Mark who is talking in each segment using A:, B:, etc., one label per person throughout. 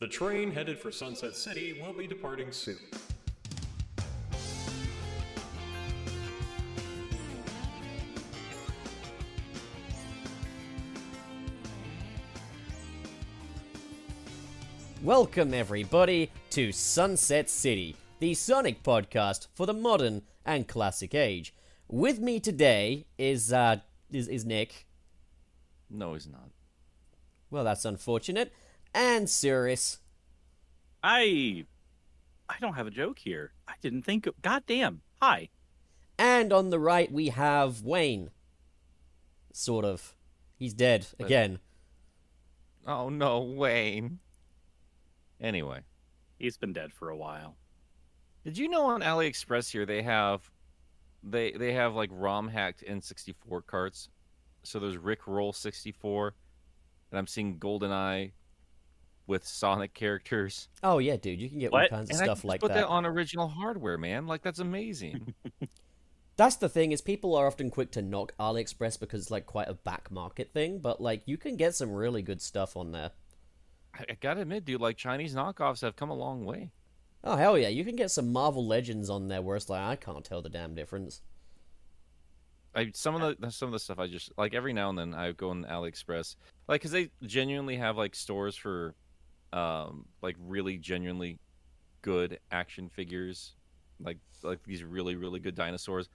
A: The train headed for Sunset City will be departing soon.
B: Welcome, everybody, to Sunset City, the Sonic podcast for the modern and classic age. With me today is uh, is, is Nick.
C: No, he's not.
B: Well, that's unfortunate. And Cirrus.
D: I I don't have a joke here. I didn't think of God damn. Hi.
B: And on the right, we have Wayne. Sort of. He's dead again.
C: Oh no, Wayne. Anyway,
D: He's been dead for a while.
C: did you know on AliExpress here they have they they have like ROM hacked N64 carts. So there's Rick Roll 64 and I'm seeing GoldenEye with Sonic characters.
B: Oh, yeah, dude, you can get
D: What?
B: all kinds of
C: And I
B: stuff
C: just
B: like
C: put
B: that.
C: that. on original hardware, man. Like that's amazing.
B: That's the thing is people are often quick to knock AliExpress because it's like quite a back market thing, but like you can get some really good stuff on there.
C: I, I got to admit, dude, like Chinese knockoffs have come a long way.
B: Oh hell yeah, you can get some Marvel Legends on there where it's like I can't tell the damn difference.
C: I some of the some of the stuff I just like every now and then I go on AliExpress like because they genuinely have like stores for um like really genuinely good action figures like like these really really good dinosaurs.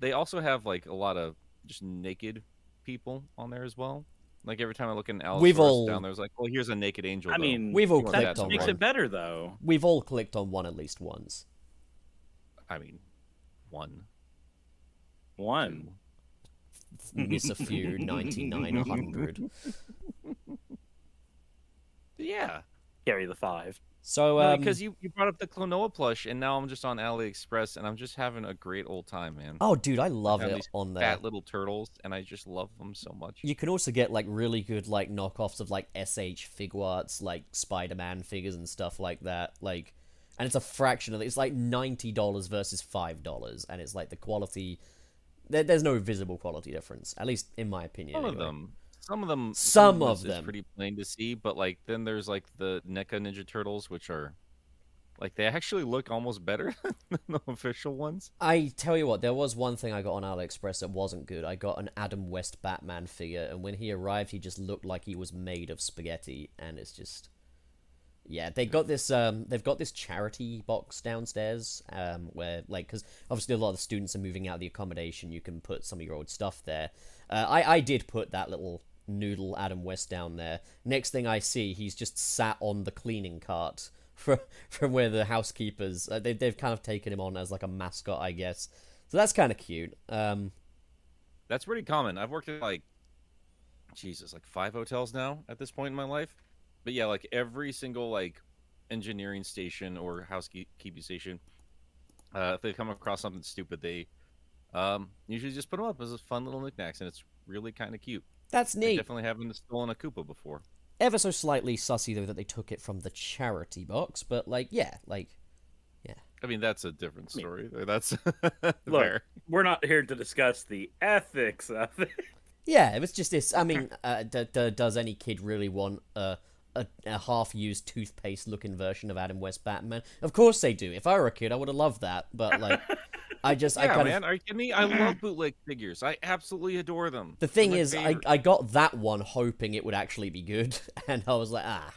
C: They also have like a lot of just naked people on there as well. Like every time I look in AliExpress
B: We've all-
C: down there's like, well, here's a naked angel.
D: I
C: though."
D: mean
B: We've all
C: Well,
B: clicked
C: that's
D: that
B: on
D: makes
B: one.
D: it better though.
B: We've all clicked on one at least once.
C: I mean, one,
D: One.
C: two.
B: Miss a few, ninety nine, hundred.
C: yeah.
D: Carry the five.
B: So
C: No,
B: um,
C: because you, you brought up the Klonoa plush, and now I'm just on AliExpress, and I'm just having a great old time, man.
B: oh dude, I love
C: have
B: it
C: these
B: on there.
C: Fat little turtles, and I just love them so much.
B: You can also get like really good like knockoffs of like SH Figuarts, like Spider Man figures and stuff like that. Like, and it's a fraction of it. It's like ninety dollars versus five dollars, and it's like the quality. There, there's no visible quality difference, at least in my opinion.
C: some of
B: anyway.
C: them, some of them,
B: Some of
C: is-
B: them.
C: is pretty plain to see. But like then there's like the NECA Ninja Turtles, which are like they actually look almost better than the official ones.
B: I tell you what, there was one thing I got on AliExpress that wasn't good. I got an Adam West Batman figure, and when he arrived, he just looked like he was made of spaghetti, and it's just, yeah, they got this. Um, they've got this charity box downstairs, um, where like, because obviously a lot of the students are moving out of the accommodation, you can put some of your old stuff there. Uh, I I did put that little noodle Adam West down there. Next thing I see, he's just sat on the cleaning cart from from where the housekeepers uh, they they've kind of taken him on as like a mascot, I guess. So that's kind of cute. Um,
C: That's pretty common. I've worked at like Jesus, like five hotels now at this point in my life. But yeah, like every single like engineering station or housekeeping station, uh, if they come across something stupid, they um, usually just put them up as a fun little knickknacks, and it's really kind of cute.
B: that's
C: I
B: neat.
C: definitely haven't stolen a Koopa before.
B: Ever so slightly sussy though that they took it from the charity box, but like yeah, like
C: I mean, that's a different
D: I mean-
C: story. That's
D: Look,
C: fair.
D: We're not here to discuss the ethics of it.
B: yeah, it was just this. I mean, uh, d- d- does any kid really want a a, a half used toothpaste looking version of Adam West Batman? Of course they do. If I were a kid, I would have loved that, but like. I just, I
C: Yeah,
B: kind of
C: man. Are you kidding me? I love bootleg figures. I absolutely adore them.
B: The
C: They're
B: thing
C: my
B: is, I,
C: favorite.
B: I got that one hoping it would actually be good, and I was like, ah,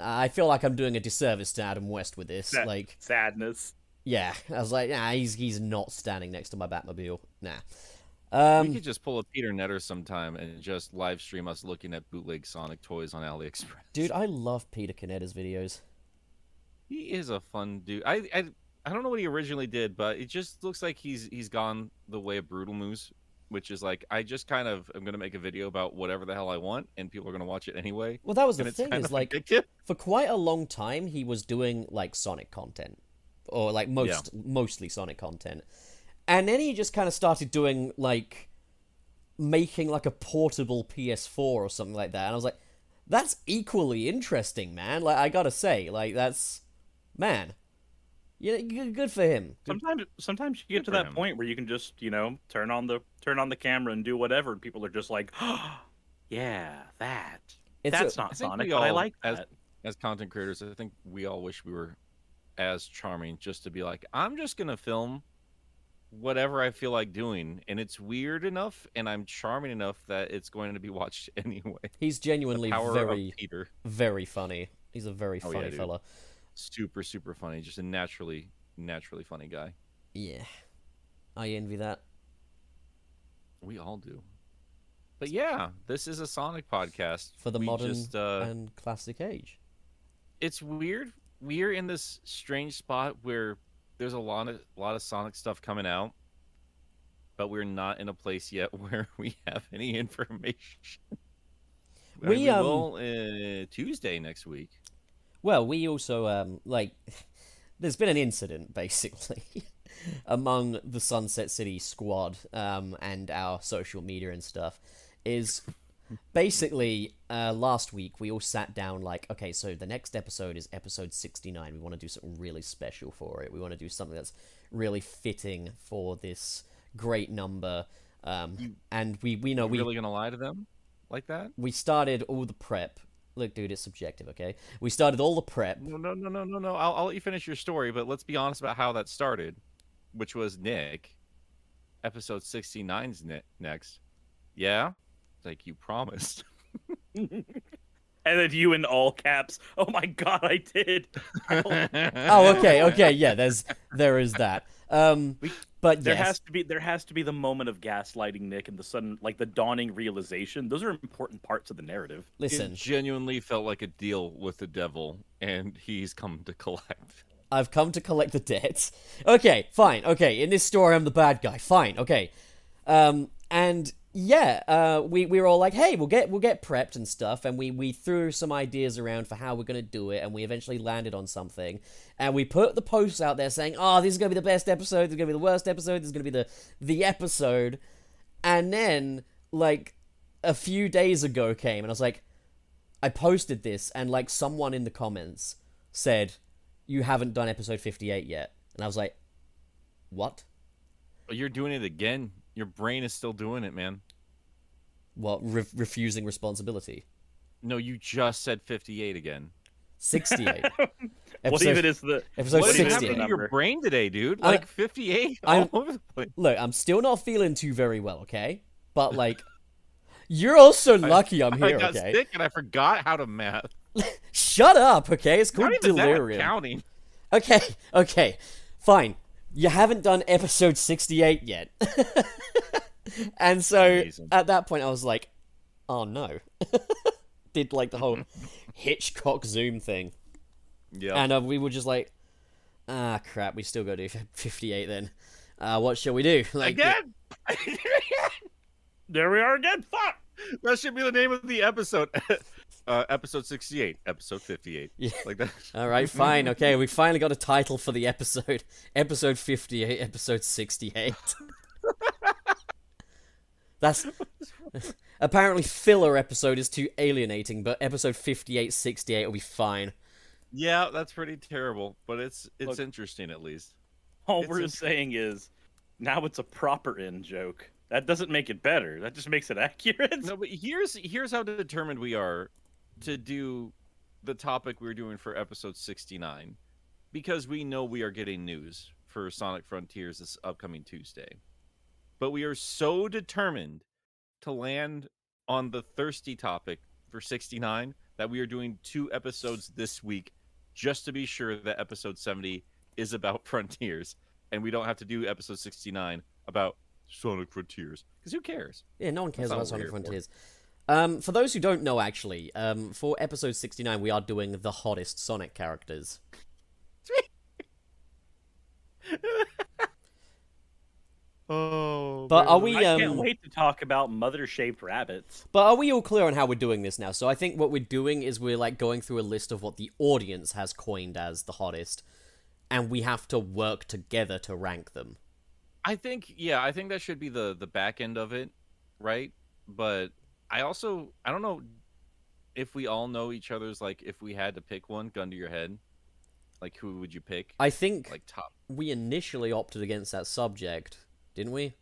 B: I feel like I'm doing a disservice to Adam West with this.
D: That-
B: Like,
D: Sadness.
B: yeah, I was like, nah, he's he's not standing next to my Batmobile. Nah. Um,
C: we could just pull a Peter Netter sometime and just live stream us looking at bootleg Sonic toys on AliExpress.
B: dude, I love Peter Canetta's videos.
C: He is a fun dude. I, I I don't know what he originally did, but it just looks like he's he's gone the way of Brutal Moose, which is like I just kind of am gonna make a video about whatever the hell I want, and people are gonna watch it anyway.
B: Well, that was
C: And
B: the
C: it's
B: thing
C: kind
B: is
C: of
B: like
C: addictive.
B: for quite a long time he was doing like Sonic content, or like most mostly Sonic content, and then he just kind of started doing like making like a portable PS4 or something like that, and I was like, that's equally interesting, man. Like I gotta say, like that's man, yeah, g- good for him.
D: Sometimes sometimes you get
C: Good
D: to
C: for
D: that
C: him.
D: point where you can just, you know, turn on the turn on the camera and do whatever and people are just like, Yeah, that.
B: It's
D: That's
B: a-
C: I
D: not
C: think
D: Sonic,
C: we
D: but I
C: all,
D: like
C: as-
D: that.
C: as content creators, I think we all wish we were as charming just to be like, I'm just gonna film whatever I feel like doing, and it's weird enough, and I'm charming enough that it's going to be watched anyway.
B: He's genuinely
C: Power
B: very,
C: of Peter,
B: very funny. He's a very
C: Oh, yeah,
B: funny
C: dude.
B: fella.
C: super super funny, just a naturally naturally funny guy.
B: Yeah, I envy that.
C: We all do. But yeah, this is a Sonic podcast
B: For the
C: We
B: modern
C: Just, uh,
B: and classic age.
C: it's weird. We're in this strange spot where there's a lot of lot of Sonic stuff coming out, but we're not in a place yet where we have any information. I mean,
B: We, um,
C: will uh, Tuesday next week.
B: Well, we also um like there's been an incident basically among the Sunset City squad um and our social media and stuff is basically uh last week we all sat down like okay so the next episode is episode 69 we want to do something really special for it we want to do something that's really fitting for this great number um and we we know
C: Are we
B: we
C: really gonna lie to them like that?
B: we started all the prep look dude it's subjective okay we started all the prep
C: No, no, no, no, no, no. I'll, I'll let you finish your story, but let's be honest about how that started, which was Nick, episode 69's ne- next. Yeah, like you promised.
D: And then you in all caps. Oh my god, I did.
B: oh okay okay yeah there's there is that um
D: We-
B: but
D: There
B: yes
D: has to be there has to be the moment of gaslighting Nick and the sudden like the dawning realization. Those are important parts of the narrative.
B: listen
C: It genuinely felt like a deal with the devil, and he's come to collect.
B: i've come to collect the debt okay fine okay in this story i'm the bad guy fine okay um and yeah uh we, we were all like hey we'll get we'll get prepped and stuff and we we threw some ideas around for how we're gonna do it and we eventually landed on something and we put the posts out there saying oh this is gonna be the best episode this is gonna be the worst episode this is gonna be the the episode and then like a few days ago came and i was like I posted this, and like someone in the comments said, "You haven't done episode fifty-eight yet," and I was like, "What?
C: But You're doing it again. Your brain is still doing it, man.
B: What? Re- refusing responsibility?
C: No, you just said 58 again.
B: Sixty-eight?
D: What even is the
B: episode
D: what
C: what
D: even is
C: happened
B: 68.
D: the
C: to your
D: number?
C: brain today, dude?
B: I-
C: Like 58
B: I'm-
C: all over the place.
B: Look, I'm still not feeling too very well, okay? But like, you're also lucky I'm
C: I
B: here,
C: got
B: okay?
C: sick and I forgot how to math.
B: Shut up, okay? It's
C: Not
B: called
C: even that,
B: delirium.
C: counting.
B: Okay, okay, fine. You haven't done episode 68 yet. and so
C: Amazing.
B: at that point, I was like, oh no. Did like the whole Hitchcock Zoom thing.
D: Oh.
C: Yeah.
B: And uh, we were just like, ah, crap, we still got to do 58 then. Uh, what shall we do? Like,
C: again.
D: There we are again. Fuck.
C: that should be the name of the episode. uh, episode 68, episode 58.
B: Yeah.
C: Like that.
B: All right, fine. Okay, we finally got a title for the episode. Episode 58, episode 68. That's apparently filler episode is too alienating, but episode 58, 68 will be fine.
C: Yeah, that's pretty terrible, but it's it's
D: Look.
C: interesting at least.
D: All
C: It's
D: we're
C: int-
D: saying is now it's a proper in joke. That doesn't make it better. That just makes it accurate.
C: No, but here's here's how determined we are to do the topic we are doing for episode 69 because we know we are getting news for Sonic Frontiers this upcoming Tuesday. But we are so determined to land on the thirsty topic for 69 that we are doing two episodes this week just to be sure that episode 70 is about Frontiers and we don't have to do episode 69 about Sonic Frontiers because who cares?
B: Yeah, no one cares
C: That's not
B: about
C: what
B: Sonic
C: we're here for.
B: Frontiers. Um, for those who don't know, actually, um, for episode 69, we are doing the hottest Sonic characters.
C: Oh,
B: But are we.
D: I
B: um,
D: can't wait to talk about mother-shaped rabbits.
B: But are we all clear on how we're doing this now? So I think what we're doing is we're like going through a list of what the audience has coined as the hottest, and we have to work together to rank them.
C: I think yeah, I think that should be the the back end of it, right? But I also I don't know if we all know each other's like if we had to pick one, gun to your head, like who would you pick?
B: I think
C: Like top.
B: we initially opted against that subject, didn't we?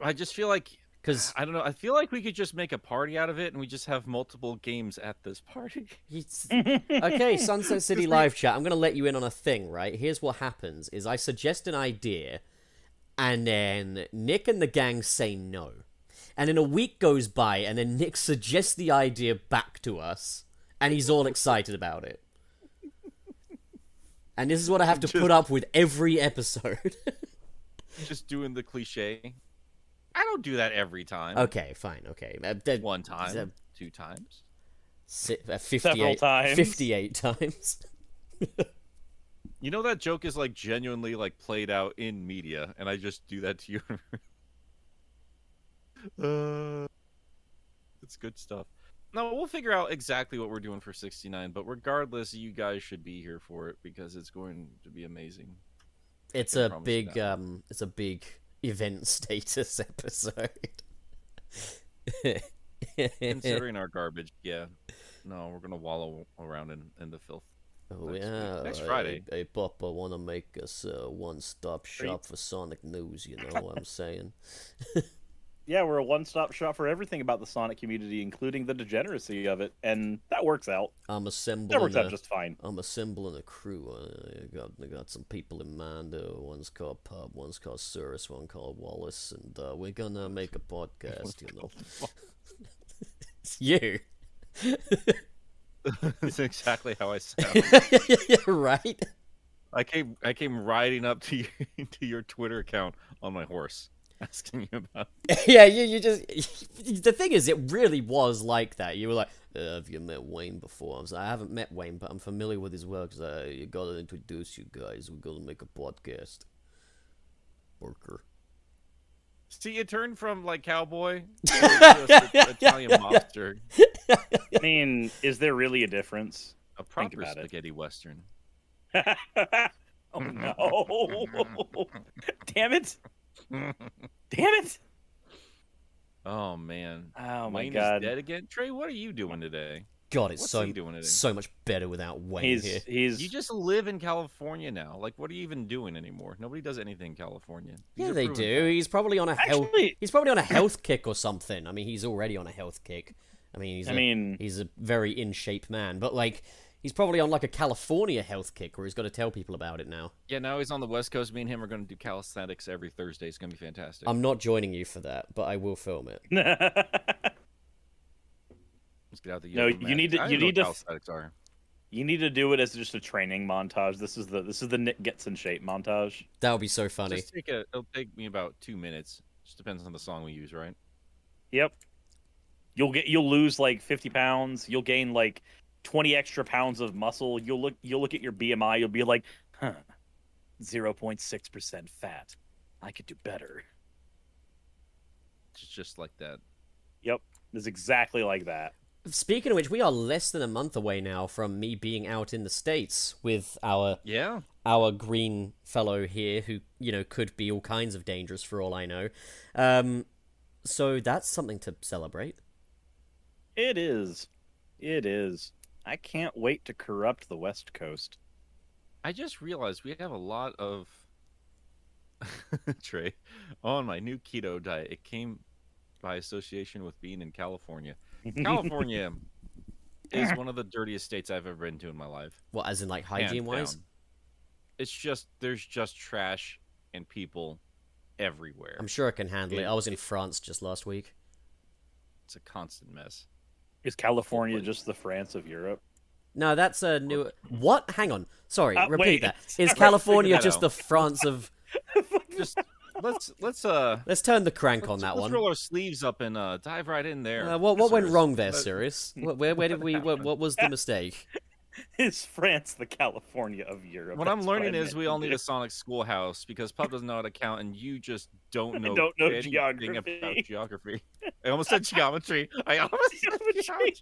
C: I just feel like
B: Because
C: I don't know. I feel like we could just make a party out of it, and we just have multiple games at this party.
B: okay, Sunset City live chat. I'm gonna let you in on a thing, right? Here's what happens: is I suggest an idea, and then Nick and the gang say no, and then a week goes by, and then Nick suggests the idea back to us, and he's all excited about it. And this is what I have to put up with every episode.
C: just doing the cliche. I don't do that every time.
B: okay, fine. Okay, Uh, that-
C: One
B: that-
C: time, two times.
B: si- uh, 58,
E: times.
B: 58 times.
C: You know that joke is like genuinely like played out in media, and I just do that to you. uh, it's good stuff. Now we'll figure out exactly what we're doing for 69, but regardless, you guys should be here for it because it's going to be amazing.
B: It's
C: can
B: a
C: promise you
B: big
C: that.
B: um it's a big event status episode.
C: Considering our garbage, yeah. No, we're gonna wallow around in, in the filth.
B: oh,
C: next week-
B: yeah,
C: next Friday.
B: Hey, hey Pop, I want to make us a one-stop shop for Sonic news, you know what I'm saying?
D: Yeah, we're a one-stop shop for everything about the Sonic community, including the degeneracy of it, and that works out.
B: I'm
D: That
B: assembling
D: works out
B: a,
D: just fine.
B: I'm assembling a crew. Uh, I I got I got some people in mind. Uh, one's called Pop, one's called Cyrus, one called Wallace, and uh, we're gonna make a podcast, you know. it's you.
C: That's exactly how I sound.
B: yeah, right?
C: I came I came riding up to you, to your Twitter account on my horse, asking you about.
B: yeah, you, you just. The thing is, it really was like that. You were like, uh, "Have you met Wayne before?" I was like, "I haven't met Wayne, but I'm familiar with his work. So you gotta introduce you guys. We gotta make a podcast." Worker.
C: See, it turned from like cowboy to just a- Italian mobster,
D: I mean, is there really a difference?
C: a proper
D: about it.
C: spaghetti western.
D: oh no! Damn it! Damn it!
C: Oh man,
D: Oh my
C: Wayne
D: god!
C: is dead again. Trey, what are you doing today?
B: God, it's
C: What's
B: so
C: he doing today?
B: so much better without Wayne
D: He's
B: here.
D: he's
C: You just live in California now. Like, what are you even doing anymore? Nobody does anything in California. These
B: Yeah,
C: are
B: they
C: proven
B: do. He's probably on a health.
D: Actually-
B: He's probably on a health kick or something. I mean, he's already on a health kick. I mean, he's
D: I
B: a-
D: mean-
B: he's a very in shape man, but like, he's probably on like a California health kick where he's got to tell people about it now.
C: Yeah, now he's on the West Coast. Me and him are going to do calisthenics every Thursday. It's going to be fantastic.
B: I'm not joining you for that, but I will film it.
C: Let's get out the
D: No,
C: yoga
D: you
C: mat.
D: need to-
C: I don't
D: you
C: know
D: need
C: what
D: to f-
C: calisthenics are.
D: you need to do it as just a training montage. This is the this is the Nick gets in shape montage.
B: That would be so funny.
C: Just take a, it'll take me about two minutes. Just depends on the song we use, right?
D: Yep. You'll get you'll lose like 50 pounds. You'll gain like 20 extra pounds of muscle. You'll look you'll look at your BMI. You'll be like, huh, 0.6 percent fat. I could do better.
C: Just, just like that.
D: Yep, it's exactly like that.
B: Speaking of which, we are less than a month away now from me being out in the states with our
C: Yeah.
B: our green fellow here, who you know could be all kinds of dangerous for all I know. Um, so that's something to celebrate.
D: It is. It is. I can't wait to corrupt the West Coast.
C: I just realized we have a lot of Trey on my new keto diet. It came by association with being in California. California is one of the dirtiest states I've ever been to in my life.
B: What, as in like
C: hands
B: hygiene wise?
C: down. It's just there's just trash and people everywhere.
B: I'm sure I can handle it.
C: Yeah.
B: I was in France just last week.
C: It's a constant mess.
D: Is California just the France of Europe?
B: No, that's a new. What? Hang on. Sorry,
D: Uh,
B: repeat
D: wait.
B: that. Is
D: Sorry.
B: California
C: Figure that
B: just
C: out.
B: the France of?
C: Just let's let's uh
B: Let's turn the crank
C: let's,
B: on that
C: let's
B: one.
C: roll our sleeves up and uh dive right in there.
B: Uh, what what went
C: Cyrus.
B: wrong there,
C: But-
B: Sirius? Wh- Where where did we? What, what was the mistake?
D: Is France the California of Europe?
C: What I'm
D: That's
C: learning
D: I
C: is
D: meant
C: we
D: to
C: all need
D: do.
C: a Sonic schoolhouse because Pub doesn't know how to count and you just don't
D: I
C: know,
D: don't know
C: anything
D: geography.
C: about geography. I almost said geometry. I almost said geometry.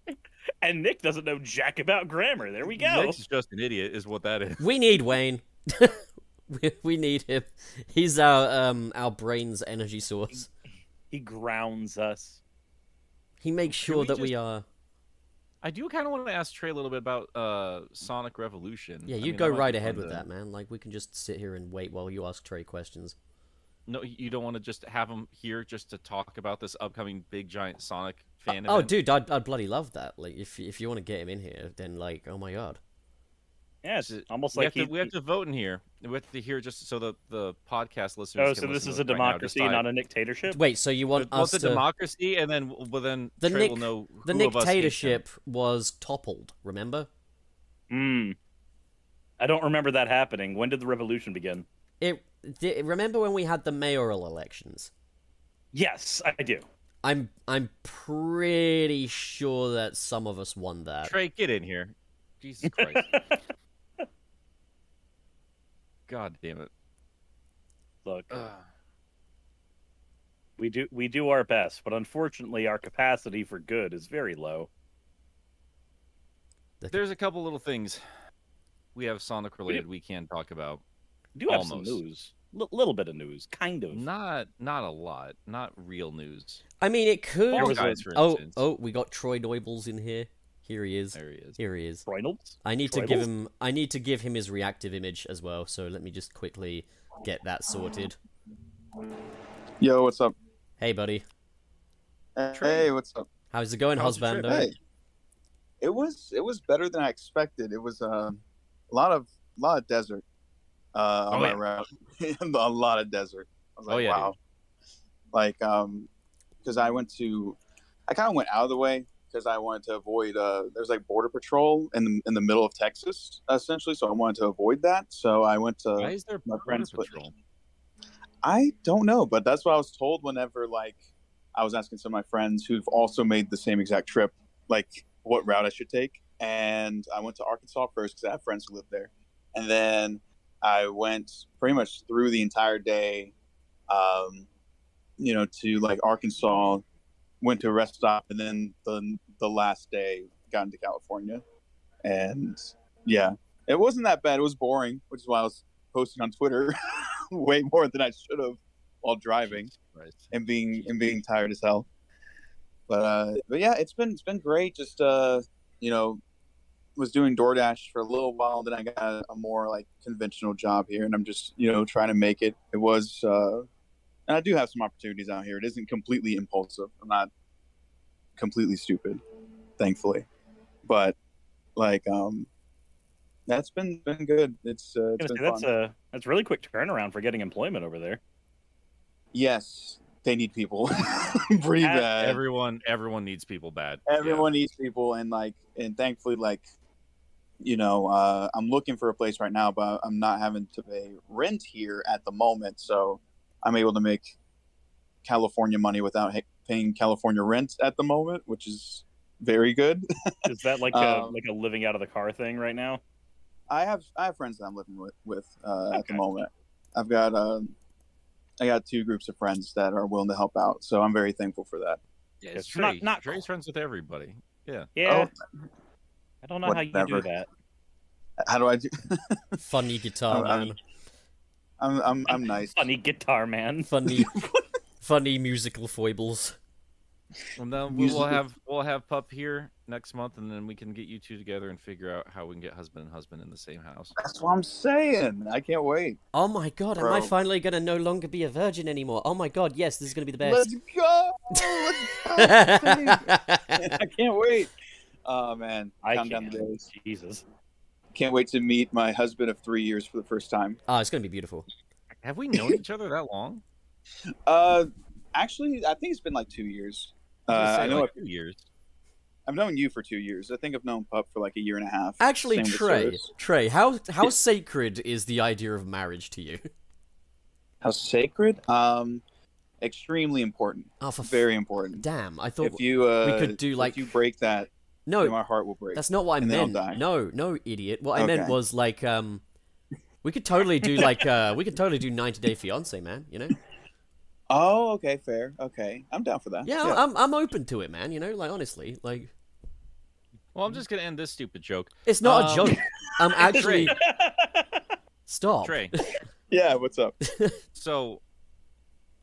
D: and Nick doesn't know jack about grammar. There we go.
C: Nick's just an idiot, is what that is.
B: We need Wayne. we, we need him. He's our um our brain's energy source.
D: He grounds us.
B: He makes sure
C: we
B: that we
C: just-
B: are.
C: I do kind of want to ask Trey a little bit about uh, Sonic Revolution.
B: Yeah,
C: I
B: you
C: mean, that
B: go
C: might be
B: right ahead
C: fun
B: with
C: to-
B: that, man. Like we can just sit here and wait while you ask Trey questions.
C: no, you don't want to just have him here just to talk about this upcoming big giant Sonic
D: Uh,
C: fan.
B: oh,
C: event?
B: dude, I'd, I'd bloody love that. Like, if if you want to get him in here, then like, oh my god,
D: Yeah, it's
C: Is it-
D: almost
C: we have,
D: like he,
C: to, we have to vote in here. We have to hear just so the the podcast listeners.
D: Oh,
C: can
D: so this
C: listen
D: is
C: to
D: a
C: it right now,
D: democracy,
C: decide.
D: not a dictatorship.
B: wait, so you want
C: Well,
B: us
C: it's a
B: to
C: democracy, and then well then
B: The
C: Trey
B: Nick-
C: will know
B: the
C: who of us hates him.
B: dictatorship was toppled? Remember,
D: Hmm. I don't remember that happening. When did the revolution begin?
B: it. di remember when we had the mayoral elections?
D: Yes, I do.
B: I'm I'm pretty sure that some of us won that.
C: Trey, get in here. Jesus Christ. God damn it.
D: Look,
C: Ugh.
D: we do we do our best, but unfortunately, our capacity for good is very low.
C: There's a couple little things we have Sonic related we can talk about.
D: We do have some
C: Almost.
D: news, L- little bit of news, kind of.
C: Not not a lot. Not real news.
B: I mean, it could.
C: There was
B: Oh,
C: guys, for
B: oh,
C: instance.
B: oh, we got Troy Noibles in here. Here he is.
C: There he is.
B: Here he is.
D: Reynolds.
B: I need to
D: Troy
B: give
D: Noibles?
B: him. I need to give him his reactive image as well. So let me just quickly get that sorted.
E: Yo, what's up?
B: Hey, buddy.
E: Hey, what's up?
B: How's it going,
A: How's the
B: husbando?
E: Hey. It was it was better than I expected. It was um, a lot of a lot of desert uh, on
C: Oh,
E: my
C: yeah.
E: route. a lot of desert. I was
C: Oh,
E: like,
C: yeah,
E: wow. Like, um, because I went to, I kind of went out of the way because I wanted to avoid. Uh, there's like border patrol in the in the middle of Texas essentially, so I wanted to avoid that. So I went to.
C: Why is there
E: my
C: Border
E: friends put-
C: patrol?
E: I don't know, but that's what I was told whenever like I was asking some of my friends who've also made the same exact trip, like what route I should take. And I went to Arkansas first because I have friends who live there, and then I went pretty much through the entire day, um, you know, to like Arkansas, went to a rest stop, and then the the last day got into California, and yeah, it wasn't that bad. It was boring, which is why I was posting on Twitter way more than I should have while driving
C: Jesus Christ.
E: and being and being tired as hell. But uh, but yeah, it's been it's been great. Just uh, you know, was doing DoorDash for a little while, then I got a, more like conventional job here, and I'm just you know trying to make it. It was, uh, and I do have some opportunities out here. It isn't completely impulsive. I'm not completely stupid, thankfully, but like um, that's been been good. It's uh,
D: I
E: it's
D: was
E: been
D: gonna say, that's
E: fun.
D: a that's really quick turnaround for getting employment over there.
E: yes. They need people. Breathe. uh,
D: Have
E: bad.
C: Everyone everyone needs people bad. Yeah.
E: everyone needs people and like and thankfully like you know uh, i'm looking for a place right now but i'm not having to pay rent here at the moment so i'm able to make california money without ha- paying california rent at the moment which is very good
D: Is that like a
E: Um,
D: like a living out of the car thing right now?
E: i have i have friends that i'm living with with uh, at the
D: Okay.
E: moment i've got um i got two groups of friends that are willing to help out so i'm very thankful for that
C: Yeah, it's
D: It's not-
C: Trey.
D: not-
C: Trey's friends with everybody. Yeah.
D: Yeah,
E: Oh,
D: I don't know how you
E: whatever.
D: do that.
E: how do i do
B: Funny guitar
E: Oh, I'm-
B: man.
E: i'm i'm, I'm nice
D: Funny guitar man.
B: Funny, funny musical foibles.
C: And then we
E: Music-
C: will have we'll have pup here next month, and then we can get you two together and figure out how we can get husband and husband in the same house.
E: that's what i'm saying i can't wait
B: Oh my god, am I
E: Bro.
B: finally gonna no longer be a virgin anymore? Oh my god, yes, this is gonna be the best.
E: Let's go! Let's go! I can't wait. Oh man,
D: I
E: Count down
D: can't.
E: the days.
D: Jesus.
E: Can't wait to meet my husband of three years for the first time.
B: oh, it's gonna be beautiful.
C: Have we known each other that long?
E: Uh, actually, I think it's been like two years.
C: was gonna
E: Uh,
C: say,
E: I know
C: like, two years.
E: I've, I've known you for two years. I think I've known Pup for like a year and a half.
B: Actually,
E: Same with
B: Trey,
E: Cyrus.
B: Trey, how how sacred is the idea of marriage to you?
E: how sacred? Um, extremely important.
B: Oh, for f-
E: Very important.
B: damn, I thought
E: If you uh,
B: we could do, like-
E: if you break that,
B: no,
E: then my heart will break.
B: that's not what I
E: and then I'll
B: meant.
E: die.
B: No, no, idiot. What I meant
E: Okay.
B: was like um, we could totally do like uh, we could totally do ninety day fiance, man. You know,
E: Oh, okay, fair. Okay, I'm down for that.
B: yeah, I'm I'm open to it, man. You know, like honestly, like
C: Well, I'm just gonna end this stupid joke.
B: it's not a
C: Um,
B: joke. I'm actually stop.
C: Trey,
E: yeah. What's up?
C: so,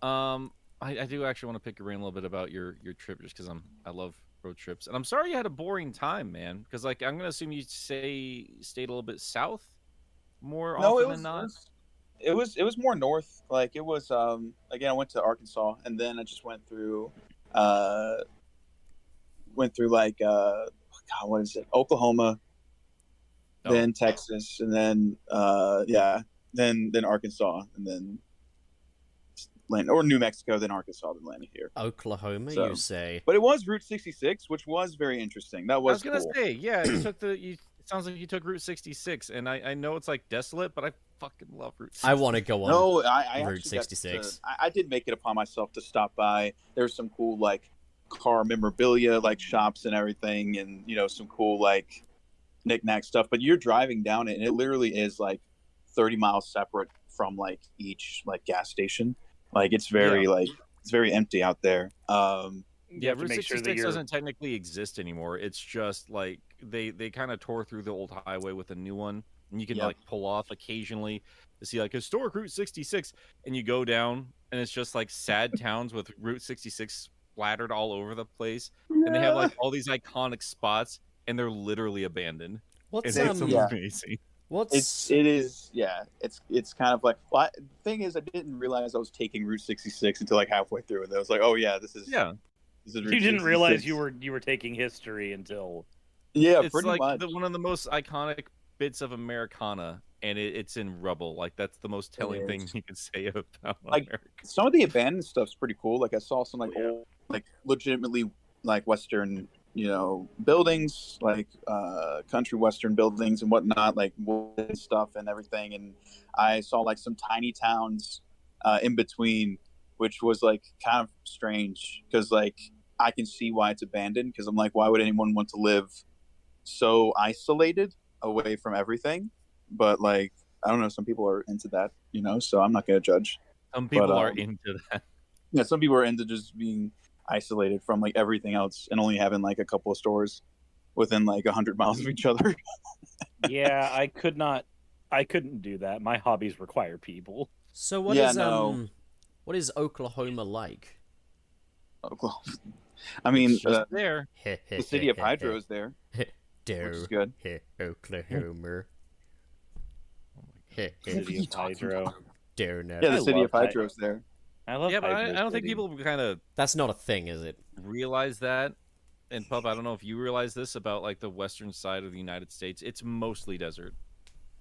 C: um, I, I do actually want to pick your brain a little bit about your your trip, just because I'm I love road trips, and I'm sorry you had a boring time, man. Because like I'm gonna assume you say stayed a little bit south more often
E: it was,
C: than not.
E: It was, it was it was more north. Like it was um again I went to Arkansas and then I just went through uh went through like uh God, what is it? Oklahoma,
C: Oh.
E: then Texas, and then uh yeah, then then Arkansas and then land or New Mexico, then Arkansas, then landed here.
B: Oklahoma,
E: So-
B: you say?
E: But it was Route sixty six, which was very interesting. That
C: I
E: was,
C: was gonna
E: cool.
C: say, yeah, you took the. You, it sounds like you took Route 66, and I, I know it's like desolate, but I fucking love Route. 66.
B: I want to go on.
E: No, I, I
B: Route
E: actually got to-
B: 66.
E: I, I did make it upon myself to stop by. There was some cool like car memorabilia, like shops and everything, and you know some cool like knickknack stuff. But you're driving down it, and it literally is like 30 miles separate from like each like gas station. Like it's very like it's very empty out there. Um,
D: You
C: Yeah,
D: have to
C: Route
D: make sure
C: 66
D: that you're
C: doesn't technically exist anymore. It's just like they they kind of tore through the old highway with a new one, and you can
E: Yeah.
C: like pull off occasionally to see like historic Route 66, and you go down, and it's just like sad towns with Route 66 splattered all over the place, and they have like all these iconic spots, and they're literally abandoned.
B: What's
C: It's,
E: Some-
B: um,
C: it's
E: yeah.
C: amazing.
B: what's
E: it's it is yeah. It's it's kind of like well, I, the thing is I didn't realize I was taking Route 66 until like halfway through, and I was like, oh yeah, this is
C: Yeah,
E: This is Route
D: you didn't realize
E: 66.
D: you were you were taking history until
E: yeah
C: it's
E: pretty
C: like
E: much
C: The, one of the most iconic bits of Americana, and it, it's in rubble. Like that's the most telling thing
E: is.
C: you can say about
E: Like,
C: America.
E: some of the abandoned stuff's pretty cool. Like I saw some like
D: Yeah.
E: old, like legitimately like Western, you know, buildings, like uh, country Western buildings and whatnot, like wooden stuff and everything. And I saw like some tiny towns uh, in between, which was like kind of strange because like I can see why it's abandoned because I'm like, why would anyone want to live so isolated away from everything? But like, I don't know, some people are into that, you know, so I'm not going to judge.
C: Some people are
E: um,
C: into that.
E: yeah, some people are into just being isolated from like everything else and only having like a couple of stores within like a hundred miles of each other.
D: yeah, I could not I couldn't do that. My hobbies require people.
B: so what is
E: yeah, no.
B: um what is Oklahoma like?
E: Oklahoma. Oh, I mean,
C: It's just
E: uh,
C: there.
E: the city of Hydro is there, which is
B: Dare
E: good.
B: Oklahoma.
D: City of Hydro.
B: Dare
E: Yeah, the
D: I
E: city
D: love
E: of Hydro is there.
D: I love
C: Yeah, but I, I
D: Hydro
C: don't think
D: City.
C: people kind of
B: That's not a thing, is it?
C: realize that. And Pub, I don't know if you realize this about like the western side of the United States. It's mostly desert.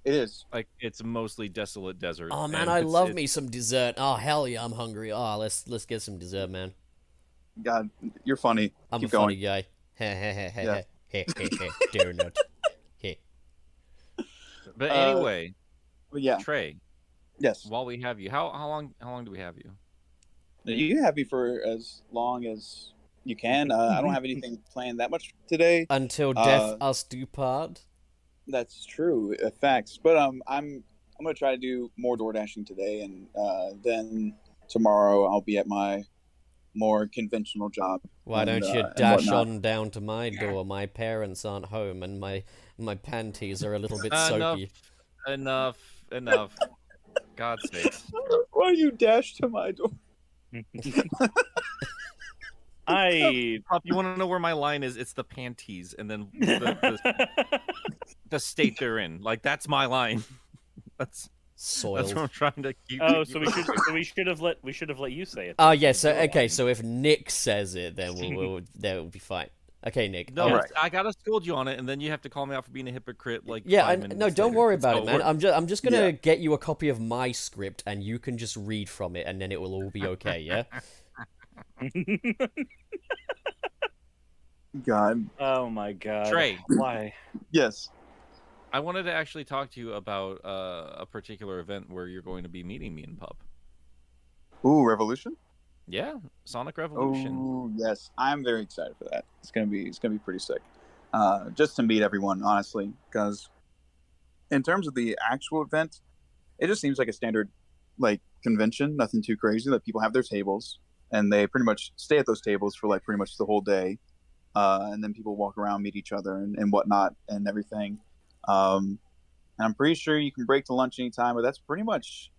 E: It is.
C: Like it's mostly desolate desert.
B: Oh man,
C: and
B: I
C: it's-
B: love
C: it's-
B: me some dessert. Oh hell yeah, I'm hungry. Oh, let's let's get some dessert, man.
E: God, you're funny.
B: I'm
E: Keep
B: a
E: going.
B: funny guy. Heh heh heh heh
E: Yeah.
B: heh heh heh. Dare not. Heh.
C: But
E: Uh,
C: anyway,
E: But yeah,
C: Trey,
E: yes.
C: while we have you, how how long how long do we have you?
E: You can have me for as long as you can. Uh, I don't have anything planned that much today.
B: Until death
E: Uh,
B: us do part.
E: That's true. uh, Facts. But um, I'm I'm gonna try to do more door dashing today, and uh, then tomorrow I'll be at my more conventional job.
B: Why
E: and,
B: don't you
E: uh, and
B: dash
E: whatnot.
B: on down to my door? My parents aren't home, and my my panties are a little bit
C: Uh, no.
B: soapy.
C: Enough, enough. God's sake.
E: Why you dash to my door?
D: I
C: Pop, you want to know where my line is? It's the panties, and then the, the, the state they're in. Like that's my line. That's that's
B: Soiled.
C: what I'm trying to keep.
D: Oh, so we should so we should have let we should have let you say it.
B: Oh yeah, so okay, so if Nick says it, then we'll, we'll then we'll be fine. Okay, Nick.
C: No,
B: um,
E: Alright.
C: I gotta scold you on it, and then you have to call me out for being a hypocrite. Like
B: Yeah, I,
C: five minutes
B: no, don't
C: later.
B: worry
C: That's
B: about
C: how
B: it, man.
C: works.
B: I'm just I'm just gonna
E: Yeah.
B: get you a copy of my script, and you can just read from it, and then it will all be okay. Yeah.
E: God.
D: oh my god.
C: Trey.
D: Why?
E: Yes.
C: I wanted to actually talk to you about uh, a particular event where you're going to be meeting me in pub.
E: Ooh, Revolution.
C: Yeah, Sonic Revolution.
E: Oh yes, I'm very excited for that. It's gonna be it's gonna be pretty sick. Uh, just to meet everyone, honestly, because in terms of the actual event, it just seems like a standard like convention, nothing too crazy. That people have their tables and they pretty much stay at those tables for like pretty much the whole day, uh, and then people walk around, meet each other, and, and whatnot, and everything. Um, and I'm pretty sure you can break to lunch anytime, but that's pretty much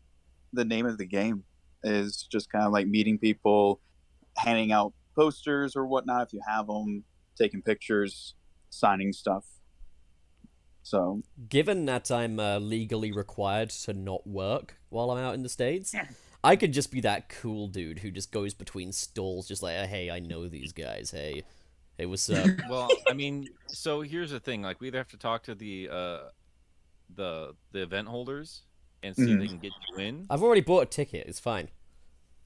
E: the name of the game is just kind of like meeting people handing out posters or whatnot if you have them, taking pictures, signing stuff. So
B: given that I'm uh, legally required to not work while I'm out in the states, I could just be that cool dude who just goes between stalls, just like, hey, I know these guys. Hey, hey, what's up?
C: well, I mean, so here's the thing: like, we would have to talk to the uh, the the event holders and see if
B: Mm.
C: they can get you in.
B: I've already bought a ticket. It's fine.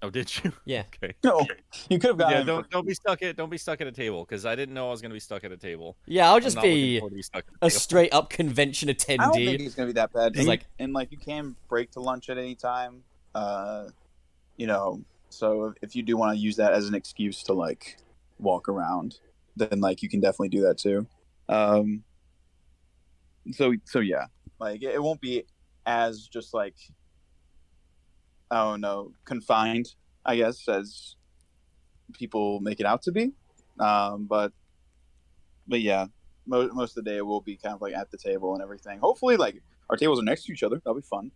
C: Oh, did you?
B: Yeah.
C: Okay.
E: no, you could have gotten
C: Yeah,
E: him for-
C: don't don't be stuck at don't be stuck at a table because I didn't know I was gonna be stuck at a table.
B: Yeah, I'll
C: I'm
B: just
C: not looking
B: be
C: forward to be stuck at a
B: a
C: table.
B: straight up convention
E: I don't think
B: attendee.
E: it's gonna be that bad.
B: It's
E: And,
B: like-
E: and like you can break to lunch at any time. Uh, you know, so if you do want to use that as an excuse to like walk around, then like you can definitely do that too. Um, so so yeah, like it, it won't be as just like I don't know confined, I guess, as people make it out to be. Um, but but yeah, mo- most of the day we'll be kind of like at the table and everything. Hopefully, like our tables are next to each other. That'll be fun.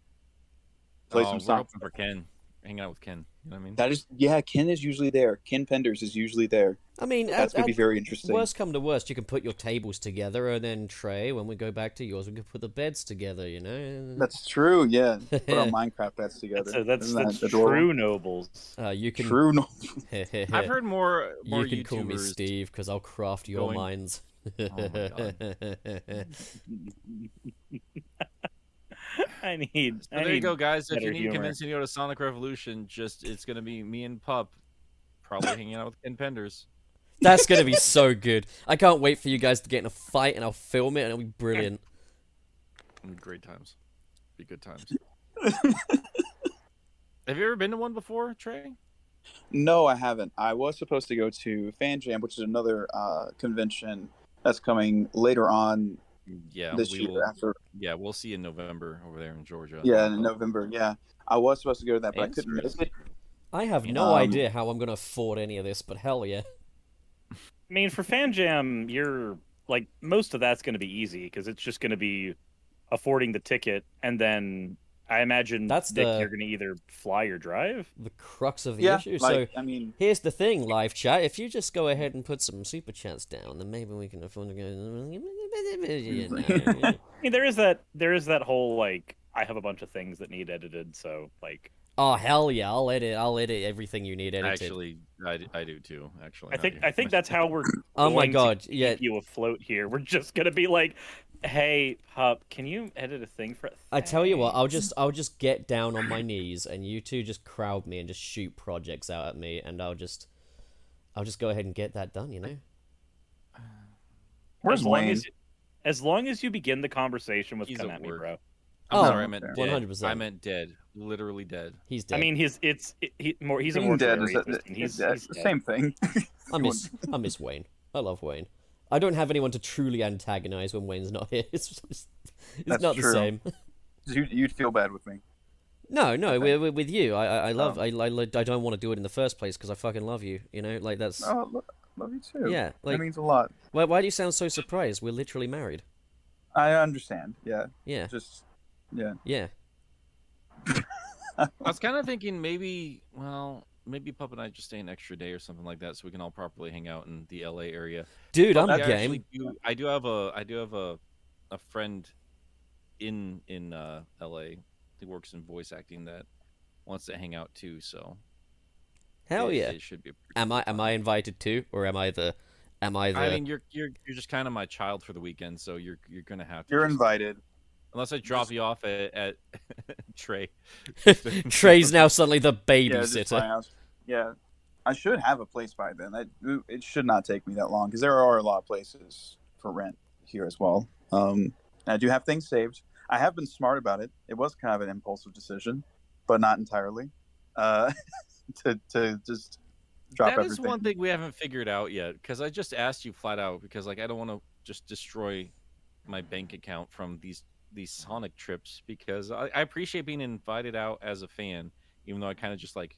E: Play
C: oh,
E: some
C: we're
E: soccer.
C: hoping for Ken, hanging out with Ken. You know what I mean?
E: That is, yeah. Ken is usually there. Ken Penders is usually there.
B: I mean,
E: That's
B: at-
E: gonna be
B: at
E: very interesting.
B: Worst come to worst, you can put your tables together, and then Trey, when we go back to yours, we can put the beds together. You know,
E: That's true. Yeah, put our Minecraft bets together.
D: So that's
E: Isn't that
D: that's
E: adorable?
D: true nobles.
B: uh, you can.
E: True. No,
C: I've heard more more
B: you can
C: YouTubers.
B: call me Steve because I'll craft your
C: going- Oh
B: minds.
C: my
D: I need.
C: So
D: I
C: there you
D: need-
C: go, guys. If
D: better
C: you need to
D: humor.
C: convince me to go to Sonic Revolution, just it's gonna be me and Pup, probably hanging out with Ken Penders.
B: That's gonna be so good. I can't wait for you guys to get in a fight, and I'll film it, and it'll be brilliant.
C: It'll be Mm, Great times, be good times. Have you ever been to one before, Trey?
E: no, I haven't. I was supposed to go to Fan Jam, which is another uh, convention that's coming later on
C: Yeah,
E: Mm, this
C: we
E: year.
C: will.
E: After
C: Yeah, we'll see you in November over there in Georgia.
E: yeah, in November. Yeah, I was supposed to go to that, but I couldn't
C: Answers.
E: make it.
B: I have no
E: Um,
B: idea how I'm gonna afford any of this, but hell yeah.
D: I mean, for Fan Jam, you're like most of that's going to be easy because it's just going to be affording the ticket, and then I imagine
B: That's
D: Nick,
B: the-
D: you're going to either fly or drive.
B: The crux of the
E: Yeah,
B: issue. so
E: like I mean,
B: Here's the thing, live chat. If you just go ahead and put some super chats down, then maybe we can afford to go. You know.
D: I mean, there is that there is that whole like I have a bunch of things that need edited, so like
B: oh hell yeah! I'll edit. I'll edit everything you need edited.
C: Actually, I, d- I do too. Actually,
D: I
C: not
D: think
C: you.
D: I think that's how we're
B: oh my
D: going to
B: god! Yeah,
D: keep you afloat here. We're just going to be like, hey pup, can you edit a thing for?
C: Uh,
B: I tell you what. I'll
D: Thanks."
B: just I'll just get down on my knees, and you two just crowd me and just shoot projects out at me, and I'll just I'll just go ahead and get that done. You know.
E: Where's
D: as long
E: Wayne?
D: as as long as you begin the conversation with
C: He's
D: come
C: at
D: at me,
C: work.
D: bro.
C: I'm
B: Oh,
C: sorry, I meant dead.
B: 100%.
C: I meant dead, literally dead.
B: He's dead.
D: I mean, he's it's it, he, more. He's a
E: being
D: more
E: dead
D: literary
E: is that,
D: person. he's,
E: is that
D: he's
E: the
D: dead.
E: same thing.
B: I miss I miss Wayne. I love Wayne. I don't have anyone to truly antagonize when Wayne's not here. It's just, it's
E: That's
B: not the
E: true.
B: same.
E: You, you'd feel bad with me.
B: No, no, we're, we're with you. I, I, I
E: Oh.
B: love. I, I, I don't want to do it in the first place because I fucking love you. You know, like that's.
E: Oh, lo- love you too.
B: Yeah, like
E: that means a lot.
B: why, why do you sound so surprised? We're literally married.
E: I understand. Yeah,
B: Yeah,
E: just yeah.
B: yeah.
C: I was kind of thinking maybe, well, maybe Pup and I just stay an extra day or something like that, so we can all properly hang out in the LA area.
B: Dude, I'm
C: I
B: game.
C: actually do. I do have a. I do have a, a friend, in in uh, L.A. He works in voice acting that wants to hang out too. So
B: Hell
C: it-
B: yeah.
C: it should be. a pretty
B: Am
C: good
B: I am I invited too, or am I the, am I
C: time.
B: the?
C: I mean, you're you're you're just kind of my child for the weekend, so you're you're gonna have to.
E: You're
C: just-
E: invited.
C: unless I drop you off at, at Trey.
B: Trey's now suddenly the
E: Yeah, just
B: babysitter.
E: my house. Yeah, I should have a place by then. I, it should not take me that long because there are a lot of places for rent here as well. Um, I do have things saved. I have been smart about it. It was kind of an impulsive decision, but not entirely. Uh, to to just drop
C: That is
E: everything.
C: one thing we haven't figured out yet because i just asked you flat out because like i don't want to just destroy my bank account from these these sonic trips because i, I appreciate being invited out as a fan even though i kind of just like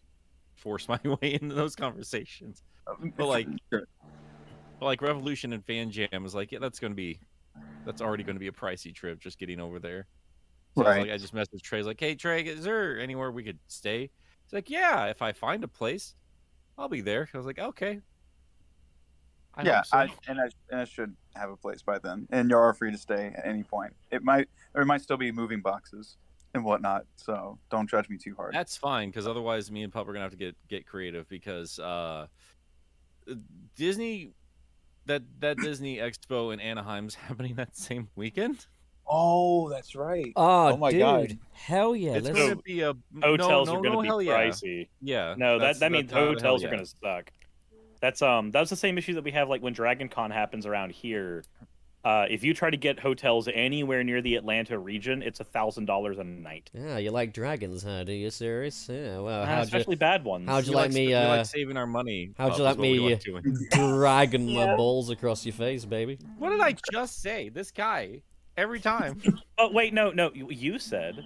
C: force my way into those conversations
E: Um,
C: but like
E: Sure.
C: but like revolution and fan jam is like yeah that's gonna be that's already gonna be a pricey trip just getting over there so I, was
E: Right.
C: like, I just messaged Trey like, "Hey Trey, is there anywhere we could stay?" He's like, "Yeah, if I find a place, I'll be there." I was like, "Okay." I
E: yeah,
C: hope so.
E: I, and I and I should have a place by then. And you are free to stay at any point. It might or it might still be moving boxes and whatnot. So don't judge me too hard.
C: That's fine because otherwise, me and Pop are gonna have to get get creative because uh, Disney, that that Disney Expo in Anaheim's happening that same weekend.
E: oh, that's right.
B: Oh,
E: Oh my
B: dude.
E: God.
B: Hell yeah.
C: it's
B: let's
C: gonna be a no,
D: Hotels
C: no,
D: are going
C: no,
D: to
C: hell
D: be
C: yeah.
D: pricey.
C: Yeah,
D: No,
C: that's-
D: that that means
C: that's not a hell
D: hotels are
C: yeah.
D: going to suck. That's um that was the same issue that we have like when Dragon Con happens around here. Uh, if you try to get hotels anywhere near the Atlanta region, it's a thousand dollars a night,
B: Yeah, you like dragons, huh? Do you serious? Yeah, well,
D: Uh,
B: Uh, how'd you
D: especially bad ones.
B: how'd
C: We
B: you like
C: sp-
B: me,
C: we
B: uh,
C: like saving our money.
B: how'd
C: Pop,
B: you like
C: is what we
B: me, uh,
C: like doing.
B: dragon my
E: Yeah.
B: balls across your face, baby?
C: What did I just say? This guy every time.
D: But Oh, wait, no, no, you, you said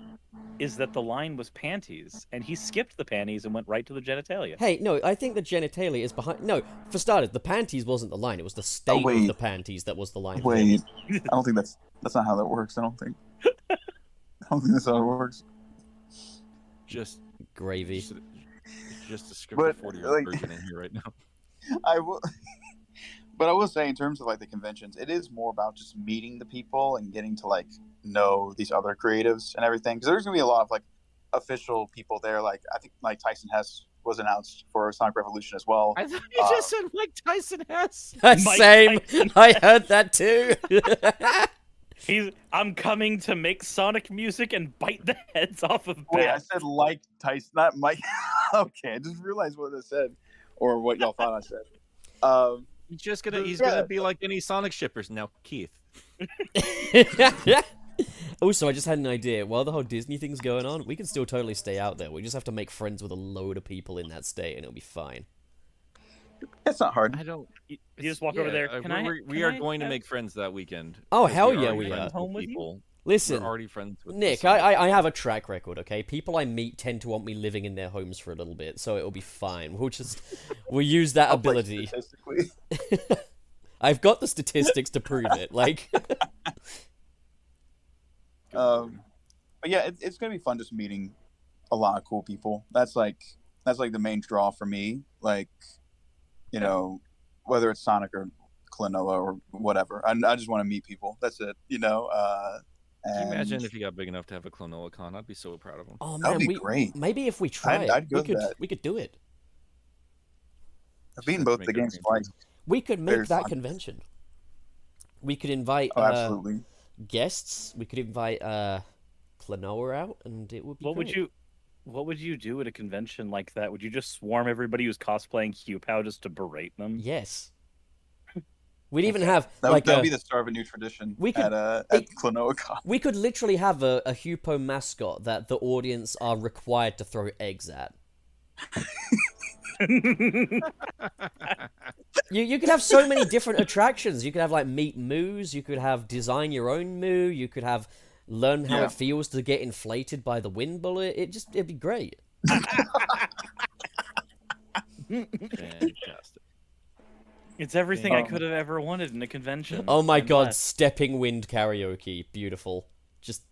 D: is that the line was panties, and he skipped the panties and went right to the genitalia.
B: Hey, no, I think the genitalia is behind. No, for starters, the panties wasn't the line. It was the state of
E: wait.
B: the panties that was the line. for me.
E: Wait, I don't think that's that's not how that works. I don't think. I don't think that's how it works.
C: just
B: Gravy.
C: just, just a
E: But,
C: scripted forty year old
E: like-
C: virgin in here right now.
E: I will, but I will say, in terms of like the conventions, it is more about just meeting the people and getting to like know these other creatives and everything. Because there's gonna be a lot of like official people there. Like I think like Tyson Hess was announced for Sonic Revolution as well.
C: I thought you
E: Uh,
C: just said Mike Tyson has.
B: Same. I heard that too.
D: He's I'm coming to make Sonic music and bite the heads off of
C: Oh,
E: Wait, I
D: bats.
E: said like Tyson, not Mike. okay, I just realized what I said or what y'all thought I said. Um,
C: He's just gonna he's
E: Yeah.
C: gonna be like any Sonic shippers now, Keith.
B: also, I just had an idea. While the whole Disney thing's going on, we can still totally stay out there. We just have to make friends with a load of people in that state, and it'll be fine.
E: it's not hard.
C: I don't.
D: You you just walk over
C: yeah,
D: there.
C: uh,
D: Can
C: we're,
D: I,
C: we're- we
D: can
C: are
D: I
C: going to
D: have-
C: make friends that weekend.
B: Oh,
C: 'cause
B: hell
C: we're
B: yeah,
C: already
B: we
C: friends
B: are.
C: with
D: Home with you?
C: people.
B: Listen,
C: We're already friends with
B: Nick,
C: the Sonic
B: I, I I have a track record. Okay, people I meet tend to want me living in their homes for a little bit, so it'll be fine. We'll just we'll use that
E: I'll play
B: ability.
E: statistically.
B: I've got the statistics to prove it. Like,
C: Good
E: Um, but yeah, it, it's gonna be fun just meeting a lot of cool people. That's like that's like the main draw for me. Like, you know, whether it's Sonic or Klonoa or whatever, I, I just want to meet people. That's it. You know. Uh,
C: Can you
E: and
C: imagine if he got big enough to have a Clonola con? I'd be so proud of him.
B: oh man,
E: that'd
B: we,
E: be great.
B: maybe if we try, it,
E: I'd go
B: we
E: with
B: could
E: that.
B: we could do it.
E: I've been
C: Just
E: both
C: make
E: the
C: it
E: games
C: rain
E: twice.
B: We could make
E: Very
B: that
E: fun.
B: convention. We could invite
E: Oh,
B: uh,
E: absolutely.
B: guests. We could invite uh, Klonoa out, and it would be.
D: What would
B: great.
D: you what would you do at a convention like that? Would you just swarm everybody who's cosplaying Q-Pow just to berate them?
B: Yes. We'd even have
E: That would,
B: like
E: that would
B: a,
E: be the start of a new tradition
B: we could-
E: at uh,
B: it-
E: at ClonoaCon.
B: we could literally have a, a Hupo mascot that the audience are required to throw eggs at. You you could have so many different attractions. You could have like meet moos. You could have design your own moo. You could have learn how
E: Yeah.
B: it feels to get inflated by the wind bullet. It just it'd be great.
C: Fantastic.
D: it's everything I
E: Um,
D: could have ever wanted in a convention.
B: Oh my
D: and
B: god,
D: less.
B: stepping wind karaoke, beautiful. Just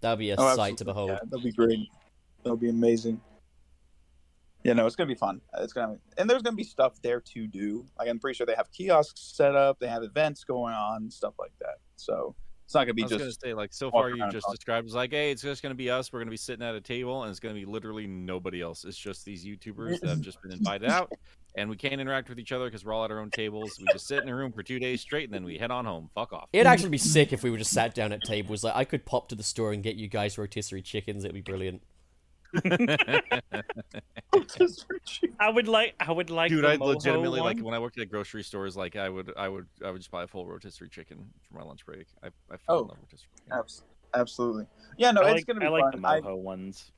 B: that'd be a
E: Oh,
B: sight to
E: absolutely.
B: behold.
E: Yeah, that'd be great. That'll be amazing. Yeah, no, it's gonna be fun. Uh, It's gonna and there's gonna be stuff there to do. Like I'm pretty sure they have kiosks set up, they have events going on, stuff like that. So it's not
C: I
E: gonna be
C: was gonna
E: just
C: say, like, so
E: walk
C: far you
E: around and
C: just
E: talk.
C: described is like, hey, it's just gonna be us. We're gonna be sitting at a table, and it's gonna be literally nobody else. It's just these YouTubers that have just been invited out, and we can't interact with each other because we're all at our own tables. We just sit in a room for two days straight, and then we head on home. Fuck off.
B: It'd actually be sick if we were just sat down at tables. Like I could pop to the store and get you guys rotisserie chickens. It'd be brilliant.
D: I would like I would like
C: Dude,
D: the
C: I
D: moho
C: legitimately like
D: one.
C: when I worked at grocery stores, like I would, I would, I would just buy a full rotisserie chicken for my lunch break. I, I fell
E: Oh.
C: in love with rotisserie. Chicken.
E: abs- absolutely. Yeah, no,
D: I
E: it's
D: like,
E: gonna be
D: I like
E: fun.
D: the
E: I,
D: moho ones.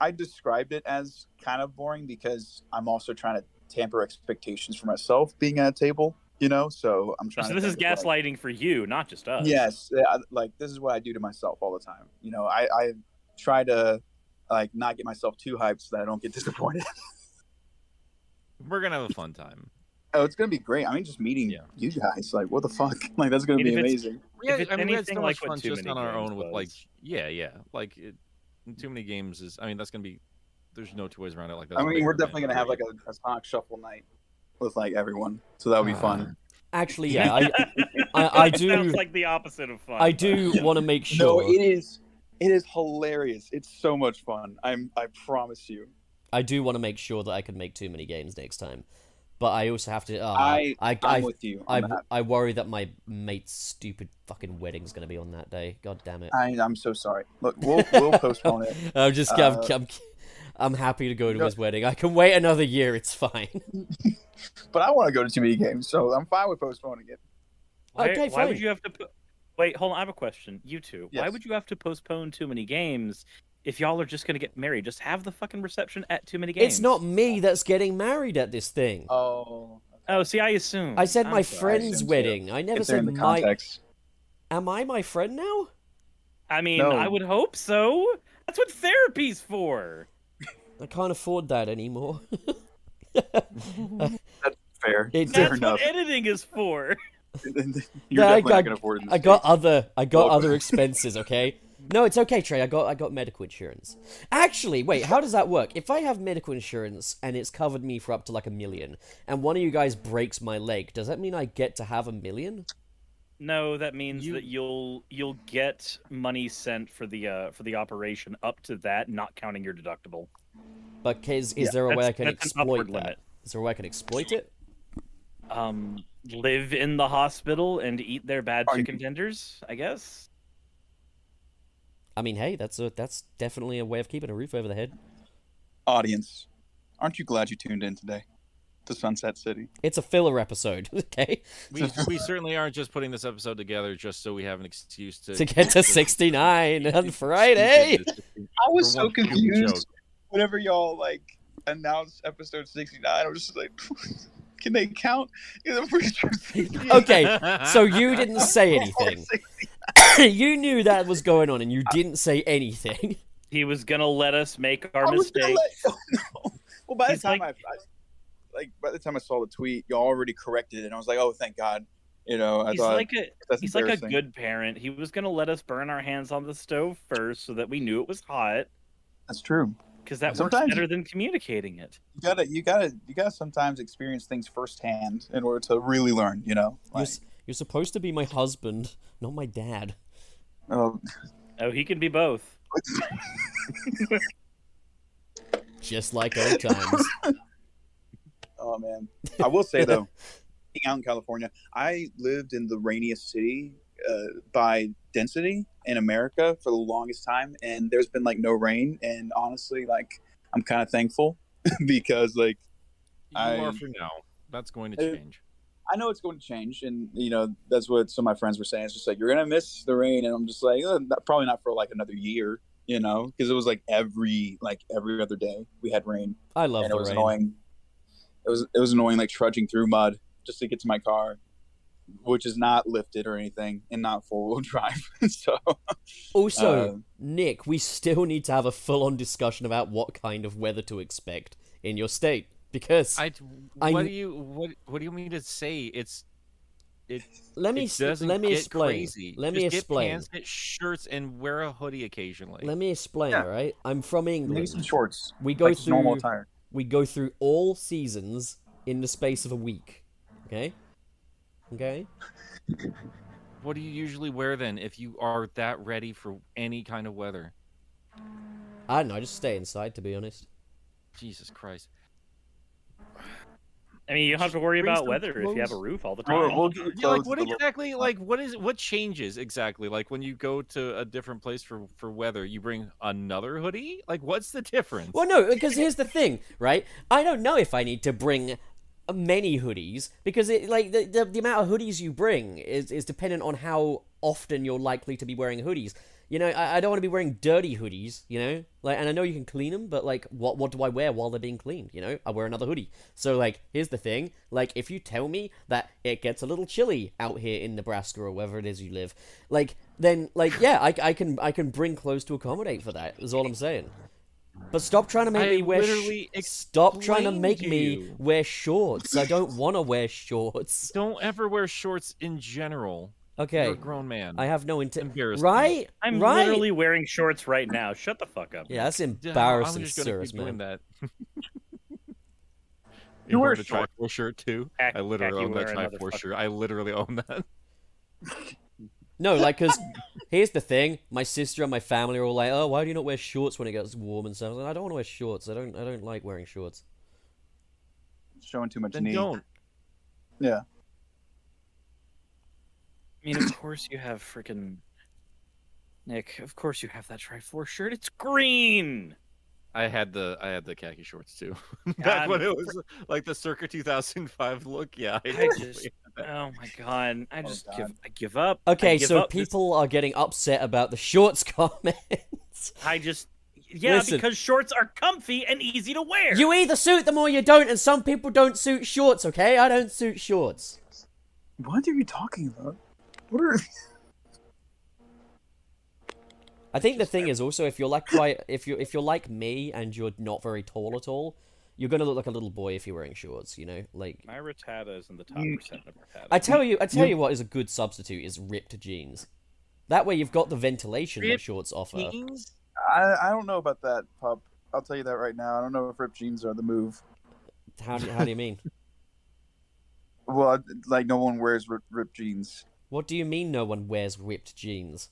E: I described it as kind of boring because I'm also trying to tamper expectations for myself being at a table, you know. So I'm trying.
D: So
E: to
D: this is
E: think of, like,
D: gaslighting for you, not just us.
E: yes yeah, I- like this is what i do to myself all the time you know i i try to like not get myself too hyped so that i don't get disappointed
C: We're gonna have a fun time.
E: oh it's gonna be great i mean just meeting
C: Yeah.
E: you guys like what the fuck like that's gonna
D: And
E: be
D: if it's-
E: amazing
C: We had,
D: it's
C: I mean, we had so
D: anything
C: much
D: like what
C: fun
D: Too
C: just on
D: Many
C: our
D: Games
C: own with
D: was.
C: like, yeah, yeah, like it, too many games is. I mean, that's gonna be. There's no two ways around it. Like that.
E: i mean we're definitely gonna have like a, a sonic shuffle night with like everyone. So that would be fun.
B: Actually, yeah, I, I, I do,
D: Sounds like the opposite of fun.
B: I
D: but-
B: do want to make
E: No,
B: sure.
E: it is. It is hilarious. It's so much fun. I'm. I promise you.
B: I do want to make sure that I can make too many games next time, but I also have to. Uh,
E: I-
B: I,
E: I'm
B: I,
E: with you.
B: I,
E: on that.
B: I worry that my mate's stupid fucking wedding's gonna be on that day. God damn it!
E: I, I'm so sorry. Look, Uh, we'll we'll postpone it.
B: I'm just I'm,
E: Uh,
B: I'm, I'm happy to go to
E: no.
B: his wedding. I can wait another year. It's fine.
E: But I want to go to too many games, so I'm fine with postponing it.
D: Why,
B: okay,
D: why would
B: fine.
D: you have to? po- Wait, hold on. I have a question. You two, why
E: Yes.
D: would you have to postpone too many games if y'all are just gonna get married? Just have the fucking reception at too many games.
B: It's not me that's getting married at this thing.
E: Oh,
D: Oh, see, I assume.
B: I said
D: I'm
B: my
D: sorry.
B: friend's
E: assume so.
B: wedding. I never
E: if they're
B: said
E: in the
B: my.
E: context.
B: Am I my friend now?
D: I mean,
E: No.
D: I would hope so. That's what therapy's for.
B: I can't afford that anymore.
E: Fair.
B: It's-
E: Fair
D: That's
E: enough.
D: what editing is for.
E: You're
B: No, I
E: definitely
B: got-
E: not gonna afford it in the
B: I got
E: States.
B: other I got
E: Welcome.
B: other expenses, okay? No, it's okay, Trey. I got I got medical insurance. Actually, wait, how does that work? If I have medical insurance and it's covered me for up to like a million and one of you guys breaks my leg, does that mean I get to have a million?
D: No, that means
C: You-
D: that you'll you'll get money sent for the uh for the operation up to that, not counting your deductible.
B: But is, is there a way
D: that's-
B: I can
D: that's an upward
B: exploit that?
D: limit.
B: Is there a way I can exploit it?
D: Um, live in the hospital and eat their bad
E: Are you-
D: chicken tenders, I guess.
B: I mean, hey, that's a that's definitely a way of keeping a roof over the head.
E: audience. Aren't you glad you tuned in today to Sunset City?
B: It's a filler episode, okay?
C: We, we certainly aren't just putting this episode together just so we have an excuse to,
B: To get to 69 on Friday.
E: I
C: For
E: was so
C: one stupid
E: confused
C: joke.
E: whenever y'all like announced episode sixty nine. I was just like, can they count? Because I'm pretty sure. 69
B: Okay, so you didn't say
E: or
B: anything.
E: 60.
B: you knew that was going on and
E: Uh,
B: you didn't say anything.
D: He was gonna let us make our
E: I was
D: mistake.
E: gonna let- Oh, no. Well, by the
D: He's
E: time
D: like-
E: I, I, like, by the time I saw the tweet, y'all already corrected it, and I was like, oh, thank God. You know, I
D: he's
E: thought
D: like a
E: that's
D: he's like a
E: embarrassing.
D: good parent. He was gonna let us burn our hands on the stove first so that we knew it was hot,
E: That's true.
D: because that
E: Sometimes-
D: works better than communicating it.
E: You gotta, you gotta, you gotta sometimes experience things firsthand in order to really learn. You know,
B: You're,
E: like,
B: s- you're supposed to be my husband, not my dad.
E: oh,
D: Oh, he can be both.
B: Just like old times.
E: Oh man, I will say though, being out in California, I lived in the rainiest city uh, by density in America for the longest time, and there's been like no rain. And honestly, like I'm kind of thankful because like
C: You are
E: I-
C: for now. That's going to
E: Uh,
C: change.
E: I know it's going to change, and you know that's what some of my friends were saying. It's just like you're gonna miss the rain, and I'm just like "Uh, not- probably not for like another year, you know, because it was like every like every other day we had rain,
B: I love
E: and
B: the
E: it was
B: rain.
E: annoying. It was it was annoying, like trudging through mud just to get to my car, which is not lifted or anything, and not four wheel drive. so
B: Also,
E: uh,
B: Nick, we still need to have a full on discussion about what kind of weather to expect in your state. Because
C: I,
B: I-
C: what do you what what do you mean to say? It's it,
B: let me
C: it
B: s-
C: doesn't
B: let me
C: get
B: explain.
C: crazy.
B: Let
C: Just
B: me
C: get
B: explain.
C: Pants, get shirts and wear a hoodie occasionally.
B: Let me explain,
E: Yeah.
B: alright? I'm from
E: maybe
B: England.
E: some shorts,
B: We go
E: like just
B: through
E: normal attire.
B: we go through all seasons in the space of a week. Okay? Okay?
C: What do you usually wear then if you are that ready for any kind of weather?
B: I don't know, I just stay inside to be honest.
C: Jesus Christ.
D: I mean, you don't have to worry
C: Bring
D: about
C: some
D: weather if you have a
C: clothes.
D: roof all the time.
E: We'll, we'll get you
C: Yeah, like
E: clothes
C: what
E: with the-
C: exactly like what is what changes exactly? Like when you go to a different place for for weather, you bring another hoodie? Like what's the difference?
B: Well, no, because here's the thing, right? I don't know if I need to bring many hoodies because it like the, the, the amount of hoodies you bring is, is dependent on how often you're likely to be wearing hoodies. You know, I, I don't want to be wearing dirty hoodies. You know, like, and I know you can clean them, but like, what what do I wear while they're being cleaned? You know, I wear another hoodie. So like, here's the thing: like, if you tell me that it gets a little chilly out here in Nebraska or wherever it is you live, like, then like, yeah, I, I can I can bring clothes to accommodate for that. Is all I'm saying. But stop trying to make
C: I
B: me wear.
C: literally
B: stop trying to
C: explained
B: make me
C: you.
B: wear shorts. I don't want to wear shorts.
C: Don't ever wear shorts in general. You're
B: Okay,
C: a grown man.
B: I have no intent.
C: Embarrassing.
B: Right?
D: I'm
B: right?
D: literally wearing shorts right now. Shut the fuck up.
B: Yeah, that's
C: Yeah,
B: embarrassing,
C: I'm just gonna
B: serious
C: keep doing
B: man.
C: that. You
D: wear
C: wear the
D: shorts.
C: Triforce shirt too?
D: Ac-
C: I literally
D: Aki
C: own that
D: wear another
C: Triforce
D: fuck-
C: shirt. I literally own that.
B: No, like, because here's the thing: my sister and my family are all like, "Oh, why do you not wear shorts when it gets warm and stuff?" I was like, I don't want to wear shorts. I don't. I don't like wearing shorts.
E: Showing too much
C: Then
E: knee.
C: don't.
D: I mean, of course you have freaking Nick. Of course you have that Triforce shirt. It's green.
C: I had the I had the khaki shorts too. Back
D: God,
C: when it was like the circa 2005 look. Yeah, I
D: I
C: did.
D: just, oh my god, I
E: Oh,
D: just
E: God.
D: give, I give up. I
B: Okay,
D: give
B: so
D: up. This-
B: people are getting upset about the shorts comments.
D: I just, yeah,
B: Listen.
D: because shorts are comfy and easy to wear.
B: you either suit them or you don't, and some people don't suit shorts. Okay, I don't suit shorts.
E: What are you talking about? What are
B: I think the thing is also if you're like quite if you are if you're like me and you're not very tall at all, you're gonna look like a little boy if you're wearing shorts. You know, like
D: my Rattata is in the top
E: You-
D: percent of Rattata.
B: Mm. I tell you, I tell you what is a good substitute is ripped jeans. That way you've got the ventilation that
C: Ripped
B: shorts offer.
E: I, I don't know about that, pup. I'll tell you that right now. I don't know if ripped jeans are the move.
B: How do, how do you mean?
E: Well, like no one wears ri- ripped jeans.
B: What do you mean no one wears ripped jeans?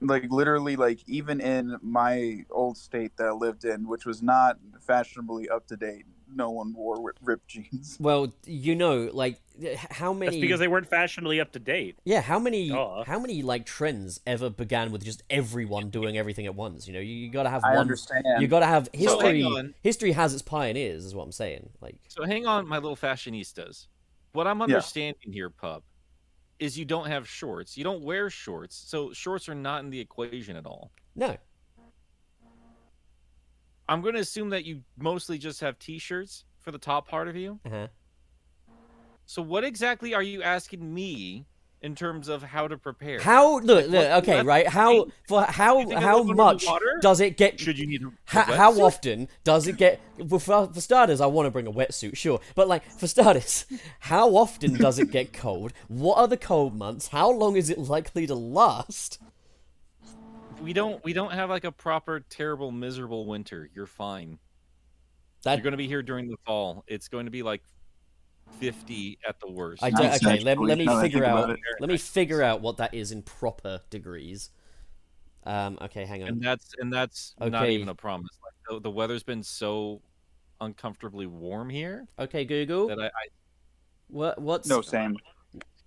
E: Like literally, like even in my old state that I lived in, which was not fashionably up to date, no one wore ri- ripped jeans.
B: Well, you know, like h- how many
D: That's because they weren't fashionably up to date.
B: Yeah, how many
C: Oh.
D: Duh.
B: how many like trends ever began with just everyone doing everything at once? You know, you, you gotta have
E: I
B: one
E: understand.
B: you gotta have
C: So
B: history
C: hang on.
B: history has its pioneers, is what I'm saying. Like
C: So hang on, my little fashionistas. What I'm understanding here, pub, is you don't have shorts. You don't wear shorts, so shorts are not in the equation at all.
B: no.
C: I'm going to assume that you mostly just have t-shirts for the top part of you.
B: Uh-huh.
C: So what exactly are you asking me in terms of how to prepare?
B: How look, look
C: what-
B: okay,
C: what-
B: right? How for how
C: You think I
B: how
C: live under the
B: much
C: water?
B: does it get
C: should you need a, a
B: How, how
C: wetsuit?
B: often does it get? Well, for, for starters, I want to bring a wetsuit, sure. But like for starters, how often does it get cold? What are the cold months? How long is it likely to last?
C: we don't we don't have like a proper terrible miserable winter. You're fine.
B: That
C: You're going to be here during the fall. It's going to be like 50 at the worst.
B: I
E: Nice,
B: don't- okay. Let,
E: actually,
B: let me
E: now that I
B: figure
E: think about
B: out.
E: it.
B: Let me figure out what that is in proper degrees. Um. Okay, hang
C: and
B: on.
C: that's and that's not
B: Okay.
C: even a promise. Like the, the weather's been so uncomfortably warm here
B: Okay, Google.
C: that I, I
B: What what's
E: no, Sam.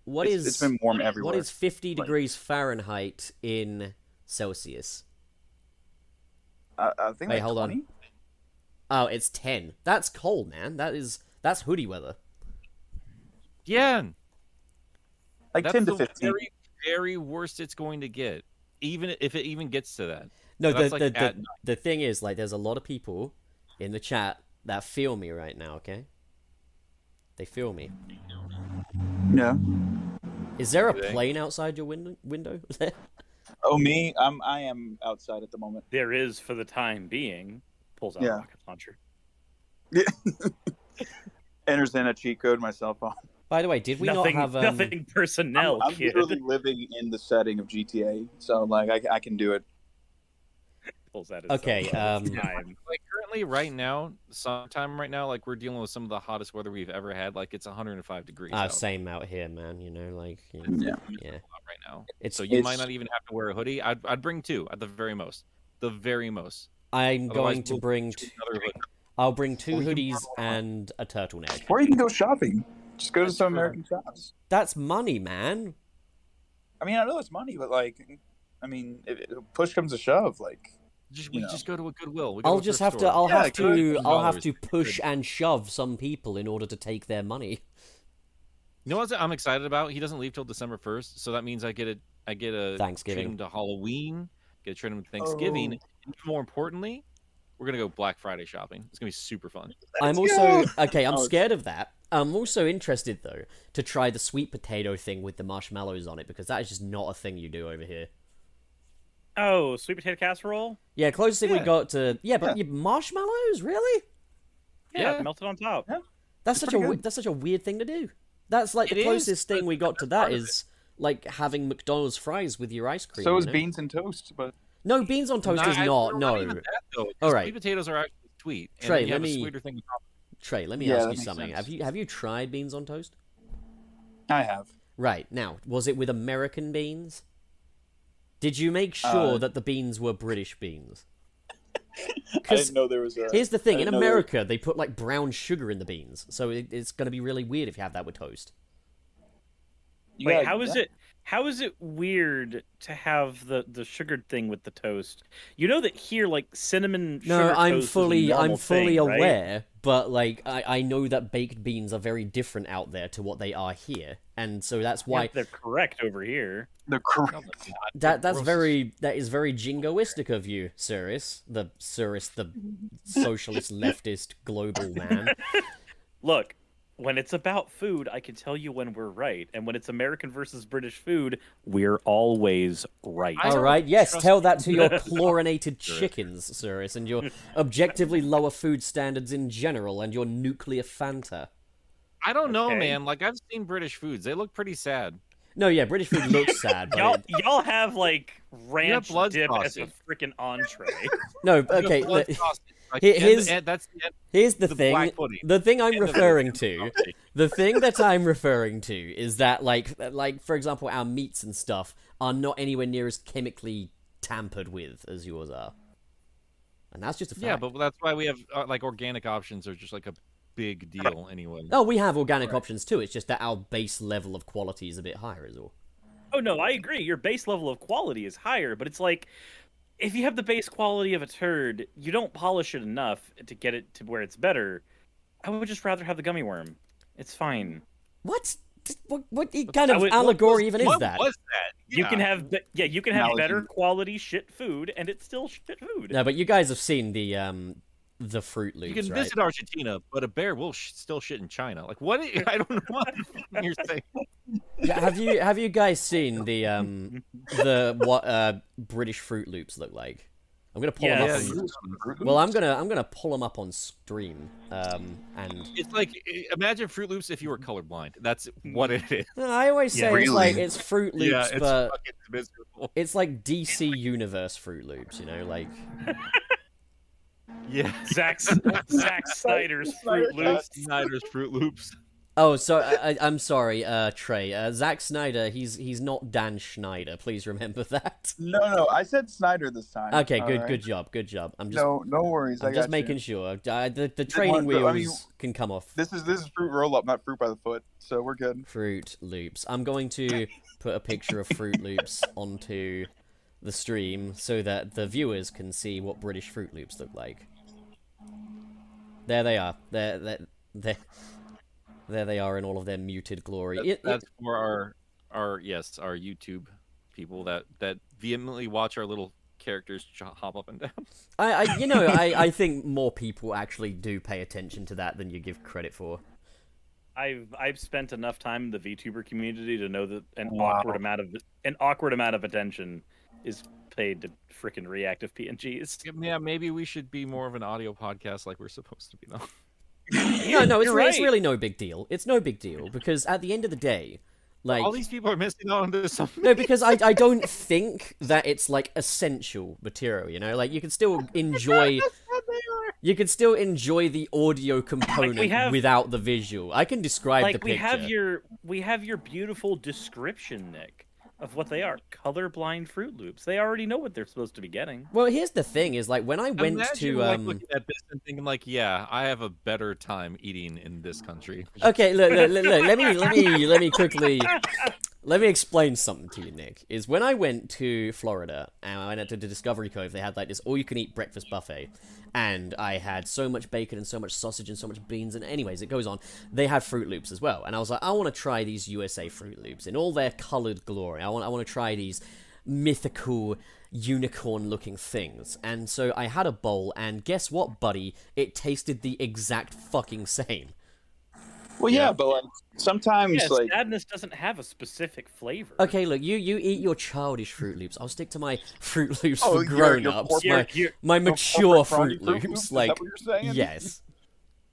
B: what
E: It's-
B: is-
E: it's been warm everywhere.
B: What is fifty
E: Like-
B: degrees Fahrenheit in Celsius?
E: I, I think.
B: Wait,
E: like
B: hold on.
E: 20?
B: Oh, it's ten. That's cold, man. That is that's hoodie weather.
C: yeah,
E: Like
C: that's
E: ten to
C: the
E: fifteen.
C: very very worst it's going to get. Even if it even gets to that.
B: No, the,
C: That's like
B: the, the,
C: at
B: the thing is, like, there's a lot of people in the chat that feel me right now, okay? They feel me.
E: Yeah.
B: Is there a
C: Do they?
B: plane outside your window? window?
E: Oh me, I'm I am outside at the moment.
D: There is, for the time being, pulls out
E: Yeah.
D: a rocket launcher.
E: Enters in a cheat code, my cell phone.
B: By the way, did we
D: nothing,
B: not have. Um...
D: nothing personnel,
E: I'm, I'm
D: kid.
E: literally living in the setting of GTA, so like I, I can do it.
D: Pulls out his
B: Okay,
D: cell phone.
B: um,
D: Time.
C: like currently right now sometime right now like we're dealing with some of the hottest weather we've ever had like it's 105 degrees
B: Ah,
C: out
B: same out here, man. You know, like. You know,
E: Yeah.
B: yeah.
C: right now
B: It's.
C: so you might
E: It's-
C: not even have to wear a hoodie i'd, I'd bring two at the very most the very most
B: I'm
C: otherwise
B: going to
C: we'll
B: bring.
C: Just
B: T-
C: another hoodie.
B: I'll bring two
C: we can
B: hoodies
C: borrow one.
B: and a turtleneck.
E: Or you can go shopping. Just go to
C: That's
E: some
C: true.
E: American shops.
B: That's money, man.
E: I mean, I know it's money, but like, I mean, if, if push comes to shove, like,
C: Just, we
E: Yeah.
C: just go to a goodwill we go
B: I'll
C: a
B: just have
C: thrift
B: to.
C: store.
B: I'll
E: Yeah,
B: have
E: go to
B: to. I'll have
C: $10.
B: to push and shove some people in order to take their money.
C: you know what i'm excited about he doesn't leave till december 1st so that means i get a i get a
B: Thanksgiving.
C: treat him to halloween get a treat him to thanksgiving
E: Oh.
C: and more importantly we're gonna go black friday shopping it's gonna be super fun
B: I'm
E: Let's
B: also okay. I'm
E: Oh.
B: scared of that. I'm also interested though to try the sweet potato thing with the marshmallows on it because that is just not a thing you do over here.
D: Oh, sweet potato casserole?
B: Yeah, closest thing we
C: Yeah.
B: got to yeah, but you- marshmallows really?
D: Yeah,
C: Yeah.
D: melted on top.
B: That's
E: It's
B: such a
E: pretty
B: we-
E: good.
B: that's such a weird thing to do. That's like
C: It
B: the
C: is,
B: closest thing
C: but
B: we got to
C: that's
B: that
C: part of it.
B: is like having McDonald's fries with your ice cream.
E: so
B: you
E: is
B: know?
E: beans and toast. But
B: No, beans on toast
C: Nah,
B: is
C: I-
B: not.
C: even
B: No,
C: that, though, 'cause
B: All right.
C: Sweet potatoes are actually sweet. And
B: Trey,
C: then you
B: let
C: have a
B: me-
C: sweeter thing. on top.
B: Trey, let me
E: Yeah,
B: ask
E: that
B: you
E: makes
B: something.
E: sense.
B: Have you have you tried beans on toast?
E: I have.
B: Right now, was it with American beans? Did you make sure
E: Uh,
B: that the beans were British beans?
E: I
B: 'Cause
E: didn't know there was a.
B: Here's the thing:
E: I
B: in
E: didn't know there-
B: America, they put like brown sugar in the beans, so it, it's going to be really weird if you have that with toast.
E: You
D: Wait,
E: gotta-
D: how is
E: yeah.
D: it? How is it weird to have the the sugared thing with the toast? You know that here, like cinnamon.
B: No,
D: sugar
B: I'm
D: toast is a
B: fully, I'm
D: normal
B: fully
D: thing, right?
B: aware, but like, I, I know that baked beans are very different out there to what they are here, and so that's
D: Yeah,
B: why
D: they're correct over here.
E: They're correct.
B: that that's
C: Gross.
B: very that is very jingoistic of you, Cyrus, the Cyrus, the socialist leftist global man.
D: Look, when it's about food, I can tell you when we're right, and when it's American versus British food, we're always right.
C: I
B: All
C: don't
B: right, yes,
C: trust-
B: tell that to your chlorinated chickens, Cyrus, and your objectively lower food standards in general, and your nuclear Fanta.
C: I don't know,
D: Okay.
C: man. Like I've seen British foods; they look pretty sad.
B: No, yeah, British food looks sad, but
D: y'all,
B: it-
D: y'all have like ranch
C: blood
D: dip as
C: sausage.
D: a freaking entree.
B: no,
C: You have
B: okay.
C: blood
B: the-
C: sausage, like,
B: Here-
C: and-
B: here's-
C: and that's the end
B: Here's the,
C: The
B: thing.
C: black pudding.
B: The thing I'm
C: And the black
B: referring
C: of
B: to,
C: the sausage.
B: the thing that I'm referring to is that like like for example our meats and stuff are not anywhere near as chemically tampered with as yours are. And that's just a fact.
C: Yeah, but that's why we have uh, like organic options are just like a big deal anyway.
B: Oh, we have organic options too. It's just that our base level of quality is a bit higher, is all.
D: oh no, I agree. Your base level of quality is higher, but it's like if you have the base quality of a turd, you don't polish it enough to get it to where it's better. I would just rather have the gummy worm. It's fine.
B: What? What, what kind of
D: I would- what
B: allegory
C: was-
B: even is
C: what
B: that?
C: was that?
D: You
C: Yeah.
D: can have be- yeah, you can have
E: Analogy.
D: better quality shit food, and it's still shit food.
B: No, but you guys have seen the um the Fruit Loops,
C: you can
B: right?
C: visit Argentina, but a bear will sh- still shit in China. Like what? i- I don't know what you're saying.
B: Yeah, have you have you guys seen the um the what uh British Fruit Loops look like? I'm gonna pull
D: Yeah,
B: them up.
C: yeah.
B: On, well, I'm gonna I'm gonna pull them up on stream. Um, and
C: It's like i- imagine Fruit Loops if you were colorblind. That's what it is.
B: No, I always say
D: Yeah.
B: it's
E: Really?
B: like it's Fruit Loops, uh,
C: yeah, it's
B: but
C: fucking miserable.
B: it's like DC Universe Fruit Loops. You know, like
C: Yeah,
D: Zack Zack Snyder's Fruit Loops.
C: Snyder's Fruit Loops.
B: oh, so I, I, I'm sorry, uh, Trey. Uh, Zack Snyder, he's he's not Dan Schneider. Please remember that.
E: No, no, I said Snyder this time.
B: Okay, good,
E: alright?
B: good job, good job. I'm just
E: No, no worries. i
B: I'm just
E: got you.
B: making sure uh, the the training
E: one-
B: wheels
E: I mean-
B: can come off.
E: This is this is fruit roll up, not fruit by the foot. So we're good.
B: Fruit Loops. I'm going to put a picture of Fruit Loops onto the stream so that the viewers can see what British Fruit Loops look like. There they are. There, there, there, there they are in all of their muted glory.
C: That's,
B: It- it-
C: that's for our our yes our YouTube people that that vehemently watch our little characters ch- hop up and down.
B: I, I, you know, I, I think more people actually do pay attention to that than you give credit for.
D: I've I've spent enough time in the VTuber community to know that an
E: Wow.
D: awkward amount of an awkward amount of attention is paid to freaking reactive PNGs.
C: Yeah, maybe we should be more of an audio podcast like we're supposed to be. Though.
B: No, no, it's,
D: You're
B: re- it's
D: right.
B: really no big deal. It's no big deal because at the end of the day, like
C: All these people are missing out on this. something.
B: No, because I, I don't think that it's like essential material, you know? Like you can still enjoy you can still enjoy the audio component
D: have-
B: without the visual. I can describe the
D: Like
B: picture.
D: we have your we have your beautiful description, Nick, of what they are. Colorblind Fruit Loops. They already know what they're supposed to be getting.
B: Well, here's the thing is like when I went
C: Imagine,
B: to
C: like,
B: um
C: looking at this and thinking like, yeah, I have a better time eating in this country.
B: Okay, look, look, look, look, let me let me let me quickly let me explain something to you, Nick. Is when I went to Florida and I went to the Discovery Cove, they had like this all-you-can-eat breakfast buffet, and I had so much bacon and so much sausage and so much beans. And anyways, it goes on. They had Fruit Loops as well, and I was like, I want to try these USA Fruit Loops in all their colored glory. I want I want to try these mythical unicorn looking things. And so I had a bowl and guess what buddy it tasted the exact fucking same.
E: Well, yeah, but like sometimes,
D: Yeah,
E: like
D: sadness doesn't have a specific flavor.
B: Okay, look, you you eat your childish Fruit Loops. I'll stick to my Fruit Loops
E: Oh,
B: for
E: you're-
B: grown
E: you're
B: ups.
E: corporate-
B: My,
D: You're- you're-
B: my
E: the
B: mature
E: corporate
B: Fruit
E: Fruit Loops,
B: Loops,
E: is that
B: like
E: what you're saying?
B: yes.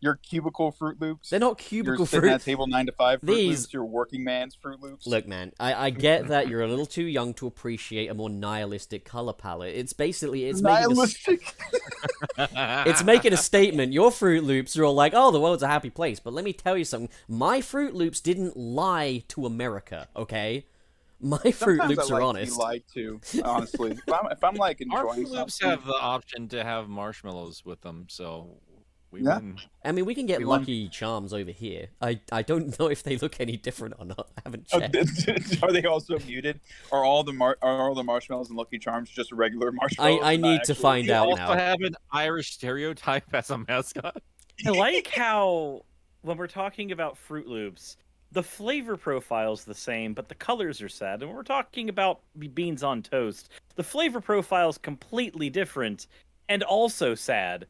E: your cubicle Fruit Loops.
B: They're not
E: your
B: cubicle
E: sitting
B: fruit.
E: at a table nine to five Fruit
B: These-
E: Loops. Your working man's Fruit Loops.
B: Look, man, I, I get that you're a little too young to appreciate a more nihilistic color palette. It's basically it's making a,
E: nihilistic.
B: it's making a statement. Your Fruit Loops are all like, "Oh, the world's a happy place," but let me tell you something. My Fruit Loops didn't lie to America, okay? My Fruit
E: Sometimes
B: Loops
E: I
B: are
E: like
B: honest.
E: To be lied to, honestly. if, I'm, if I'm like
C: Our
E: enjoying
C: Fruit Loops
E: something,
C: have the option to have marshmallows with them, so we
E: Yeah.
C: win.
B: I mean, we can get
E: We won.
B: Lucky Charms over here. I I don't know if they look any different or not. I haven't
E: Oh,
B: checked.
E: are they also muted? Are all the mar- are all the marshmallows and Lucky Charms just regular marshmallows?
B: I
E: and not
B: need to
E: actually-
B: find
C: You
B: out
C: also
B: now.
C: have an Irish stereotype as a mascot.
D: I like how when we're talking about Fruit Loops, the flavor profile's the same, but the colors are sad. And when we're talking about be- beans on toast, the flavor profile's completely different and also sad.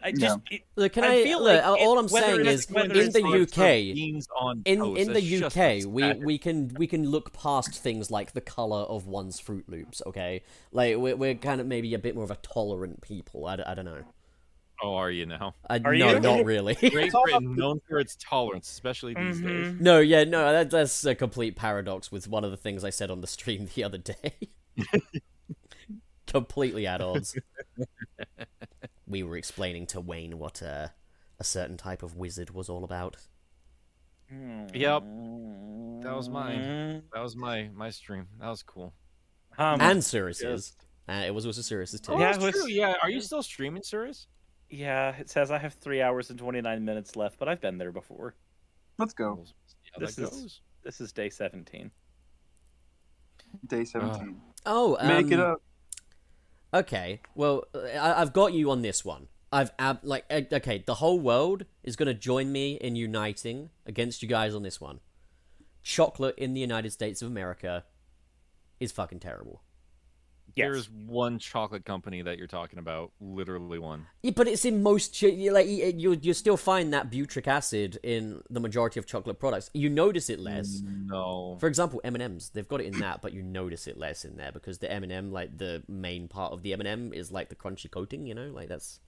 D: I
E: No.
D: just it-
B: Look, can
D: I
B: I,
D: feel
B: look,
D: like
B: all
D: it-
B: I'm
D: whether
B: saying
D: it's-
B: is
D: whether
B: in
D: it's
B: the
D: on
B: UK,
C: Beans on
B: in
C: toast,
B: in
C: that's just
B: the UK, we,
C: sad.
B: we can we can look past things like the color of one's Fruit Loops. Okay, like we're, we're kind of maybe a bit more of a tolerant people. I, d- I don't know.
C: Oh, are you now?
B: I,
D: Are
B: no,
D: you?
B: not really.
C: Great
E: all Mm-hmm.
C: Britain, known for its tolerance, especially these days.
D: Mhm.
B: no, yeah, no. That, that's a complete paradox with one of the things I said on the stream the other day. Completely at odds. we were explaining to Wayne what uh, a certain type of wizard was all about.
D: Hmm.
C: Yep. Mm-hmm. That was mine. That was my my stream. That was cool.
D: Um,
B: and Cirrus's. Uh, it was also Cirrus's too.
D: Oh, Yeah,
C: that's
D: it was-
C: true. Yeah, are you still streaming, Cirrus?
D: yeah, it says I have three hours and twenty nine minutes left, but I've been there before.
E: Let's go.
C: Yeah,
D: This
C: that
D: is-
C: goes.
D: This is day seventeen.
E: Day seventeen.
B: Oh, Uh, um,
E: Make it up.
B: Okay. Well, I- I've got you on this one. I've ab- like uh, okay, the whole world is going to join me in uniting against you guys on this one. Chocolate in the United States of America is fucking terrible.
D: Yes.
C: There is one chocolate company that you're talking about. Literally one.
B: Yeah, but it's in most ch- you- like you you- you still find that butric acid in the majority of chocolate products. You notice it less.
C: No.
B: For example, M and M's, they've got it in that, but you notice it less in there because the M and M, like the main part of the M and M, is like the crunchy coating. You know, like that's.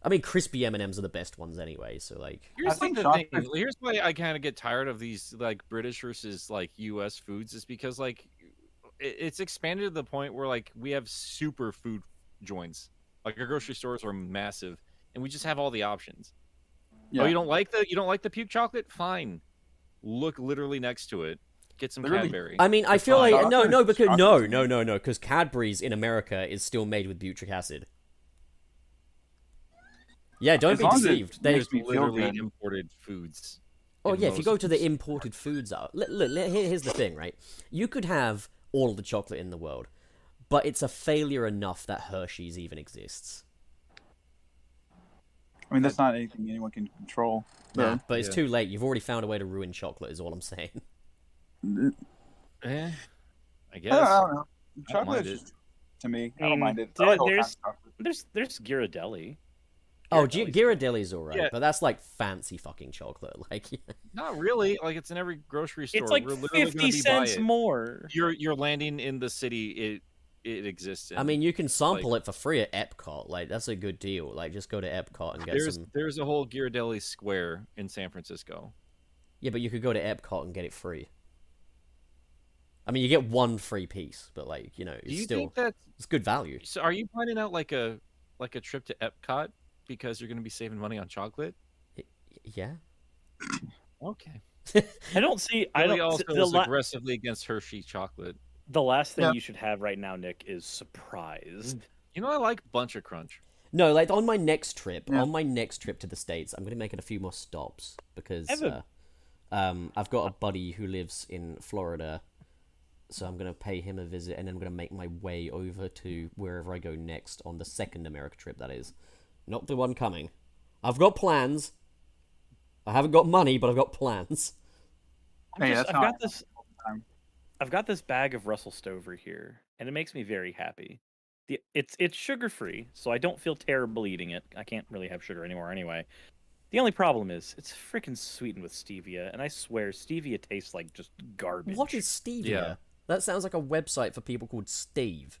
B: I mean, crispy M and M's are the best ones anyway. So like,
E: I
C: Here's like
E: think
C: the thing.
E: chocolate-
C: Here's why I kind of get tired of these like British versus like U.S. foods is because like it, it's expanded to the point where like we have super food joints. Like our grocery stores are massive, and we just have all the options.
E: Yeah.
C: Oh, you don't like the you don't like the puke chocolate? Fine. Look literally next to it. Get some
E: Literally.
C: Cadbury.
B: I mean, I feel
C: fine.
B: like no, no,
E: Chocolate's-
B: because no,
E: chocolate's-
B: no, no, no, because Cadbury's in America is still made with butric acid. Yeah, don't
E: As
B: be
E: long as it
B: deceived. They,
E: makes me feel
C: literally
E: good.
C: imported foods.
B: Oh
C: in
B: yeah, if you
C: most
B: go to the
C: foods.
B: imported foods, out look, look, look, here- here's the thing, right? You could have all the chocolate in the world, but it's a failure enough that Hershey's even exists.
E: I mean, that's not anything anyone can control.
B: Nah, but it's
C: Yeah.
B: too late. You've already found a way to ruin chocolate. Is all I'm saying.
E: No.
C: Eh, I
E: I, don't, I
C: guess.
E: don't know.
C: I don't mind
E: Chocolate
C: it.
E: is just, to me. I
D: I mean,
E: don't mind it. I
D: there-
E: like all
D: there's-
E: kinds of chocolate.
D: There's there's Ghirardelli.
B: Oh, G-
D: Ghirardelli's-
B: Ghirardelli's all right,
C: Yeah.
B: but that's like fancy fucking chocolate. Like,
C: Not really. Like it's in every grocery store.
D: It's like
C: We're literally gonna
D: fifty
C: be by
D: cents
C: it.
D: more.
C: You're you're landing in the city. It it exists. In.
B: I mean, you can sample it for free at Epcot. Like, that's a good deal. Like, just go to Epcot and get
C: there's
B: some.
C: there's a whole Ghirardelli square in San Francisco.
B: Yeah, but you could go to Epcot and get it free. I mean, you get one free piece, but like, you know,
C: Do
B: it's
C: you
B: still
C: think that?
B: it's good value.
C: So are you planning out like a like a trip to Epcot because you're going to be saving money on chocolate?
B: Yeah.
C: Okay.
D: I don't see. I
C: Billy
D: don't.
C: also
D: the,
C: is
D: la-
C: aggressively against Hershey chocolate.
D: the last thing
E: Yeah.
D: you should have right now, Nick, is surprised.
C: You know, I like Bunch of Crunch.
B: No, like on my next trip,
E: Yeah.
B: on my next trip to the states, I'm gonna make it a few more stops because uh,
D: Evan.
B: um, I've got a buddy who lives in Florida, so I'm gonna pay him a visit, and then I'm gonna make my way over to wherever I go next on the second America trip. That is, not the one coming. I've got plans. I haven't got money, but I've got plans.
D: I'm
E: Hey,
D: just-
E: that's
D: I've
E: not-
D: got this.
E: time.
D: I've got this bag of Russell Stover here, and it makes me very happy. The, it's it's sugar free, so I don't feel terrible eating it. I can't really have sugar anymore anyway. The only problem is it's freaking sweetened with stevia, and I swear stevia tastes like just garbage.
B: What is stevia?
C: Yeah.
B: That sounds like a website for people called Steve.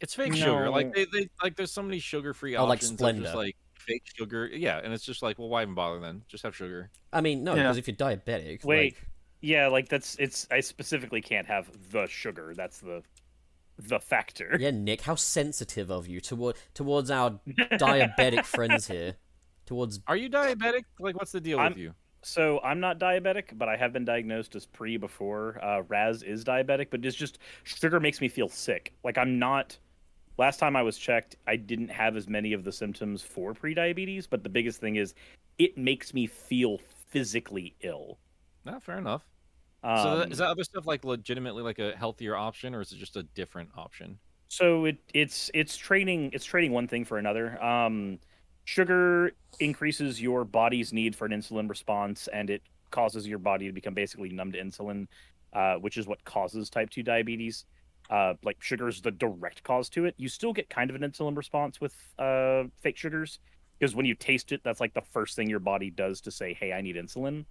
C: It's fake sugar. Like
D: No.
C: they, they like there's so many sugar free
B: Oh, like
C: options. I'm just
B: Splenda.
C: like fake sugar. Yeah, and it's just like, well, why even bother then? Just have sugar.
B: I mean, no,
E: Yeah.
B: because if you're diabetic,
D: Wait.
B: like,
D: Yeah, like that's it's. I specifically can't have the sugar. That's the the factor.
B: yeah, Nick, how sensitive of you toward towards our diabetic friends here, towards
C: Are you diabetic? Like, what's the deal
D: I'm-
C: with you?
D: So I'm not diabetic, but I have been diagnosed as pre before. Uh, Raz is diabetic, but it's just sugar makes me feel sick. Like I'm not. Last time I was checked, I didn't have as many of the symptoms for pre-diabetes, but the biggest thing is it makes me feel physically ill.
C: No, fair enough.
D: Um,
C: so that, is that other stuff like legitimately like a healthier option, or is it just a different option?
D: so it it's it's trading it's trading one thing for another um sugar increases your body's need for an insulin response and it causes your body to become basically numb to insulin uh, which is what causes type 2 diabetes uh, like sugar is the direct cause to it you still get kind of an insulin response with uh, fake sugars because when you taste it that's like the first thing your body does to say hey i need insulin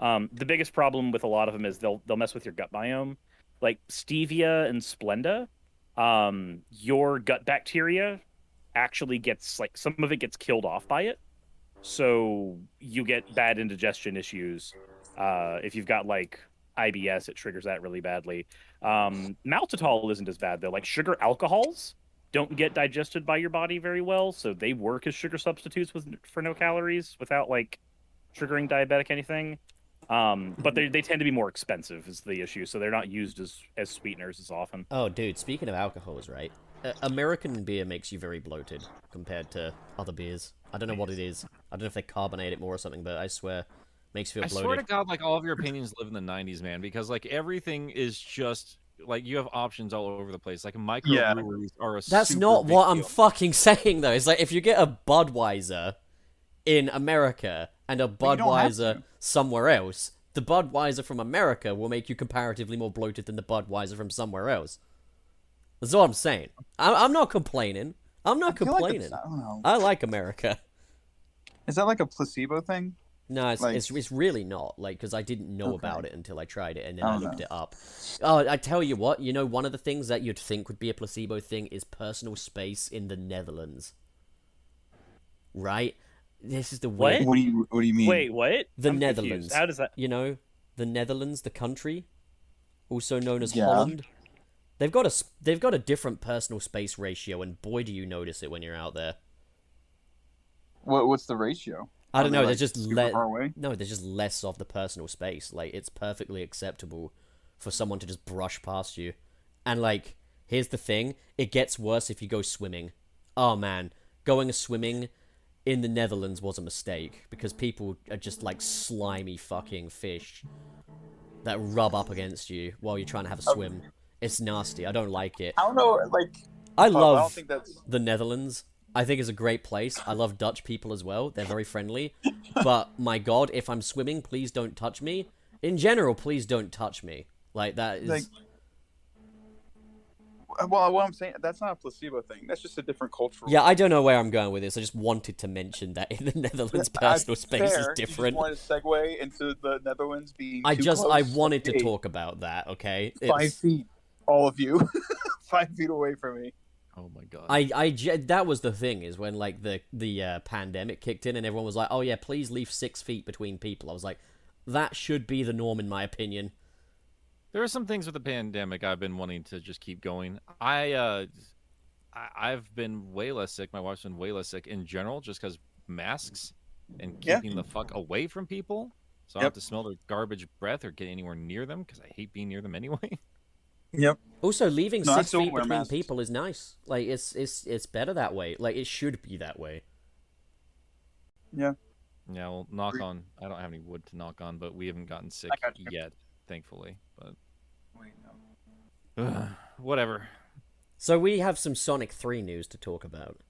D: um, the biggest problem with a lot of them is they'll they'll mess with your gut biome like stevia and splenda um, your gut bacteria actually gets like some of it gets killed off by it. So you get bad indigestion issues. Uh, if you've got like IBS, it triggers that really badly. Um, maltitol isn't as bad though. Like sugar alcohols don't get digested by your body very well, so they work as sugar substitutes with for no calories without like triggering diabetic anything. Um, but they, they tend to be more expensive is the issue, so they're not used as as sweeteners as often.
B: Oh, dude, speaking of alcohols, right? Uh, American beer makes you very bloated compared to other beers. I don't know what it is. I don't know if they carbonate it more or something, but I swear, makes you
C: I
B: feel
C: swear to
B: bloated.
C: God, like all of your opinions live in the '90s, man, because like everything is just like you have options all over the place. Like microbreweries are a
B: That's
C: super
B: not
C: big
B: what I'm
C: deal.
B: fucking saying, though. It's like if you get a Budweiser in America and a
E: you don't have
B: Budweiser
E: to.
B: somewhere else, the Budweiser from America will make you comparatively more bloated than the Budweiser from somewhere else. That's all I'm saying. I'm, I'm not complaining. I'm not
E: I feel like
B: complaining.
E: it's- I don't know.
B: I like America.
E: Is that like a placebo thing?
B: No, it's,
E: Like-
B: it's it's really not like because I didn't know about it until I tried it and then I,
E: Oh, no.
B: looked it up. Oh, I tell you what, you know, one of the things that you'd think would be a placebo thing is personal space in the Netherlands. Right? This is the
D: What?
B: weird-
E: What do you What do you mean?
D: Wait, what?
B: The
D: I'm confused.
B: Netherlands.
D: How does that?
B: You know, the Netherlands, the country, also known as
E: Yeah.
B: Holland. They've got a s- they've got a different personal space ratio, and boy, do you notice it when you're out there.
E: What, what's the ratio?
B: I don't
E: Are they,
B: know.
E: like,
B: There's just
E: super
B: le-
E: far away?
B: no. There's just less of the personal space. Like it's perfectly acceptable for someone to just brush past you. And like, here's the thing: it gets worse if you go swimming. Oh man, going swimming in the Netherlands was a mistake because people are just like slimy fucking fish that rub up against you while you're trying to have
E: Oh.
B: a swim. It's nasty. I don't like it.
E: I don't know. Like,
B: I
E: I
B: love
E: don't think that's.
B: the Netherlands. I think is a great place. I love Dutch people as well. They're very friendly. But my god, if I'm swimming, please don't touch me. In general, please don't touch me. Like that is
E: Like- Well, what I'm saying, that's not a placebo thing. That's just a different cultural.
B: Yeah, I don't know where I'm going with this. I just wanted to mention that in the Netherlands
E: I-
B: personal space is
E: fair.
B: different.
E: You just want to segue into the Netherlands being.
B: I
E: too
B: just I
E: close.
B: wanted to
E: Hey,
B: talk about that, okay?
E: Five
B: It's-
E: feet, all of you, five feet away from me.
C: Oh my god.
B: I, I ge- that was the thing is when like the the uh, pandemic kicked in and everyone was like, oh yeah, please leave six feet between people. I was like, that should be the norm in my opinion.
C: There are some things with the pandemic I've been wanting to just keep going. I uh I, I've been way less sick. My wife's been way less sick in general just because masks and
E: Yeah.
C: keeping the fuck away from people. So I don't have to smell their garbage breath or get anywhere near them because I hate being near them anyway.
E: Yep.
B: Also, leaving
E: No, I
B: six
E: still
B: feet
E: wear
B: between
E: masks.
B: people is nice. Like it's it's it's better that way. Like it should be that way.
E: Yeah.
C: Yeah, well, knock
E: Agree.
C: on. I don't have any wood to knock on, but we haven't gotten sick
E: got you.
C: yet, thankfully. But
E: Wait, no.
C: whatever.
B: So we have some Sonic Three news to talk about.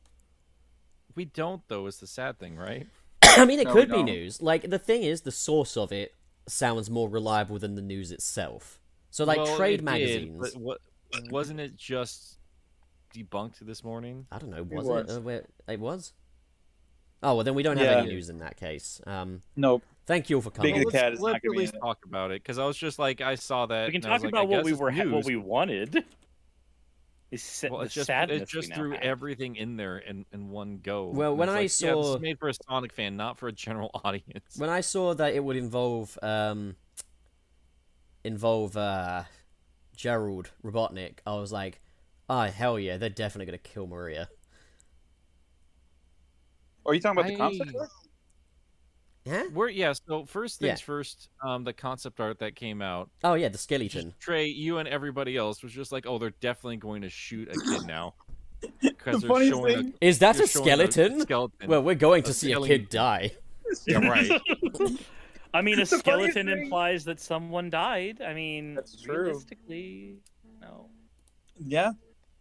C: We don't though. Is the sad thing, right?
B: I mean, it
E: No, we
B: could be
E: don't.
B: news. Like the thing is, the source of it sounds more reliable than the news itself. So like
C: Well,
B: trade
C: it did,
B: magazines.
C: but what wasn't it just debunked this morning?
B: I don't know. Was it?
E: was.
B: Uh, where, it was. Oh well, then we don't have
E: Yeah.
B: any news in that case. Um,
E: Nope.
B: thank you all for coming.
E: Big
C: let's,
E: cat is not
C: let's
E: gonna
C: at
E: be
C: least
E: in it.
C: talk about it because I was just like I saw that.
D: We can
C: and I
D: talk
C: was like, I
D: about what
C: guess
D: we
C: it's
D: were ha- what
C: news.
D: we wanted. Is sa-
C: Well,
D: the
C: it just
D: sadness
C: it just
D: we now
C: threw
D: have.
C: everything in there in, in one go.
B: Well,
C: And
B: when
C: it's
B: I
C: like, yeah, this
B: saw-
C: is made for a Sonic fan, not for a general audience.
B: When I saw that it would involve um, involve uh, Gerald Robotnik, I was like, "Ah, hell yeah, they're definitely gonna kill Maria."
E: Are you talking about the concept
C: I-
E: art?
B: Huh?
C: We're yeah. So first
B: Yeah.
C: things first, um, the concept art that came out.
B: Oh yeah, the
C: just
B: skeleton.
C: Trey, you and everybody else was just like, oh, they're definitely going to shoot a kid now. Because
E: The funny
C: a,
E: thing-
B: Is that
C: they're
B: a
C: showing a
B: skeleton?
C: skeleton.
B: Well, we're going
C: a
B: to see a
C: skeleton.
B: kid die.
C: yeah, right.
D: I mean, a
E: The funniest
D: skeleton
E: thing-
D: implies that someone died. I mean,
E: That's true.
D: realistically, no.
E: Yeah.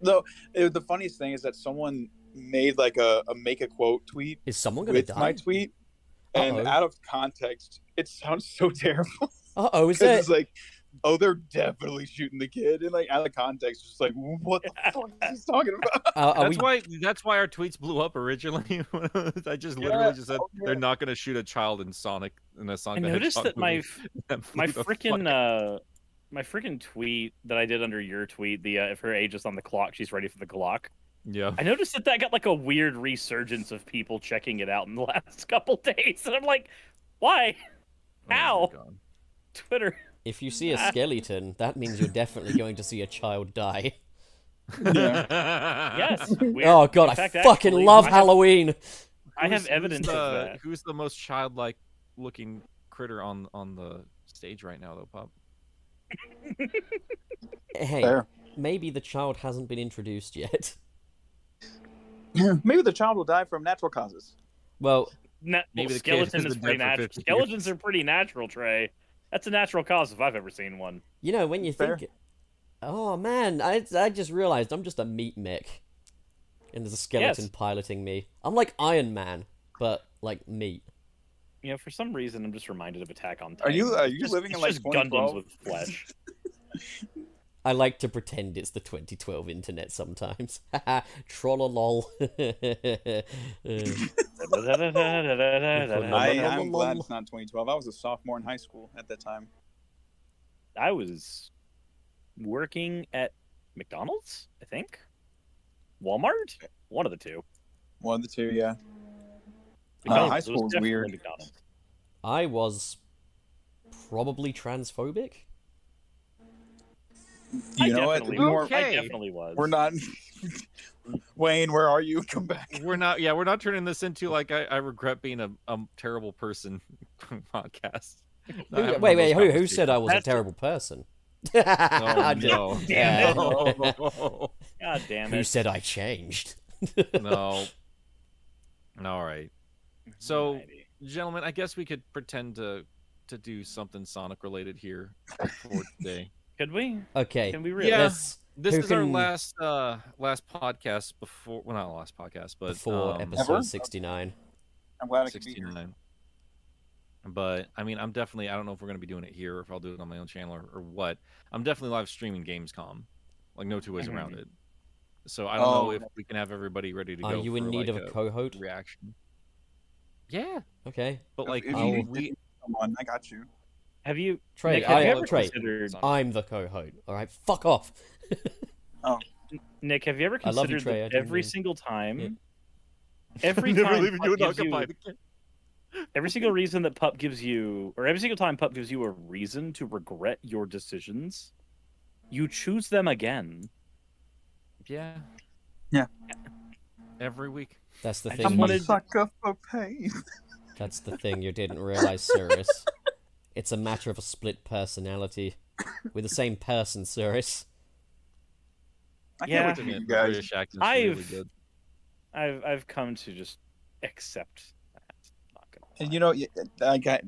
E: Though it, the funniest thing is that someone made like a, a make a quote tweet
B: Is someone gonna
E: with my
B: die?
E: tweet, and
B: Uh-oh.
E: out of context, it sounds so terrible.
B: Uh oh, is
E: 'Cause
B: there?
E: it's like, oh, they're definitely shooting the kid, and like out of context, it's like, what the fuck is he talking about?
B: Are, uh, are
C: That's
B: we?
C: why that's why our tweets blew up originally. I just literally
E: Yeah,
C: just said
E: oh, yeah.
C: they're not going to shoot a child in Sonic in a
D: I
C: Sonic. the
D: noticed
C: Hedgehog
D: that my
C: movie. That
D: my
C: blew the fuck
D: freaking uh my freaking tweet that I did under your tweet, the uh, if her age is on the clock, she's ready for the Glock.
C: Yeah.
D: I noticed that that got like a weird resurgence of people checking it out in the last couple days, and I'm like, why? Ow.
C: Oh my God.
D: Twitter.
B: If you see a
D: Ah.
B: skeleton, that means you're definitely going to see a child die.
E: Yeah.
D: Yes. weird.
B: Oh god, I
D: In fact,
B: fucking
D: actually,
B: love
D: I have-
B: Halloween.
D: I have
C: Who's-
D: evidence
C: who's
D: of
C: the,
B: uh,
D: that.
C: Who's the most childlike looking critter on on the stage right now, though, Pop?
B: Hey,
E: Fair.
B: maybe the child hasn't been introduced yet.
E: Maybe the child will die from natural causes.
B: Well,
D: Na-
C: Maybe
D: well,
C: the kid
D: skeleton
C: has
D: is
C: been
D: pretty
C: dead for
D: natural.
C: 50 years.
D: Skeletons are pretty natural, Trey. That's a natural cause if I've ever seen one.
B: you know, when you
E: Fair.
B: think, oh man, I I just realized I'm just a meat mech, and there's a skeleton
D: Yes.
B: piloting me. I'm like Iron Man, but like meat.
D: You know, for some reason, I'm just reminded of Attack on
E: Are
D: Titan.
E: you are
D: It's
E: you
D: just-
E: living
D: it's
E: in like
D: just Gundams
E: 2012?
D: with flesh?
B: I like to pretend it's the 2012 internet sometimes. Haha, Trollolol. Uh,
E: I
B: Nom, nom,
E: am
B: nom,
E: glad
B: nom.
E: it's not 2012. I was a sophomore in high school at that time.
D: I was working at McDonald's, I think. Walmart? One of the two.
E: One of the two, yeah.
D: McDonald's.
E: Uh, high
D: It
E: school was
D: definitely
E: weird.
D: McDonald's.
B: I was probably transphobic.
D: I
E: You know what?
D: definitely
E: We're-
D: was. I
C: Okay.
D: definitely was.
E: We're not. Wayne, where are you? Come back.
C: We're not. Yeah, we're not turning this into like I, I regret being a, a terrible person podcast. Not
B: Who-
C: having
B: wait,
C: one of
B: wait,
C: those
B: who, who said I was
D: That's-
B: a terrible person?
C: Oh,
B: I'm just-
C: no.
D: Damn
B: Yeah.
C: no.
D: God damn
B: Who
D: it.
B: said I changed?
C: no. All right, so-
D: Alrighty.
C: gentlemen. I guess we could pretend to to do something Sonic related here for today.
D: Could we?
B: Okay.
D: Can we really?
C: Yeah.
B: let's-
C: This
B: Who
C: is our
B: can-
C: last uh last podcast before well not last podcast but
B: before
C: um,
B: episode
E: Ever?
B: 69.
E: I'm glad I could be here.
C: 69. But I mean, I'm definitely. I don't know if we're gonna be doing it here, or if I'll do it on my own channel, or, or what. I'm definitely live streaming Gamescom. Like no two ways
D: Mhm.
C: around it. So I don't
E: Oh.
C: know if we can have everybody ready to
B: Mm-hmm. Are
C: go.
B: you in
C: for,
B: need
C: like,
B: of a co-host?
C: reaction? Yeah,
B: Okay.
C: but like
E: If
B: you
C: we-
B: need
E: to-
C: we.
E: Come on, I got you.
D: Have you,
B: Trey,
D: Nick, have
B: I,
D: you ever
B: Trey
D: considered
B: I'm the co-host. All right, fuck off.
D: Nick, have you ever
B: I love
D: considered
B: you, Trey, I
D: that
B: do
D: every
B: mean-
D: single time,
B: Yeah.
D: every
C: Never
D: time
C: leaving
D: Pup
C: you
D: gives you-
C: unoccupied again.
D: every single reason that Pup gives you, or every single time Pup gives you a reason to regret your decisions, you choose them again.
C: Yeah.
E: Yeah.
C: Every week.
B: That's the
D: I
B: thing.
D: just
E: I'm
B: you-
E: going
D: wanted-
E: to suck up for pain.
B: That's the thing you didn't realize, Cyrus. it's a matter of a split personality. We're the same person, Cyrus.
E: I can't
D: Yeah.
E: wait to meet you guys.
C: British accent's really
D: I've-
C: good.
D: I've I've come to just accept that. Not gonna
E: And
D: lie.
E: you know, y- I got.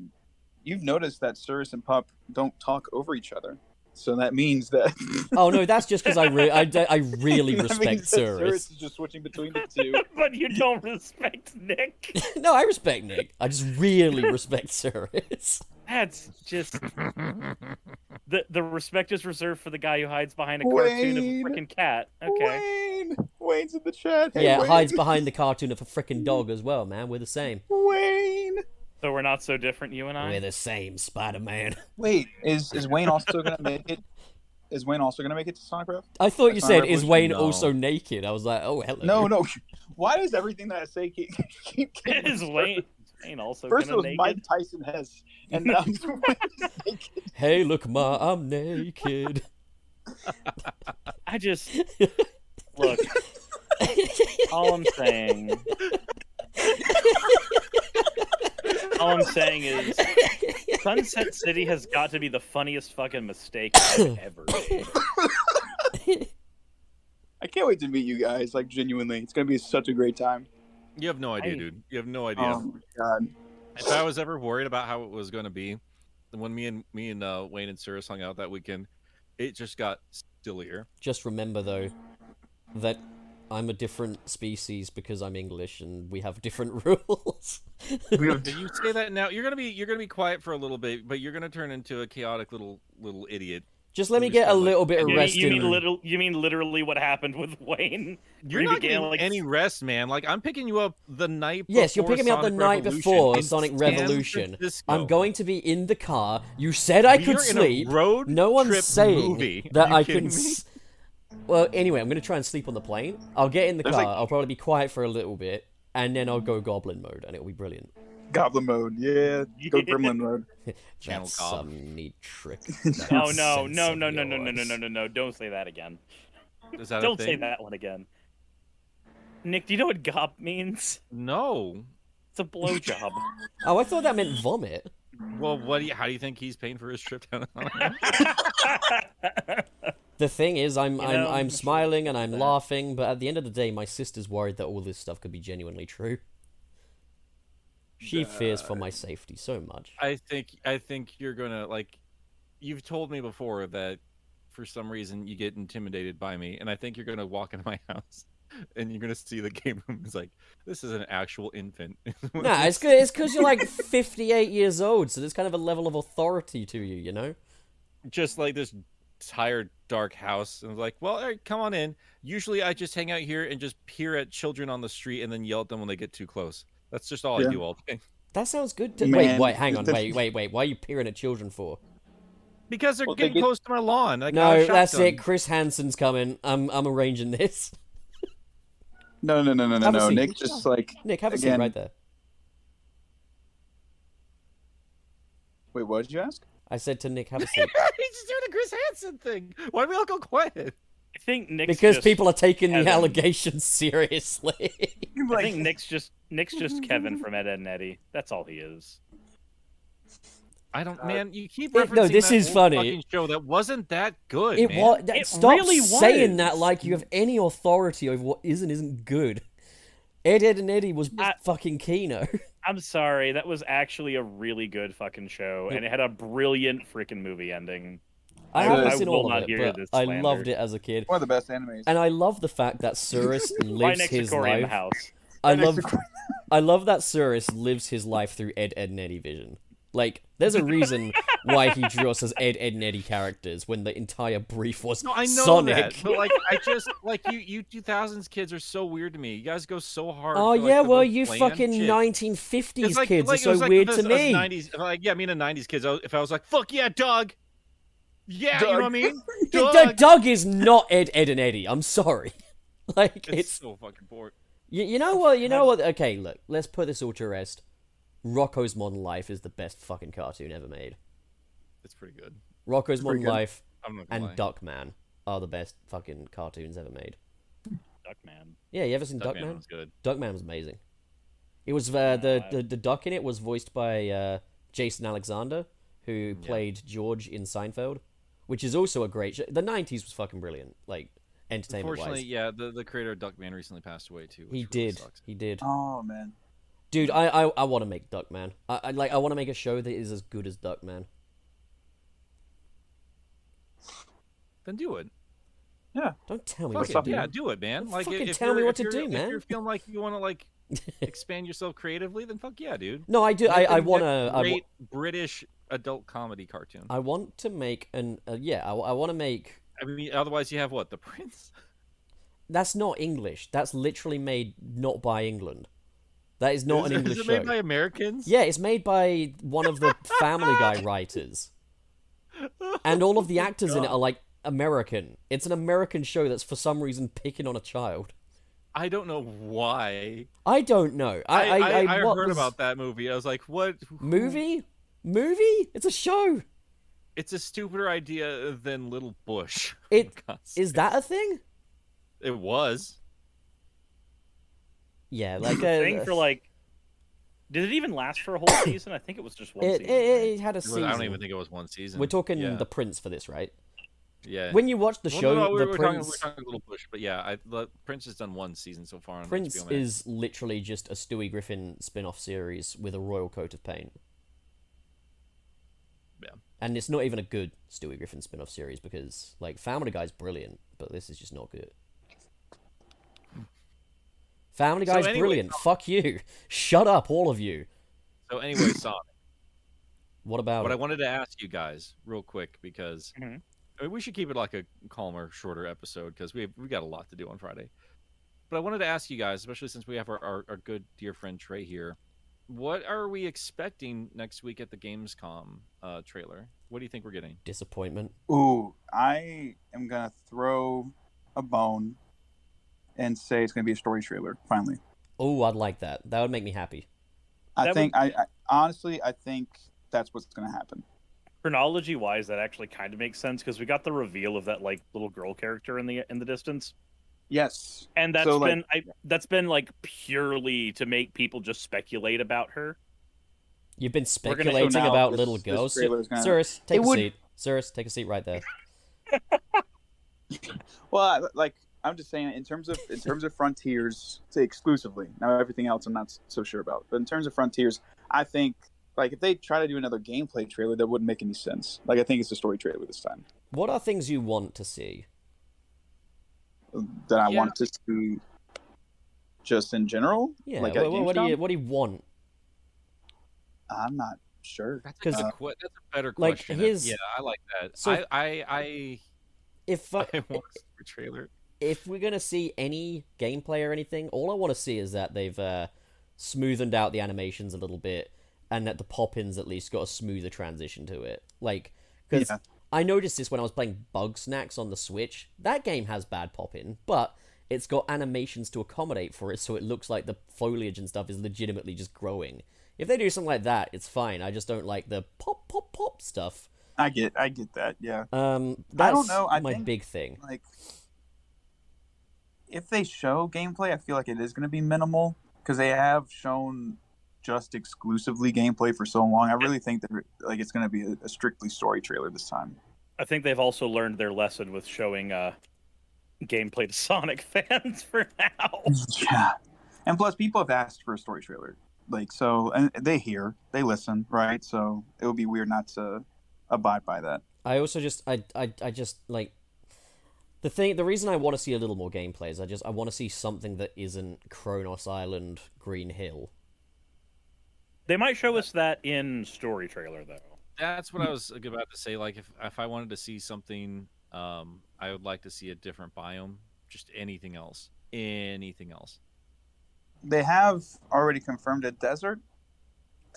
E: You've noticed that Cyrus and Pup don't talk over each other, so that means that.
B: Oh no, that's just because I, re- I, d- I really
E: that
B: respect
E: means that Cyrus
B: Cyrus.
E: is just switching between the two.
D: but you don't respect Nick.
B: no, I respect Nick. I just really respect Cyrus.
D: That's just the the respect is reserved for the guy who hides behind a cartoon of a
E: Wayne.
D: freaking cat. Okay.
E: Wayne, Wayne's in the chat. Hey,
B: yeah,
E: Wayne.
B: hides behind the cartoon of a freaking dog as well, man. We're the same.
E: Wayne.
D: So we're not so different, you and I.
B: We're the same, Spider Man.
E: Wait, is is Wayne also gonna make it? Is Wayne also gonna make it to Sonic Rev?
B: I thought you
E: That's my
B: said, is
E: revolution.
B: Wayne
C: No.
B: also naked? I was like, oh, hello.
E: No, no. Why does everything that I say keep, keep getting
D: Is Wayne, Wayne also
E: First it
D: gonna
E: was
D: naked?
E: Mike Tyson Hess, and now it's Wayne naked.
B: Hey, look, ma, I'm naked.
D: I just look.
E: Oh.
D: all I'm saying. all I'm saying is Sunset City has got to be the funniest fucking mistake I've ever. made.
E: I can't wait to meet you guys. Like genuinely, it's gonna be such a great time.
C: You have no idea,
D: I-
C: dude. You have no idea.
E: Oh my god.
C: if I was ever worried about how it was going to be, when me and me and uh, Wayne and Cyrus hung out that weekend, it just got sillier.
B: Just remember, though, that I'm a different species because I'm English and we have different rules.
C: Did you say that now? You're gonna be you're gonna be quiet for a little bit, but you're gonna turn into a chaotic little little idiot.
B: Just let me
C: Let me
B: get a
C: start with-
B: little bit
D: You
B: of
D: mean,
B: rest
D: you
B: in
D: mean literal? You mean literally what happened with Wayne?
C: You're
D: You
C: not
D: began,
C: getting
D: like,
C: any rest, man. Like I'm picking you up the night.
B: Yes, you're
C: before
B: picking me up the
C: Sonic
B: night
C: Revolution
B: before
C: in
B: Sonic
C: San
B: Revolution.
C: Francisco.
B: I'm going to be in the car. You said I
C: We
B: could
C: are in a
B: sleep.
C: road
B: no one's
C: trip
B: saying
C: movie.
B: that
C: Are you
B: I
C: kidding
B: can.
C: me?
B: s- Well, anyway, I'm gonna try and sleep on the plane. I'll get in the
E: There's
B: car.
E: like-
B: I'll probably be quiet for a little bit, and then I'll go goblin mode, and it'll be brilliant.
E: Goblin mode, yeah. Go
D: Yeah.
E: Gremlin mode.
C: Channel
B: That's
C: gob.
B: some neat trick.
D: Oh no! No! No! No! No! No! No! No! No! No! Don't say that again.
C: Is that a
D: Don't say
C: thing?
D: that one again. Nick, do you know what "gop" means?
C: No.
D: It's a blowjob.
B: Oh, I thought that meant vomit.
C: Well, what? Do you, how do you think he's paying for his trip down?
B: The thing is, I'm I'm
D: know,
B: I'm
D: I'm sure
B: smiling and I'm laughing, but at the end of the day, my sister's worried that all this stuff could be genuinely true. She fears for my safety so much.
C: I think I think you're gonna like. You've told me before that for some reason you get intimidated by me, and I think you're gonna walk into my house and you're gonna see the game room is like this is an actual infant.
B: Nah, it's good. It's because you're like 58 years old, so there's kind of a level of authority to you, you know.
C: just like this tired dark house and I was like well all right, come on in usually i just hang out here and just peer at children on the street and then yell at them when they get too close that's just all
E: Yeah.
C: i do all day
B: That sounds good. To... Wait,
E: Man,
B: wait, hang on,
E: the-
B: wait, wait, wait. Why are you peering at children for?
C: because they're
E: Well, they
C: getting
E: get-
C: close to my lawn I got
B: no,
C: a
B: that's
C: shotgun.
B: it. Chris Hansen's coming. I'm I'm arranging this.
E: No, no, no, no, no,
B: Have a
E: no.
B: seat.
E: Nick just like
B: Nick, have a seat
E: Again.
B: right there.
E: wait. What did you ask?
B: I said to Nick, have a seat
C: he's just doing the chris hansen thing why do we all go quiet
D: I think Nick's
B: because
D: just-
B: people are taking the
D: Kevin.
B: allegations seriously.
D: I think Nick's just Nick's just Kevin from Ed, Ed, and Eddie. That's all he is.
C: i don't
E: Uh,
C: man you
B: it-
C: keep
B: no,
C: referencing
B: this
C: that
B: is
C: old
B: funny.
C: fucking show that wasn't that good
B: it
C: man.
B: was.
D: It
B: Stop
D: really
B: saying
D: was.
B: that like you have any authority over what is and isn't good. Ed, Ed, and Eddie was
D: I-
B: fucking Kino.
D: I'm sorry, that was actually a really good fucking show, and it had a brilliant freaking movie ending.
B: I
E: I-
B: haven't
E: I
B: seen
D: will
B: all of
D: not
B: it,
D: hear
B: but
D: this
B: I
D: slander.
B: loved it as a kid.
E: One of the best animes.
B: And I love the fact that Suris
D: Right
B: lives
D: next to
B: his
D: Corey in the
B: life.
D: house.
B: I
E: Right next
B: love,
E: to
B: I love that Suris lives his life through Ed, Ed, and Eddie vision. Like, there's a reason why he drew us as Ed, Ed, and Eddie characters when the entire brief was
C: No, I know
B: Sonic.
C: that, but like, I just like you. You two thousands kids are so weird to me. You guys go so hard.
B: Oh
C: for, like,
B: yeah,
C: the
B: well
C: most
B: you
C: bland
B: fucking
C: shit.
B: 1950s
C: It's like-
B: kids are
C: like, it
B: so
C: was like
B: weird
C: us-
B: to
C: us
B: me.
C: 90s, like yeah, me and the nineties kids. I was- If I was like, fuck yeah, Doug. Yeah, you
E: Doug.
C: know what I mean.
B: D- D-
C: Doug.
B: Doug is not Ed, Ed, and Eddie. I'm sorry. Like
C: It's
B: it's
C: so fucking bored.
B: You, you know what? You know what? Okay, look, let's put this all to rest. Rocco's Modern Life is the best fucking cartoon ever made.
C: It's pretty good.
B: Rocco's Modern
E: good.
B: Life
C: I'm not
B: and
C: gonna lie.
B: Duckman are the best fucking cartoons ever made.
D: Duckman.
B: Yeah, you ever seen
C: Duckman
B: Duckman?
C: was good.
B: Duckman was amazing. It was uh, the, the the duck in it was voiced by uh, Jason Alexander, who played George in Seinfeld, which is also a great. Show. The '90s was fucking brilliant, like entertainment
C: Unfortunately,
B: wise.
C: yeah, the, the creator of Duckman recently passed away too.
B: He
C: which really
B: did.
C: sucks.
B: He did.
E: Oh man.
B: Dude, I I, I want to make Duckman. I, I like I want to make a show that is as good as Duckman.
C: Then do it.
B: Don't tell me
C: Fuck
B: what
C: it.
B: to do.
C: Yeah, do it, man.
B: Don't
C: Like,
B: fucking
C: if
B: tell me
C: you're-
B: what
C: if
B: to
C: you're-
B: do, man.
C: If you're feeling like you want to like expand yourself creatively, then fuck yeah, dude.
B: No, I do. I,
C: Make the
B: I want to.
C: next
B: I, wa- Uh,
C: great British adult comedy cartoon.
B: I want to make an. Uh, yeah, I, want to make.
C: I mean, otherwise you have what? The Prince?
B: That's not English. That's literally made not by England. That is not
C: is,
B: an English
C: Is it
B: show.
C: made by Americans?
B: Yeah, it's made by
C: Oh
B: one of the Family Guy writers, and all of the actors in it are like American. It's an American show that's for some reason picking on a child.
C: I don't know why.
B: I don't know. I I, I, what
C: heard
B: was-
C: about that movie. I was like, what who-
B: movie movie. It's a show.
C: It's a stupider idea than Little Bush. Oh
B: It
C: God,
B: is that a thing?
C: it was.
B: Yeah, like
D: The
B: uh,
D: thing for like, did it even last for a whole season? I think it was just one
B: it, it,
D: season.
B: it had a
C: It was-
B: season.
C: I don't even think it was one season.
B: We're talking
C: yeah.
B: the Prince for this, right?
C: yeah.
B: When you watch the
C: Well,
B: show,
C: no, no, we
B: the
C: were, we were talking, we were
B: Prince
C: talking Little Bush, but yeah, I, the, Prince has done one season so far. On
B: Prince
C: HBO Max.
B: is literally just a Stewie Griffin spin-off series with a royal coat of paint.
C: Yeah.
B: And it's not even a good Stewie Griffin spin-off series because like Family Guy's brilliant, but this is just not good. Family
C: So
B: Guy's
C: anyway-
B: brilliant. Fuck you. Shut up, all of you.
C: so anyway, Sonic.
B: What about
C: But I
B: it?
C: wanted to ask you guys real quick because
B: Mm-hmm.
D: Mhm.
C: I mean, we should keep it like a calmer, shorter episode because we we got a lot to do on Friday. But I wanted to ask you guys, especially since we have our, our, our good dear friend Trey here, what are we expecting next week at the Gamescom uh, trailer? What do you think we're getting?
B: disappointment?
E: Ooh, I am gonna throw a bone and say it's gonna be a story trailer. Finally,
B: Oh, I'd like that. That would make me happy.
E: I
D: That would-
E: think I, I honestly I think that's what's gonna happen.
D: Chronology wise, that actually kind of makes sense because we got the reveal of that like little girl character in the in the distance.
E: Yes,
D: and that's
E: So, like-
D: been I, that's been like purely to make people just speculate about her.
B: You've been
D: We're gonna- so
B: speculating
E: now
B: about
E: this-
B: little
E: this
B: girls. Sir-
E: trailer's gonna-
B: Cyrus, take
E: It
B: a
E: would-
B: seat. Cyrus, take a seat right there.
E: Well, I, like I'm just saying, in terms of in terms of frontiers, say exclusively. Now everything else, I'm not s- so sure about. But in terms of frontiers, I think like if they try to do another gameplay trailer, that wouldn't make any sense. Like I think it's a story trailer this time
B: What are things you want to see?
E: that I
C: Yeah.
E: wanted to see. Just in general,
B: Yeah,
E: Like
B: wha-
E: at
B: wha- what, do you
E: Gamescom?
B: what do you want?
E: I'm not sure.
B: Because
C: That's a, que- that's a better
B: like,
C: question.
B: his-
C: yeah, I like that.
B: so-
C: I, I, I,
B: if uh,
C: I want a super trailer.
B: if we're gonna see any gameplay or anything, all I want to see is that they've uh, smoothened out the animations a little bit, and that the Poppins at least got a smoother transition to it. Like, because
E: Yeah.
B: I noticed this when I was playing Bug Snacks on the Switch. That game has bad popping, but it's got animations to accommodate for it, so it looks like the foliage and stuff is legitimately just growing. If they do something like that, it's fine. I just don't like the pop, pop, pop stuff.
E: I get, I get that. Yeah.
B: Um,
E: I
B: that's
E: don't know, I
B: my
E: think-
B: big thing.
E: like if they show gameplay, I feel like it is going to be minimal because they have shown just exclusively gameplay for so long. I really think that like it's going to be a, a strictly story trailer this time.
D: I think they've also learned their lesson with showing uh gameplay to Sonic fans for now.
E: Yeah, and plus people have asked for a story trailer, like so, and they hear, they listen, right? So it would be weird not to abide by that.
B: I also just I I I just like the thing the reason I want to see a little more gameplay is I just I want to see something that isn't Kronos Island Green Hill.
D: They might show us that in story trailer though.
C: That's what I was about to say. Like, if if I wanted to see something, um, I would like to see a different biome. Just anything else. Anything else.
E: They have already confirmed a desert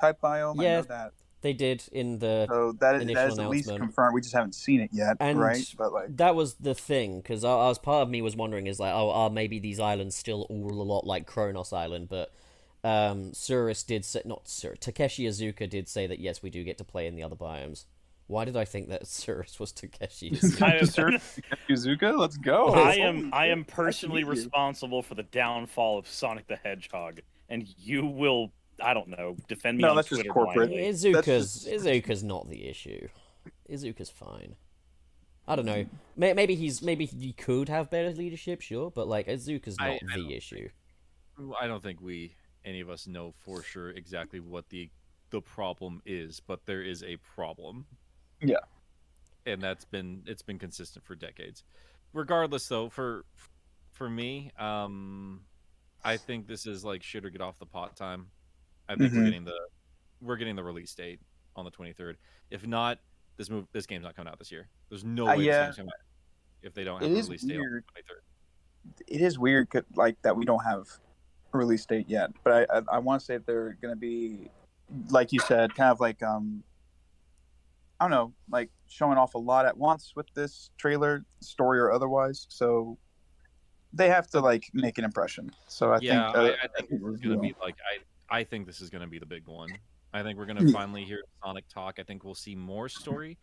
E: type biome. I
B: Yeah.
E: know that.
B: They did in the
E: So that is, that
B: Initial
E: is at least
B: announcement.
E: confirmed. We just haven't seen it yet,
B: And-
E: right? But like.
B: that was the thing because I, I was part of me was wondering is like oh are maybe these islands still all a lot like Kronos Island but um Suris did say not Sur Takeshi Azuka did say that yes we do get to play in the other biomes. Why did I think that Suris was Takeshi? Azuka?
D: I am,
E: Sir Yuzuka, let's go.
D: I am I am personally
E: Nice to meet you.
D: responsible for the downfall of Sonic the Hedgehog, and you will I don't know defend me
E: No,
D: on
E: that's just
D: Twitter
E: corporate.
D: blindly.
B: Izuka's
E: just-
B: Izuka's not the issue. Izuka's fine. I don't know. May- Maybe he's maybe he could have better leadership, sure, but like Izuka's not
C: I- I
B: the issue.
C: I don't think we any of us know for sure exactly what the the problem is, but there is a problem.
E: Yeah.
C: And that's been it's been consistent for decades. Regardless though, for for me, um I think this is like shit or get off the pot time. I think we're
E: Mhm.
C: getting the we're getting the release date on the 23rd. If not, this move this game's not coming out this year. There's no
E: Uh,
C: way
E: yeah.
C: this game's coming out if they don't
E: It
C: have a
E: is
C: release date on
E: weird.
C: the 23rd.
E: It is weird, 'cause, like that we don't have a release date yet, but I I, I want to say they're gonna be, like you said, kind of like um, I don't know, like showing off a lot at once with this trailer, story or otherwise. So they have to like make an impression. So I
C: yeah,
E: think uh,
C: I, I think this is gonna be like I I think this is gonna be the big one. I think we're gonna
E: Yeah.
C: finally hear Sonic talk. I think we'll see more story.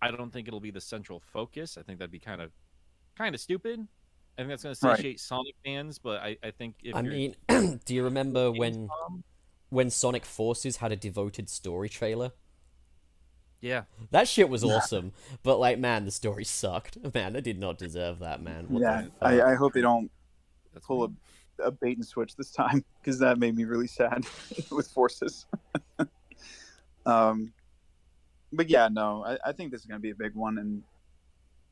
C: I don't think it'll be the central focus. I think that'd be kind of kind of stupid. I think that's gonna
E: Right.
C: satiate Sonic fans, but I, I think if
B: I
C: you're
B: mean, do you remember when
C: Gamescom-
B: when Sonic Forces had a devoted story trailer?
C: yeah,
B: That shit was awesome, but like, man, the story sucked. Man, I did not deserve that, man. What the
E: yeah,
B: fuck?
E: I, I hope they don't
C: that's
E: pull
C: cool.
E: a, a bait and switch this time because that made me really sad with forces. um, but yeah, no, I, I think this is going to be a big one, and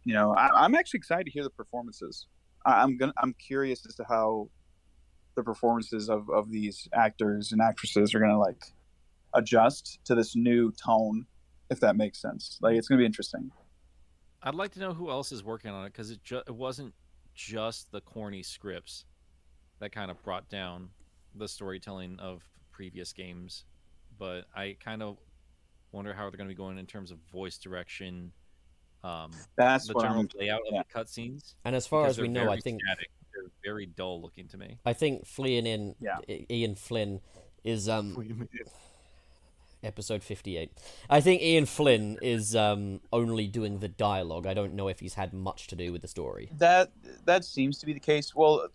E: you know, I, I'm actually excited to hear the performances. I, I'm gonna, I'm curious as to how the performances of of these actors and actresses are going to like adjust to this new tone, if that makes sense. Like, it's going to be interesting.
C: I'd like to know who else is working on it because it ju- it wasn't just the corny scripts that kind of brought down the storytelling of previous games, but I kind of wonder how they're going to be going in terms of voice direction, um,
E: That's
C: the
E: what
C: general
E: I'm.
C: layout of
E: yeah.
C: the cutscenes.
B: And as far
C: because
B: as we
C: they're
B: know, I
C: very
B: think
C: static. they're very dull looking to me.
B: I think fleeing in
E: Yeah.
B: I- Ian Flynn is um episode 58. I think Ian Flynn is um only doing the dialogue. I don't know if he's had much to do with the story.
E: That that seems to be the case. Well,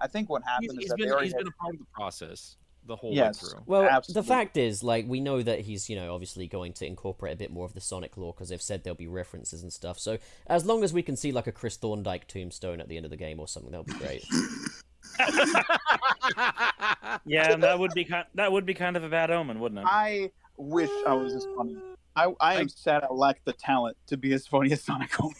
E: I think what happened
C: He's,
E: is
C: he's
E: that they
C: been,
E: already
C: he's
E: had
C: been a part of the process the whole
E: Yes.
C: way through.
B: Well,
E: Absolutely.
B: the fact is, like, we know that he's, you know, obviously going to incorporate a bit more of the Sonic lore because they've said there'll be references and stuff. So, as long as we can see, like, a Chris Thorndike tombstone at the end of the game or something, that'll be great.
D: Yeah, and that would be kind. That would be kind of a bad omen, wouldn't it?
E: I wish I was as funny. I, I am sad I lack the talent to be as funny as Sonic Holmes.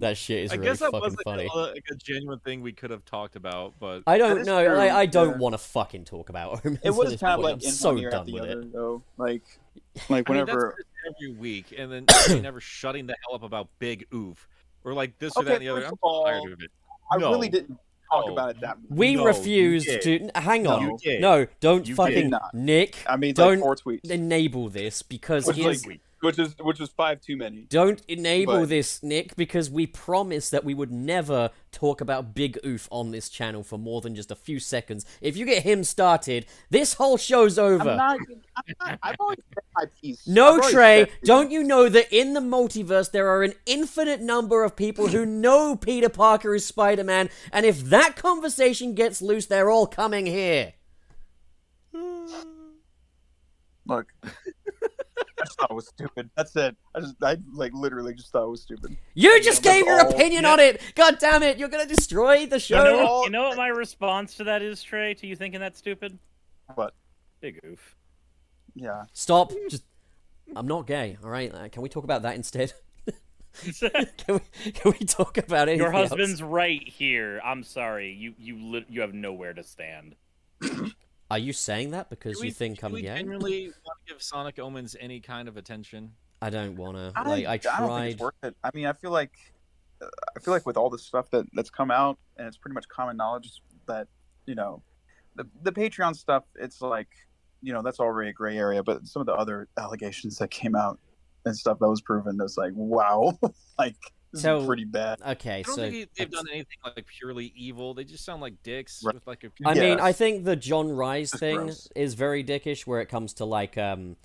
B: that shit is
C: I
B: really
C: guess that
B: fucking
C: wasn't
B: funny.
C: a, like a genuine thing we could have talked about, but
B: I don't
E: is
B: know.
E: true,
B: Like, I don't
E: yeah.
B: want to fucking talk about Omen.
E: It
B: at
E: was
B: this
E: kind of
B: point.
E: like
B: I'm
E: in
B: so
E: one ear
B: done
E: out the
B: with
E: other,
B: it.
E: though. Like, like
C: I mean, that's
E: whenever.
C: just every week, and then never shutting the hell up about big oof or like this or
E: Okay,
C: that and the other.
E: first
C: I'm
E: of all,
C: tired of it.
E: I
C: no.
E: really didn't talk
C: No.
E: about it that much.
B: We
C: No, you
B: refuse to. Hang on.
E: You
C: did.
B: No, don't
C: You
B: fucking
E: did not.
B: Nick.
E: I mean,
B: Don't-
E: like four tweets,
B: enable this because
E: Which,
B: here's,
E: like, which is which was five too many.
B: don't enable
E: But-
B: this, Nick, because we promised that we would never talk about Big Oof on this channel for more than just a few seconds. If you get him started, this whole show's
E: I'm
B: over.
E: not, I'm not. I've already said my piece.
B: No,
E: I've already
B: Trey,
E: said-
B: don't you know that in the multiverse there are an infinite number of people who know Peter Parker is Spider Man, and if that conversation gets loose, they're all coming here.
E: Look, I just thought it was stupid. That's it. I just, I like literally just thought it was stupid.
B: You just
E: that's
B: gave your
E: all.
B: opinion on it! God damn it, you're gonna destroy the
D: you,
B: show!
D: know
E: all-
D: what, you know what my response to that is, Trey? To you thinking that's stupid?
E: But
D: Big oof.
E: yeah,
B: Stop. Just. I'm not gay. All right. Uh, can we talk about that instead? Can we? Can we talk about it?
D: Your husband's right here. I'm sorry. You you li- you have nowhere to stand.
B: Are you saying that because
C: Do
B: you
C: we-
B: think
C: do
B: I'm
C: we
B: gay?
C: genuinely want to give Sonic Omens any kind of attention?
B: I don't wanna. like I
E: I don't think
B: tried.
E: it's worth it. I mean, I feel like uh, I feel like with all the stuff that that's come out, and it's pretty much common knowledge that you know the the Patreon stuff. It's like you know that's already a gray area, but some of the other allegations that came out and stuff that was proven, it's like wow, like this
B: So-
E: is pretty bad.
B: Okay.
C: I don't
B: So.
C: think they've done anything like purely evil. They just sound like dicks
E: Right.
C: with like a.
B: I mean,
E: Yeah.
B: I think the John Rise
E: That's
B: thing
E: gross.
B: is very dickish where it comes to like um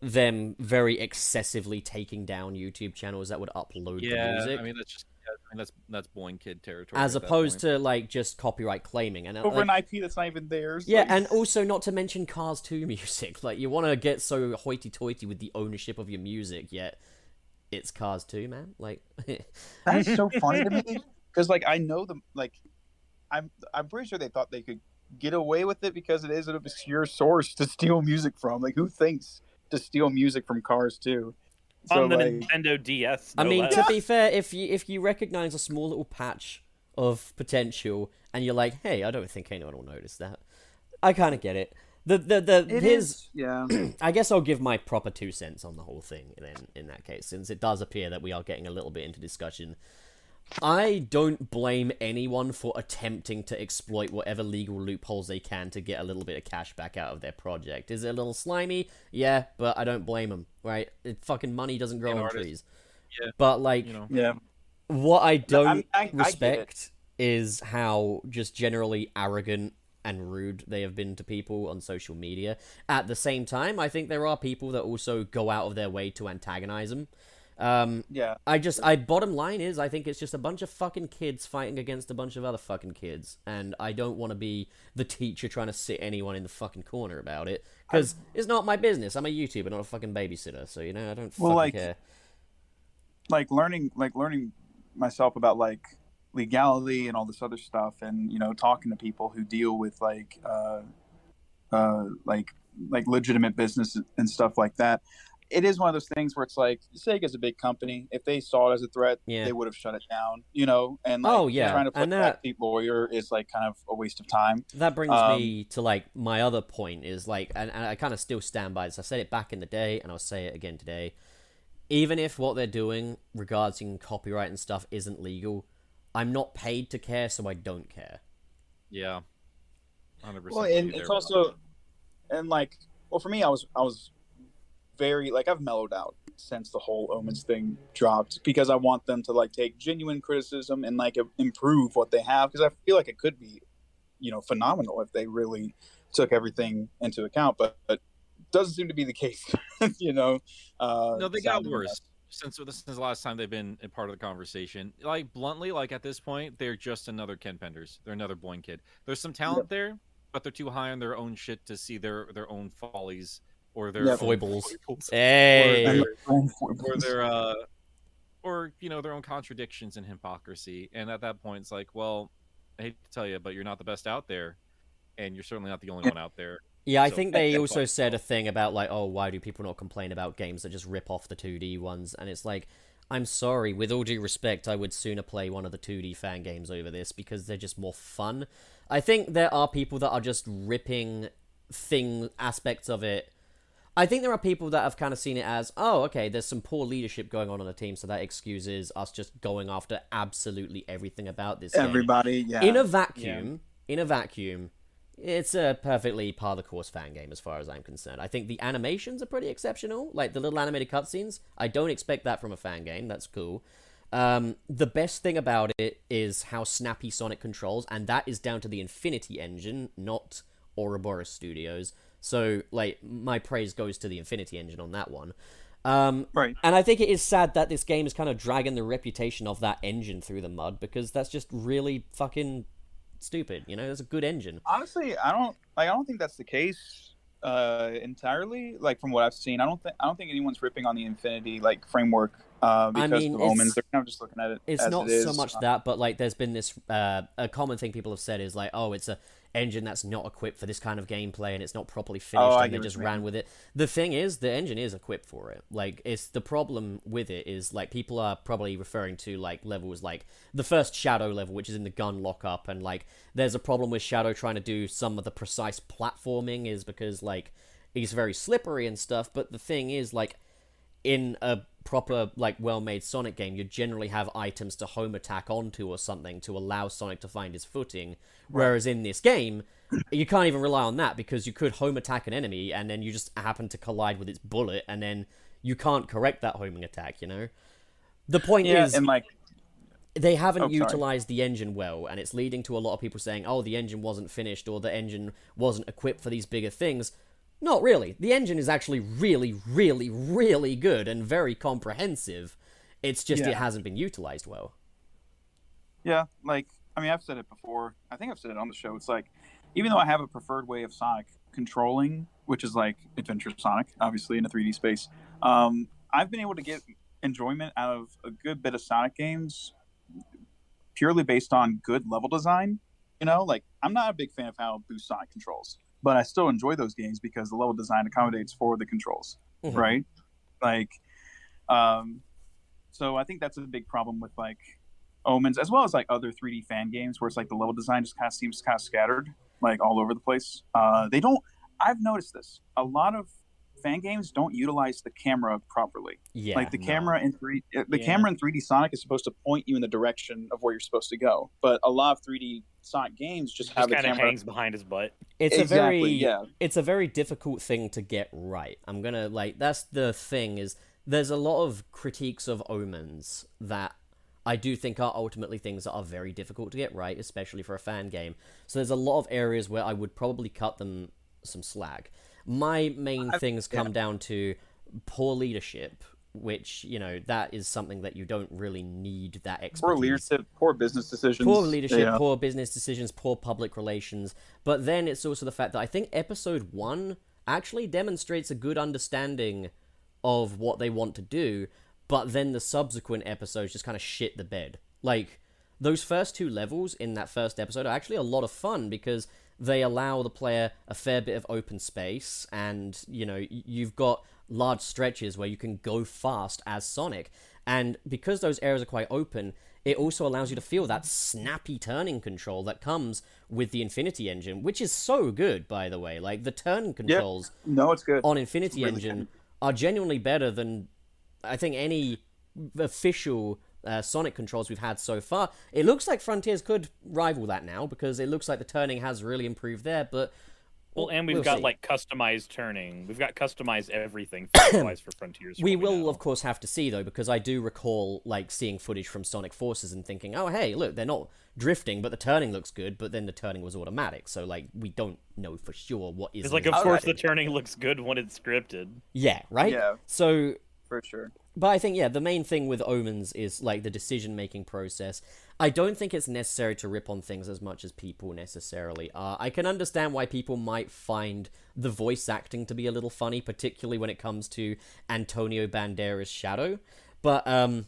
B: them very excessively taking down YouTube channels that would upload the
C: yeah.
B: music.
C: I mean, that's just yeah, I mean, that's that's boing kid territory.
B: as
C: at that
B: opposed
C: point.
B: to like just copyright claiming and uh,
E: Over
B: like,
E: an IP that's not even theirs.
B: Yeah,
E: like-
B: and also not to mention Cars 2 music. Like, you want to get so hoity toity with the ownership of your music, yet it's Cars 2, man. Like,
E: That's so funny to me because, like, I know them. Like, I'm I'm pretty sure they thought they could get away with it because it is an obscure source to steal music from. Like, who thinks to steal music from Cars too? So
D: On the
E: like,
D: Nintendo DS.
B: I
D: no
B: mean,
D: less.
B: to be fair, if you, if you recognize a small little patch of potential and you're like, hey, I don't think anyone will notice that, I kind of get it. The, the, the,
E: it
B: here's,
E: is. Yeah.
B: I guess I'll give my proper two cents on the whole thing then in that case, since it does appear that we are getting a little bit into discussion. I don't blame anyone for attempting to exploit whatever legal loopholes they can to get a little bit of cash back out of their project. Is it a little slimy? Yeah, but I don't blame them, right? It, fucking money doesn't grow
C: An
B: on
C: artist.
B: trees.
C: Yeah.
B: But, like,
C: you know.
E: Yeah.
B: what I don't
E: I- I get it.
B: respect is how just generally arrogant and rude they have been to people on social media. At the same time, I think there are people that also go out of their way to antagonize them. Um,
E: Yeah.
B: I just, I bottom line is, I think it's just a bunch of fucking kids fighting against a bunch of other fucking kids, and I don't want to be the teacher trying to sit anyone in the fucking corner about it because it's not my business. I'm a YouTuber, not a fucking babysitter, so you know I don't
E: Well,
B: fucking
E: like,
B: care.
E: like learning like learning myself about like legality and all this other stuff and you know talking to people who deal with like uh uh like like legitimate business and stuff like that it is one of those things where it's like Sega's a big company. If they saw it as a threat,
B: Yeah.
E: they would have shut it down, you know. And like,
B: Oh, yeah.
E: trying to play
B: And that-
E: backseat lawyer is like kind of a waste of time.
B: That brings
E: Um,
B: me to like my other point is like, and, and I kind of still stand by this. I said it back in the day, and I'll say it again today. Even if what they're doing regarding copyright and stuff isn't legal, I'm not paid to care, so I don't care.
C: Yeah. 100%
E: Well,
C: with
E: and
C: you
E: it's
C: there,
E: also-
C: Rob.
E: and like well for me i was i was very like i've mellowed out since the whole omens thing dropped because i want them to like take genuine criticism and like im- improve what they have because i feel like it could be you know phenomenal if they really took everything into account but, but doesn't seem to be the case you know uh
C: no, they got
E: sounding
C: worse since since the last time they've been a part of the conversation. Like bluntly, like at this point, they're just another Ken Penders. They're another Boyne kid. There's some talent there, but they're too high on their own shit to see their their own follies or their
E: Yeah.
C: own
B: Foibles.
C: foibles.
B: Hey,
E: bad.
C: or their uh or you know their own contradictions and hypocrisy and at that point it's like well i hate to tell you but you're not the best out there and you're certainly not the only one out there
B: Yeah, I
C: So-
B: think they
C: Yeah,
B: also
C: but-
B: said a thing about like, oh, why do people not complain about games that just rip off the 2D ones? And it's like, I'm sorry, with all due respect, I would sooner play one of the 2D fan games over this because they're just more fun. I think there are people that are just ripping thing aspects of it. I think there are people that have kind of seen it as, oh, okay, there's some poor leadership going on on the team, so that excuses us just going after absolutely everything about this game
E: everybody yeah
B: in a vacuum, in a vacuum, it's a perfectly par the course fan game as far as I'm concerned. I think the animations are pretty exceptional, like the little animated cutscenes. I don't expect that from a fan game. That's cool. Um, the best thing about it is how snappy Sonic controls, and that is down to the Infinity Engine, not Ouroboros Studios. So, like, my praise goes to the Infinity Engine on that one. Um,
E: right
B: and I think it is sad that this game is kind of dragging the reputation of that engine through the mud because that's just really fucking stupid. You know, that's a good engine.
E: honestly i don't like i don't think that's the case uh entirely like from what i've seen i don't think i don't think anyone's ripping on the infinity like framework uh because
B: mean,
E: of
B: it's-
E: omens they're kind of just looking at it
B: It's
E: as
B: not
E: it is.
B: so much that, but like, there's been this uh, a common thing people have said is like, oh, it's a engine that's not equipped for this kind of gameplay and it's not properly finished,
E: Oh, I
B: and
E: get
B: they
E: what
B: just
E: you mean.
B: ran with it. The thing is, the engine is equipped for it. Like, it's the problem with it is like people are probably referring to like levels like the first shadow level, which is in the gun lockup, and like there's a problem with Shadow trying to do some of the precise platforming is because like he's very slippery and stuff. But the thing is, like in a proper like well-made Sonic game, you generally have items to home attack onto or something to allow Sonic to find his footing. Whereas in this game, you can't even rely on that because you could home attack an enemy and then you just happen to collide with its bullet, and then you can't correct that homing attack. You know. The point
E: yeah
B: is,
E: and like
B: they haven't
E: Oh, sorry.
B: utilized the engine well, and it's leading to a lot of people saying, "Oh, the engine wasn't finished," or "The engine wasn't equipped for these bigger things." Not really. The engine is actually really, really, really good and very comprehensive. It's just it
E: Yeah.
B: hasn't been utilized well.
E: Yeah, like I mean, I've said it before. I think I've said it on the show. It's like, even though I have a preferred way of Sonic controlling, which is like Adventure Sonic, obviously in a 3D space, um, I've been able to get enjoyment out of a good bit of Sonic games purely based on good level design. You know, like I'm not a big fan of how Boost Sonic controls, but I still enjoy those games because the level design accommodates for the controls,
B: Mhm.
E: right? Like, um, so I think that's a big problem with like Omens, as well as like other 3D fan games, where it's like the level design just kind of seems kind of scattered, like all over the place. Uh, they don't. I've noticed this. A lot of fan games don't utilize the camera properly.
B: Mm-hmm. Yeah.
E: like the
B: no.
E: camera in three, uh, the
D: Yeah.
E: camera in 3D Sonic is supposed to point you in the direction of where you're supposed to go. But a lot of 3D Sonic games just
D: Just
E: have the
D: kind of
E: camera.
D: hangs behind his butt.
B: It's
E: exactly,
B: a very
E: yeah.
B: it's a very difficult thing to get right. I'm gonna like that's the thing is there's a lot of critiques of omens that I do think are ultimately things that are very difficult to get right, especially for a fan game. So there's a lot of areas where I would probably cut them some slack. My main things come down to poor leadership, which you know that is something that you don't really need that expertise.
E: Poor leadership, poor business decisions.
B: Poor leadership,
E: Yeah.
B: poor business decisions, poor public relations. But then it's also the fact that I think episode one actually demonstrates a good understanding of what they want to do, but then the subsequent episodes just kind of shit the bed. Like, those first two levels in that first episode are actually a lot of fun because they allow the player a fair bit of open space and you know y- you've got large stretches where you can go fast as sonic and because those areas are quite open it also allows you to feel that snappy turning control that comes with the infinity engine which is so good by the way like the turn controls
E: No, it's good.
B: on Infinity
E: Really
B: Engine are genuinely better than I think any official uh, Sonic controls we've had so far. It looks like Frontiers could rival that now because it looks like the turning has really improved there. But
D: Well, and we've
B: we'll
D: got
B: see.
D: like customized turning. We've got customized everything wise for Frontiers.
B: we
D: from what
B: will,
D: know.
B: of course, have to see though because I do recall like seeing footage from Sonic Forces and thinking, oh hey, look, they're not drifting, but the turning looks good. But then the turning was automatic, so like we don't know for sure what is.
D: It's like, of
B: really-
D: course, the turning looks good when it's scripted.
B: yeah, right.
E: Yeah.
B: So
E: for sure.
B: But I think yeah, the main thing with omens is like the decision making process. I don't think it's necessary to rip on things as much as people necessarily are. I can understand why people might find the voice acting to be a little funny, particularly when it comes to Antonio Banderas' shadow. But um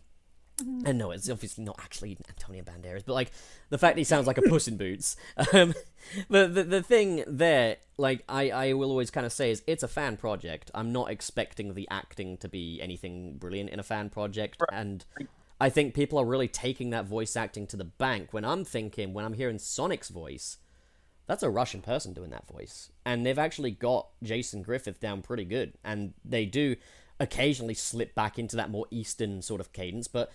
B: and no, it's obviously not actually Antonio Banderas, but like the fact that he sounds like a puss in boots. Um, the, the the thing there, like I, I will always kind of say, is it's a fan project. I'm not expecting the acting to be anything brilliant in a fan project, and I think people are really taking that voice acting to the bank. When I'm thinking, when I'm hearing Sonic's voice, that's a Russian person doing that voice. And they've actually got Jason Griffith down pretty good. And they do occasionally slip back into that more Eastern sort of cadence. But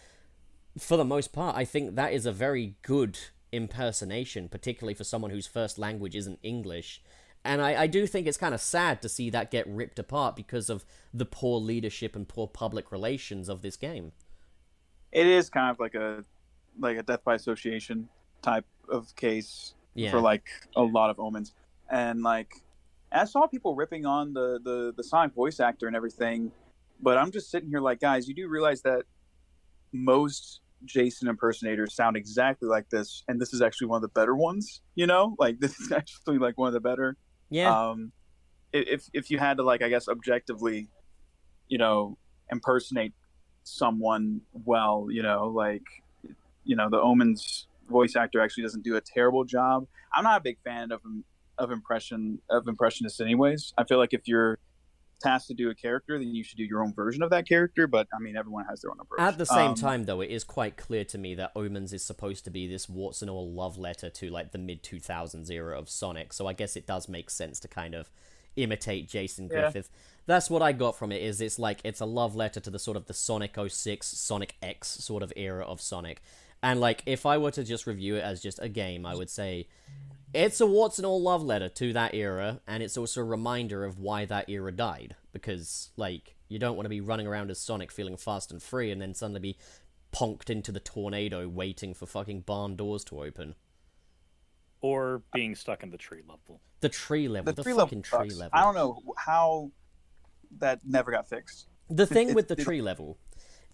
B: for the most part, I think that is a very good impersonation, particularly for someone whose first language isn't English. And I, I do think it's kind of sad to see that get ripped apart because of the poor leadership and poor public relations of this game.
E: It is kind of like a like a death by association type of case
B: Yeah.
E: for like a lot of omens. And like I saw people ripping on the, the, the Sonic voice actor and everything, but I'm just sitting here like, guys, you do realize that most Jason impersonators sound exactly like this, and this is actually one of the better ones, you know? Like this is actually like one of the better
B: yeah.
E: um i- if if you had to like i guess objectively you know impersonate someone well you know like you know the omen's voice actor actually doesn't do a terrible job i'm not a big fan of of impression of impressionists anyways i feel like if you're tasked to do a character then you should do your own version of that character but i mean everyone has their own approach
B: At the same
E: Um,
B: time, though, it is quite clear to me that Omens is supposed to be this warts and all love letter to like the mid 2000s era of Sonic, so I guess it does make sense to kind of imitate Jason
E: Yeah.
B: Griffith. That's what I got from it is it's like it's a love letter to the sort of the Sonic 06, Sonic X sort of era of Sonic. And like if I were to just review it as just a game, I would say it's a warts and all love letter to that era, and it's also a reminder of why that era died. Because, like, you don't want to be running around as Sonic feeling fast and free and then suddenly be ponked into the tornado waiting for fucking barn doors to open.
D: Or being stuck in the tree level.
B: The tree level, the,
E: the tree level
B: fucking tree
E: sucks.
B: level.
E: i don't know how that never got fixed
B: The thing
E: it's-
B: with the
E: they-
B: tree level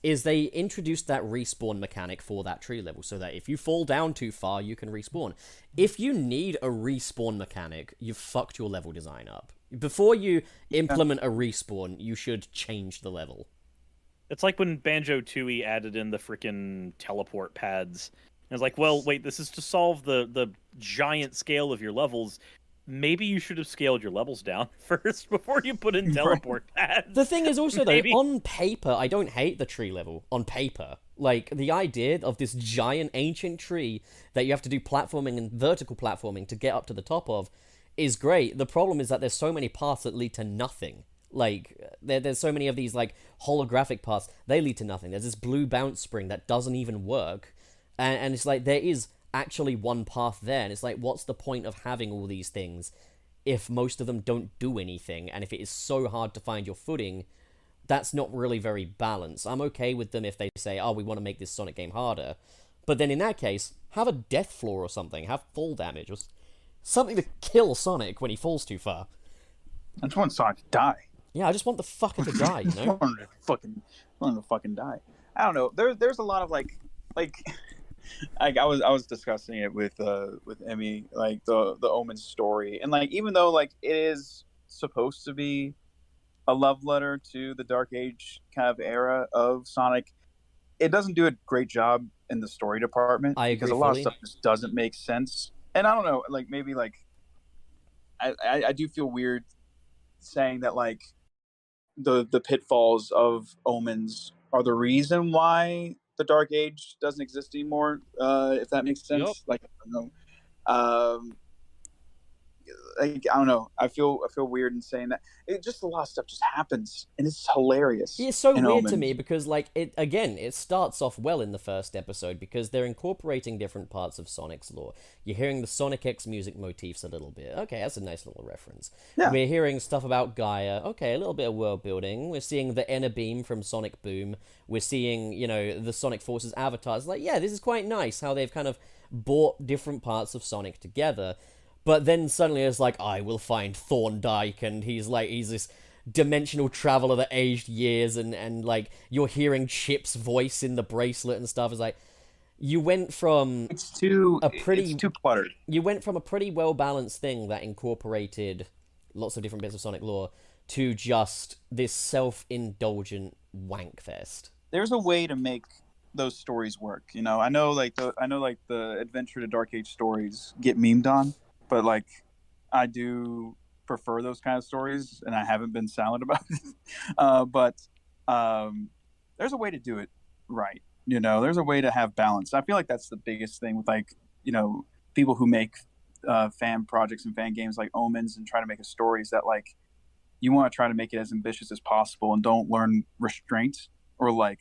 B: is they introduced that respawn mechanic for that tree level so that if you fall down too far, you can respawn. If you need a respawn mechanic, you've fucked your level design up. Before you implement a respawn, you should change the level.
D: It's like when Banjo Tooie added in the freaking teleport pads. And it's like, well, wait, this is to solve the the giant scale of your levels. Maybe you should have scaled your levels down first before you put in teleport pads.
B: The thing is also though,
D: Maybe.
B: on paper, I don't hate the tree level. On paper, like the idea of this giant ancient tree that you have to do platforming and vertical platforming to get up to the top of is great. The problem is that there's so many paths that lead to nothing. Like there, there's so many of these like holographic paths. They lead to nothing. There's this blue bounce spring that doesn't even work, and, and it's like there is actually one path there, and it's like what's the point of having all these things if most of them don't do anything, and if it is so hard to find your footing, that's not really very balanced. I'm okay with them if they say, oh, we want to make this Sonic game harder. But then in that case, have a death floor or something, have fall damage, or s- something to kill Sonic when he falls too far.
E: I just want Sonic to die.
B: Yeah, I just want the fucker to die, you
E: I
B: know?
E: want him to fucking, I want him to fucking die. I don't know. There's there's a lot of like, like, like I was I was discussing it with uh with Emmy like the the Omen story and like even though like it is supposed to be a love letter to the Dark Age kind of era of Sonic, it doesn't do a great job in the story department
B: I
E: because a
B: agree
E: lot
B: fully.
E: of stuff just doesn't make sense. And I don't know, like maybe like I I, I do feel weird saying that like the the pitfalls of omens are the reason why the dark age doesn't exist anymore uh if that makes sense
C: Yup.
E: like I don't know. um like i don't know i feel i feel weird in saying that it just a lot of stuff just happens and it's hilarious
B: It's so
E: in
B: weird to
E: Omen.
B: me because, like, it again, it starts off well in the first episode because they're incorporating different parts of Sonic's lore. You're hearing the Sonic X music motifs a little bit. Okay, that's a nice little reference.
E: Yeah.
B: We're hearing stuff about Gaia. Okay, a little bit of world building. We're seeing the inner beam from Sonic Boom. We're seeing, you know, the Sonic Forces avatars. Like, yeah, this is quite nice how they've kind of brought different parts of Sonic together. But then suddenly it's like, I will find Thorndike, and he's like, he's this dimensional traveler that aged years, and, and like, you're hearing Chip's voice in the bracelet and stuff. It's like, you went from
E: it's too
B: A pretty-
E: it's too cluttered
B: you went from a pretty well balanced thing that incorporated lots of different bits of Sonic lore to just this self indulgent wank fest.
E: there's a way to make those stories work you know i know like the i know like the adventure to dark age stories get memed on but like i do prefer those kind of stories and i haven't been silent about it uh, but um, there's a way to do it right you know there's a way to have balance i feel like that's the biggest thing with like you know people who make uh, fan projects and fan games like omens and try to make a story is that like you want to try to make it as ambitious as possible and don't learn restraint or like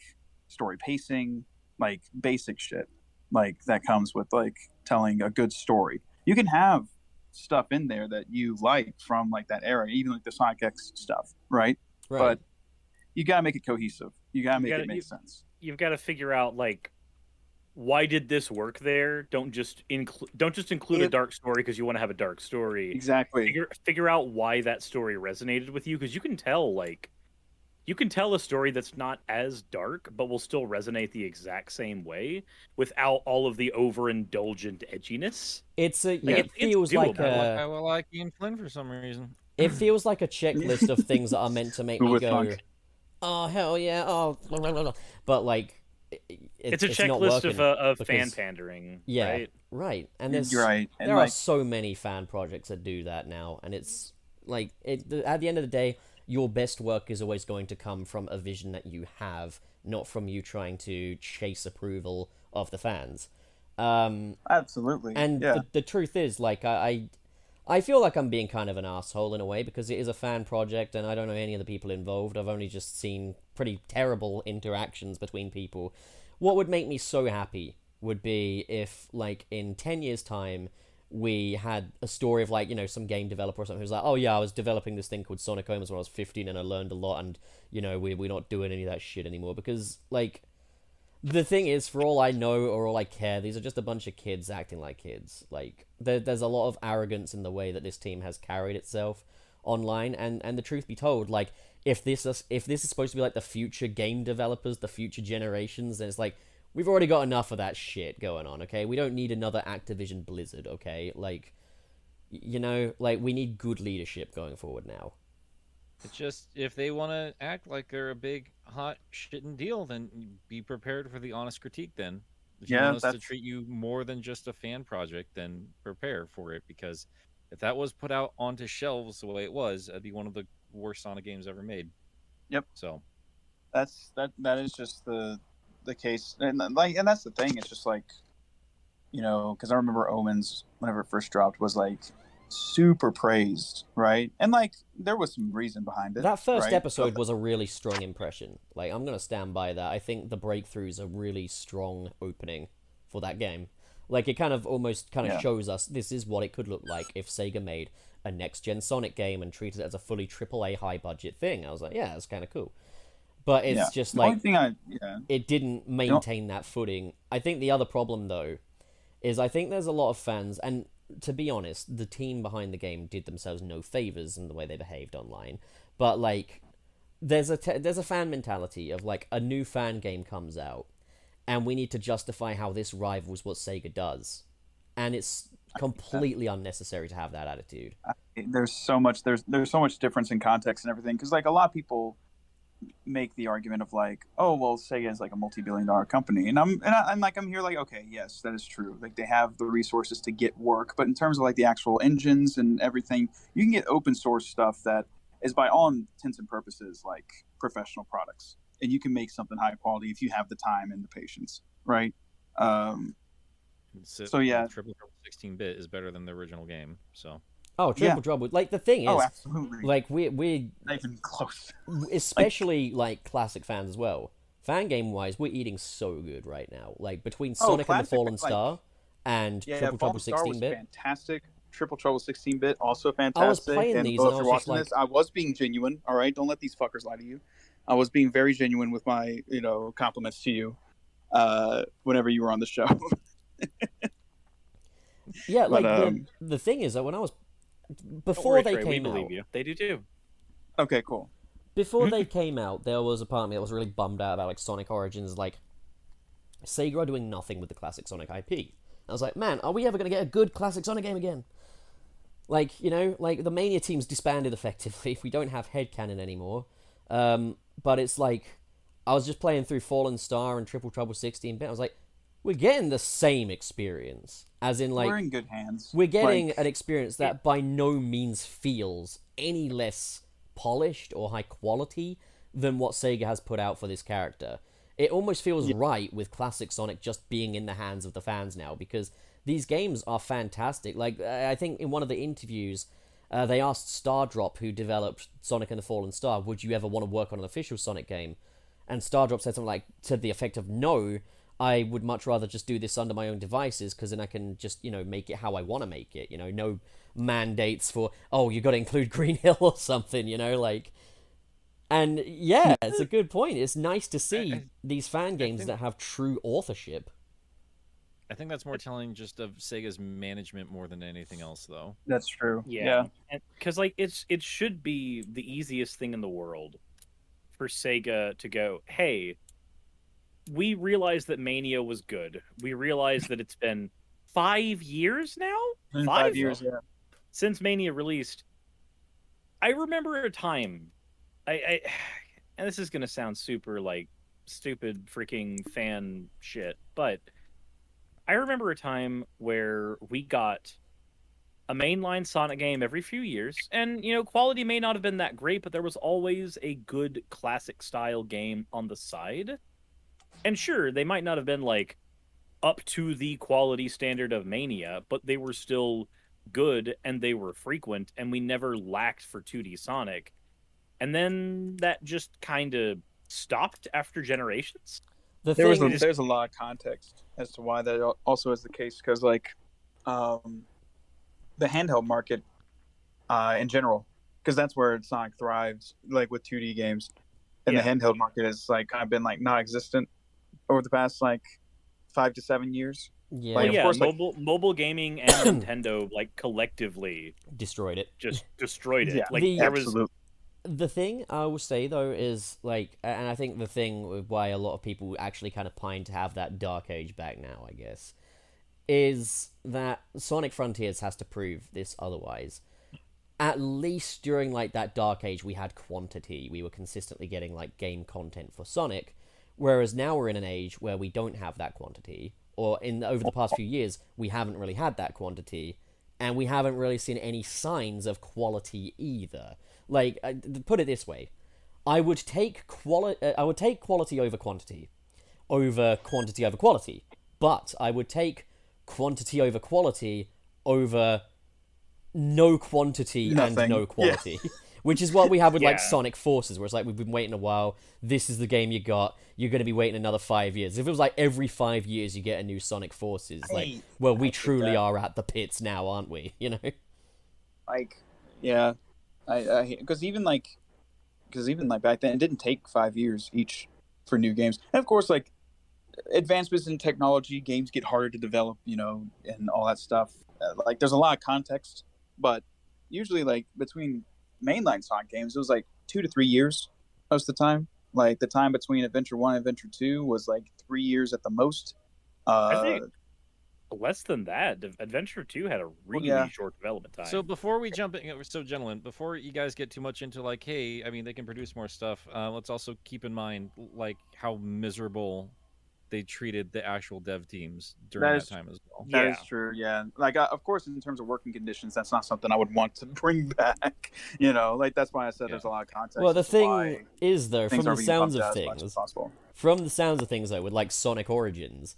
E: story pacing, like basic shit, like that comes with like telling a good story. You can have stuff in there that you like from like that era, even like the Sonic X stuff, right?
B: Right.
E: But you gotta make it cohesive. You gotta
D: You
E: make
D: gotta-
E: it make
D: you-
E: sense.
D: You've got to figure out like why did this work there? Don't just include don't just include a
E: If-
D: dark story because you want to have a dark story.
E: Exactly.
D: figure figure out why that story resonated with you because you can tell like you can tell a story that's not as dark but will still resonate the exact same way without all of the overindulgent edginess
B: it's a
D: Like,
B: it
D: it's- it's
B: feels like
D: doable. I
C: I,
B: a
C: will like um, Ian Flynn for some reason.
B: it feels like a checklist of things that are meant to make
E: Who
B: me
E: would
B: go,
E: thunk?
B: oh hell yeah, oh blah, blah, blah, blah." but like it,
D: it's,
B: it's
D: a
B: not
D: checklist
B: working.
D: of, uh, of fan
B: because-
D: pandering
B: Yeah.
D: right?
B: right, and there's
E: You're right. And
B: there are
E: like
B: so many fan projects that do that now, and it's like it, the, at the end of the day, your best work is always going to come from a vision that you have, not from you trying to chase approval of the fans. Um,
E: absolutely.
B: and
E: yeah.
B: the, the truth is, like I, I, I feel like I'm being kind of an asshole in a way because it is a fan project, and I don't know any of the people involved. I've only just seen pretty terrible interactions between people. What would make me so happy would be if, like, in ten years' time, we had a story of like you know some game developer or something who's like, oh yeah, I was developing this thing called Sonic Omens when I was fifteen, and I learned a lot, and you know we we're not doing any of that shit anymore because like the thing is, for all I know or all I care, these are just a bunch of kids acting like kids. Like there, there's a lot of arrogance in the way that this team has carried itself online. And and the truth be told, like if this is if this is supposed to be like the future game developers, the future generations, then it's like we've already got enough of that shit going on. Okay, we don't need another Activision Blizzard. Okay, like y- you know, like we need good leadership going forward now.
C: It's just if they want to act like they're a big hot shitting deal, then be prepared for the honest critique. Then if you
E: Yeah,
C: want us to
E: that's-
C: treat you more than just a fan project, then prepare for it because if that was put out onto shelves the way it was, it'd be one of the worst Sonic games ever made.
E: Yep.
C: So
E: that's that that is just the the case and like and that's the thing it's just like you know because i remember omens whenever it first dropped was like super praised, right? And like there was some reason behind it.
B: That first
E: right?
B: episode
E: But-
B: was a really strong impression. Like, I'm gonna stand by that. I think the breakthrough's a really strong opening for that game. Like, it kind of almost kind of
E: Yeah.
B: shows us this is what it could look like if Sega made a next gen Sonic game and treated it as a fully AAA high budget thing. I was like, yeah, that's kind of cool. But it's
E: yeah.
B: just
E: the
B: like
E: only thing I yeah
B: it didn't maintain that footing. I think the other problem though is I think there's a lot of fans and to be honest, the team behind the game did themselves no favors in the way they behaved online. But like there's a te- there's a fan mentality of like a new fan game comes out and we need to justify how this rivals what Sega does. And it's completely unnecessary to have that attitude.
E: Uh, there's so much there's there's so much difference in context and everything because like a lot of people make the argument of like oh well Sega is like a multi-billion dollar company and I'm and I, I'm like I'm here like okay yes that is true like they have the resources to get work but in terms of like the actual engines and everything you can get open source stuff that is by all intents and purposes like professional products and you can make something high quality if you have the time and the patience right um
C: So,
E: So, yeah.
C: uh, triple triple sixteen bit is better than the original game. So
B: Oh,
E: Yeah.
B: triple trouble. Like the thing is
E: oh absolutely
B: like we we
E: not even close
B: especially like, classic fans as well. Fan game wise, we're eating so good right now. Like between
E: Oh,
B: Sonic and the
E: classic,
B: Fallen
E: like-
B: Star and
E: Yeah,
B: Triple Trouble
E: yeah, Star was
B: sixteen bit.
E: fantastic. Triple Trouble 16 bit, also fantastic.
B: playing these
E: oh,
B: and
E: if
B: I was
E: you're
B: just
E: watching
B: like-
E: this, I was being genuine. All right, don't let these fuckers lie to you. I was being very genuine with my, you know, compliments to you. Uh, whenever you were on the show,
B: Yeah, like
E: But,
B: the,
E: um,
B: the thing is that when I was
D: Don't
B: before
D: worry,
B: they
D: Trey, we
B: came
D: believe
B: out,
D: you. They do too.
E: okay, cool.
B: before they came out, there was a part of me that was really bummed out about like Sonic Origins. Like Sega are doing nothing with the classic Sonic IP. I was like, man, are we ever going to get a good classic Sonic game again? Like, you know, like the Mania team's disbanded effectively. We don't have headcanon anymore. Um, but it's like, I was just playing through Fallen Star and Triple Trouble 16 bit. I was like, we're getting the same experience. As in, like,
E: we're in good hands.
B: we're getting
E: Like,
B: an experience that by no means feels any less polished or high quality than what Sega has put out for this character. It almost feels right with classic Sonic just being in the hands of the fans now because these games are fantastic. Like I I think in one of the interviews, uh, they asked Stardrop, who developed Sonic and the Fallen Star, would you ever want to work on an official Sonic game? And Stardrop said something like to the effect of, "No, I would much rather just do this under my own devices because then I can just you know make it how I want to make it. You know, no mandates for oh you got to include Green Hill or something. You know, like." And yeah, it's a good point. It's nice to see these fan games that have true authorship.
C: I think that's more telling just of Sega's management more than anything else, though.
E: that's true.
D: because like it's it should be the easiest thing in the world for Sega to go, hey, we realize that Mania was good. We realize that it's been five years now
E: In
D: Five
E: five,
D: of
E: years. Yeah.
D: since Mania released. I remember a time, I, I and this is gonna sound super like stupid freaking fan shit, but I remember a time where we got a mainline Sonic game every few years, and you know, quality may not have been that great, but there was always a good classic style game on the side. And sure, they might not have been like up to the quality standard of Mania, but they were still good and they were frequent, and we never lacked for 2D Sonic. And then that just kind of stopped after generations.
B: The
E: there was
B: thing
E: a,
B: is,
E: there's a lot of context as to why that al- also is the case because like um, the handheld market uh, in general because that's where Sonic thrives like with 2D games and the
D: Yeah.
E: handheld market has like kind of been like non-existent over the past like five to seven years.
B: yeah,
E: like,
D: Well,
E: of
D: Oh, yeah,
E: course, like-
D: mobile mobile gaming and Nintendo like collectively
B: destroyed it.
D: just destroyed it.
E: Yeah,
D: like
B: The-
D: there was
B: the thing I will say though is like, and I think the thing with why a lot of people actually kind of pine to have that dark age back now, I guess, is that Sonic Frontiers has to prove this otherwise. At least during like that dark age, we had quantity. We were consistently getting like game content for Sonic, whereas now we're in an age where we don't have that quantity, or in over the past few years, we haven't really had that quantity and we haven't really seen any signs of quality either. Like, I- th- put it this way, I would take quality. I would take quality over quantity, over quantity over quality. But I would take quantity over quality over no quantity and
E: Nothing.
B: no
E: Yeah.
B: quality. Which is what we have with like
D: Yeah.
B: Sonic Forces, where it's like we've been waiting a while. This is the game you got. You're going to be waiting another five years. If it was like every five years you get a new Sonic Forces, like
E: Hey,
B: well, we truly
E: that.
B: are at the pits now, aren't we? You know,
E: like yeah i because even like because even like back then it didn't take five years each for new games and of course like advancements in technology games get harder to develop you know and all that stuff Uh, like there's a lot of context but usually like between mainline sonic games it was like two to three years most of the time like the time between adventure one and adventure two was like three years at the most uh,
D: I think less than that. Ad- Adventure Two had a really
E: yeah.
D: short development time.
C: So before we jump in, so gentlemen, before you guys get too much into like, hey, I mean, they can produce more stuff. Uh, let's also keep in mind like how miserable they treated the actual dev teams during
E: That
C: that,
E: is-
C: time as well.
E: That
D: Yeah.
E: is true. Yeah. Like, I, of course, in terms of working conditions, that's not something I would want to bring back. You know, like that's why I said there's a lot of context.
B: well, the
E: as to why
B: thing is though, from
E: things
B: the
E: are being
B: sounds
E: bumped
B: of
E: out as much as
B: things,
E: possible.
B: from the sounds of things though with like sonic origins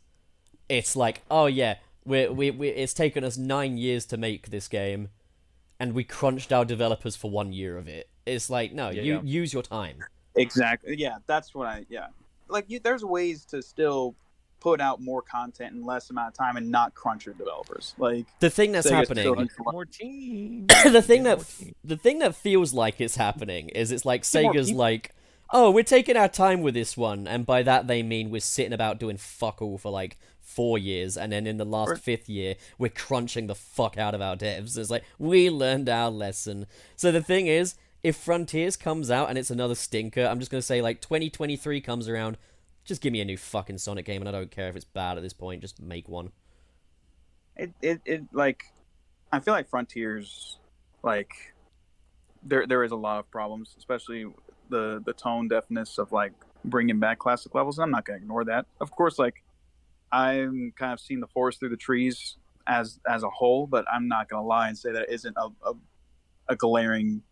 B: it's like oh yeah we we we it's taken us nine years to make this game and we crunched our developers for one year of it it's like no
C: Yeah,
B: you
C: yeah.
B: use your time
E: Exactly. Yeah, that's what I. Yeah, like you, there's ways to still put out more content in less amount of time and not crunch your developers. Like
B: the thing that's
E: so you're still
B: happening
E: influ-
C: More team.
B: the thing that the thing that feels like it's happening is it's like
E: Yeah,
B: sega's
E: you-
B: like oh we're taking our time with this one and by that they mean we're sitting about doing fuck all for like four years and then in the last
E: Or-
B: fifth year we're crunching the fuck out of our devs it's like we learned our lesson so the thing is if frontiers comes out and it's another stinker i'm just going to say like 2023 comes around just give me a new fucking sonic game and i don't care if it's bad at this point just make one
E: it, it, it like I feel like Frontiers like there there is a lot of problems, especially the the tone deafness of like bringing back classic levels. I'm not gonna ignore that. Of course, like I'm kind of seeing the forest through the trees as as a whole, but I'm not gonna lie and say that isn't a a, a glaring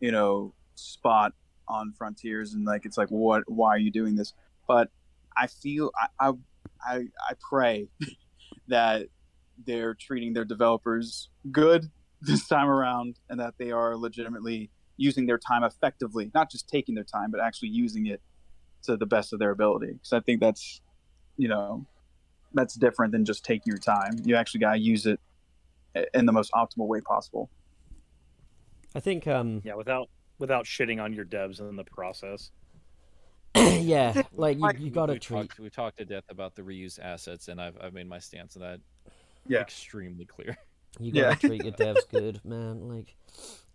E: you know spot on Frontiers and like it's like what why are you doing this? But I feel I I I, I pray that they're treating their developers good this time around and that they are legitimately using their time effectively not just taking their time but actually using it to the best of their ability because i think that's you know that's different than just taking your time you actually got to use it i- in the most optimal way possible
B: i think um
D: yeah, without without shitting on your devs in the process.
B: yeah like you, you gotta
C: we
B: treat
C: Talked, we talked to death about the reuse assets, and I've I've made my stance on that.
E: Yeah.
C: Extremely clear.
B: You
E: Yeah.
B: gotta treat your devs good, man. Like,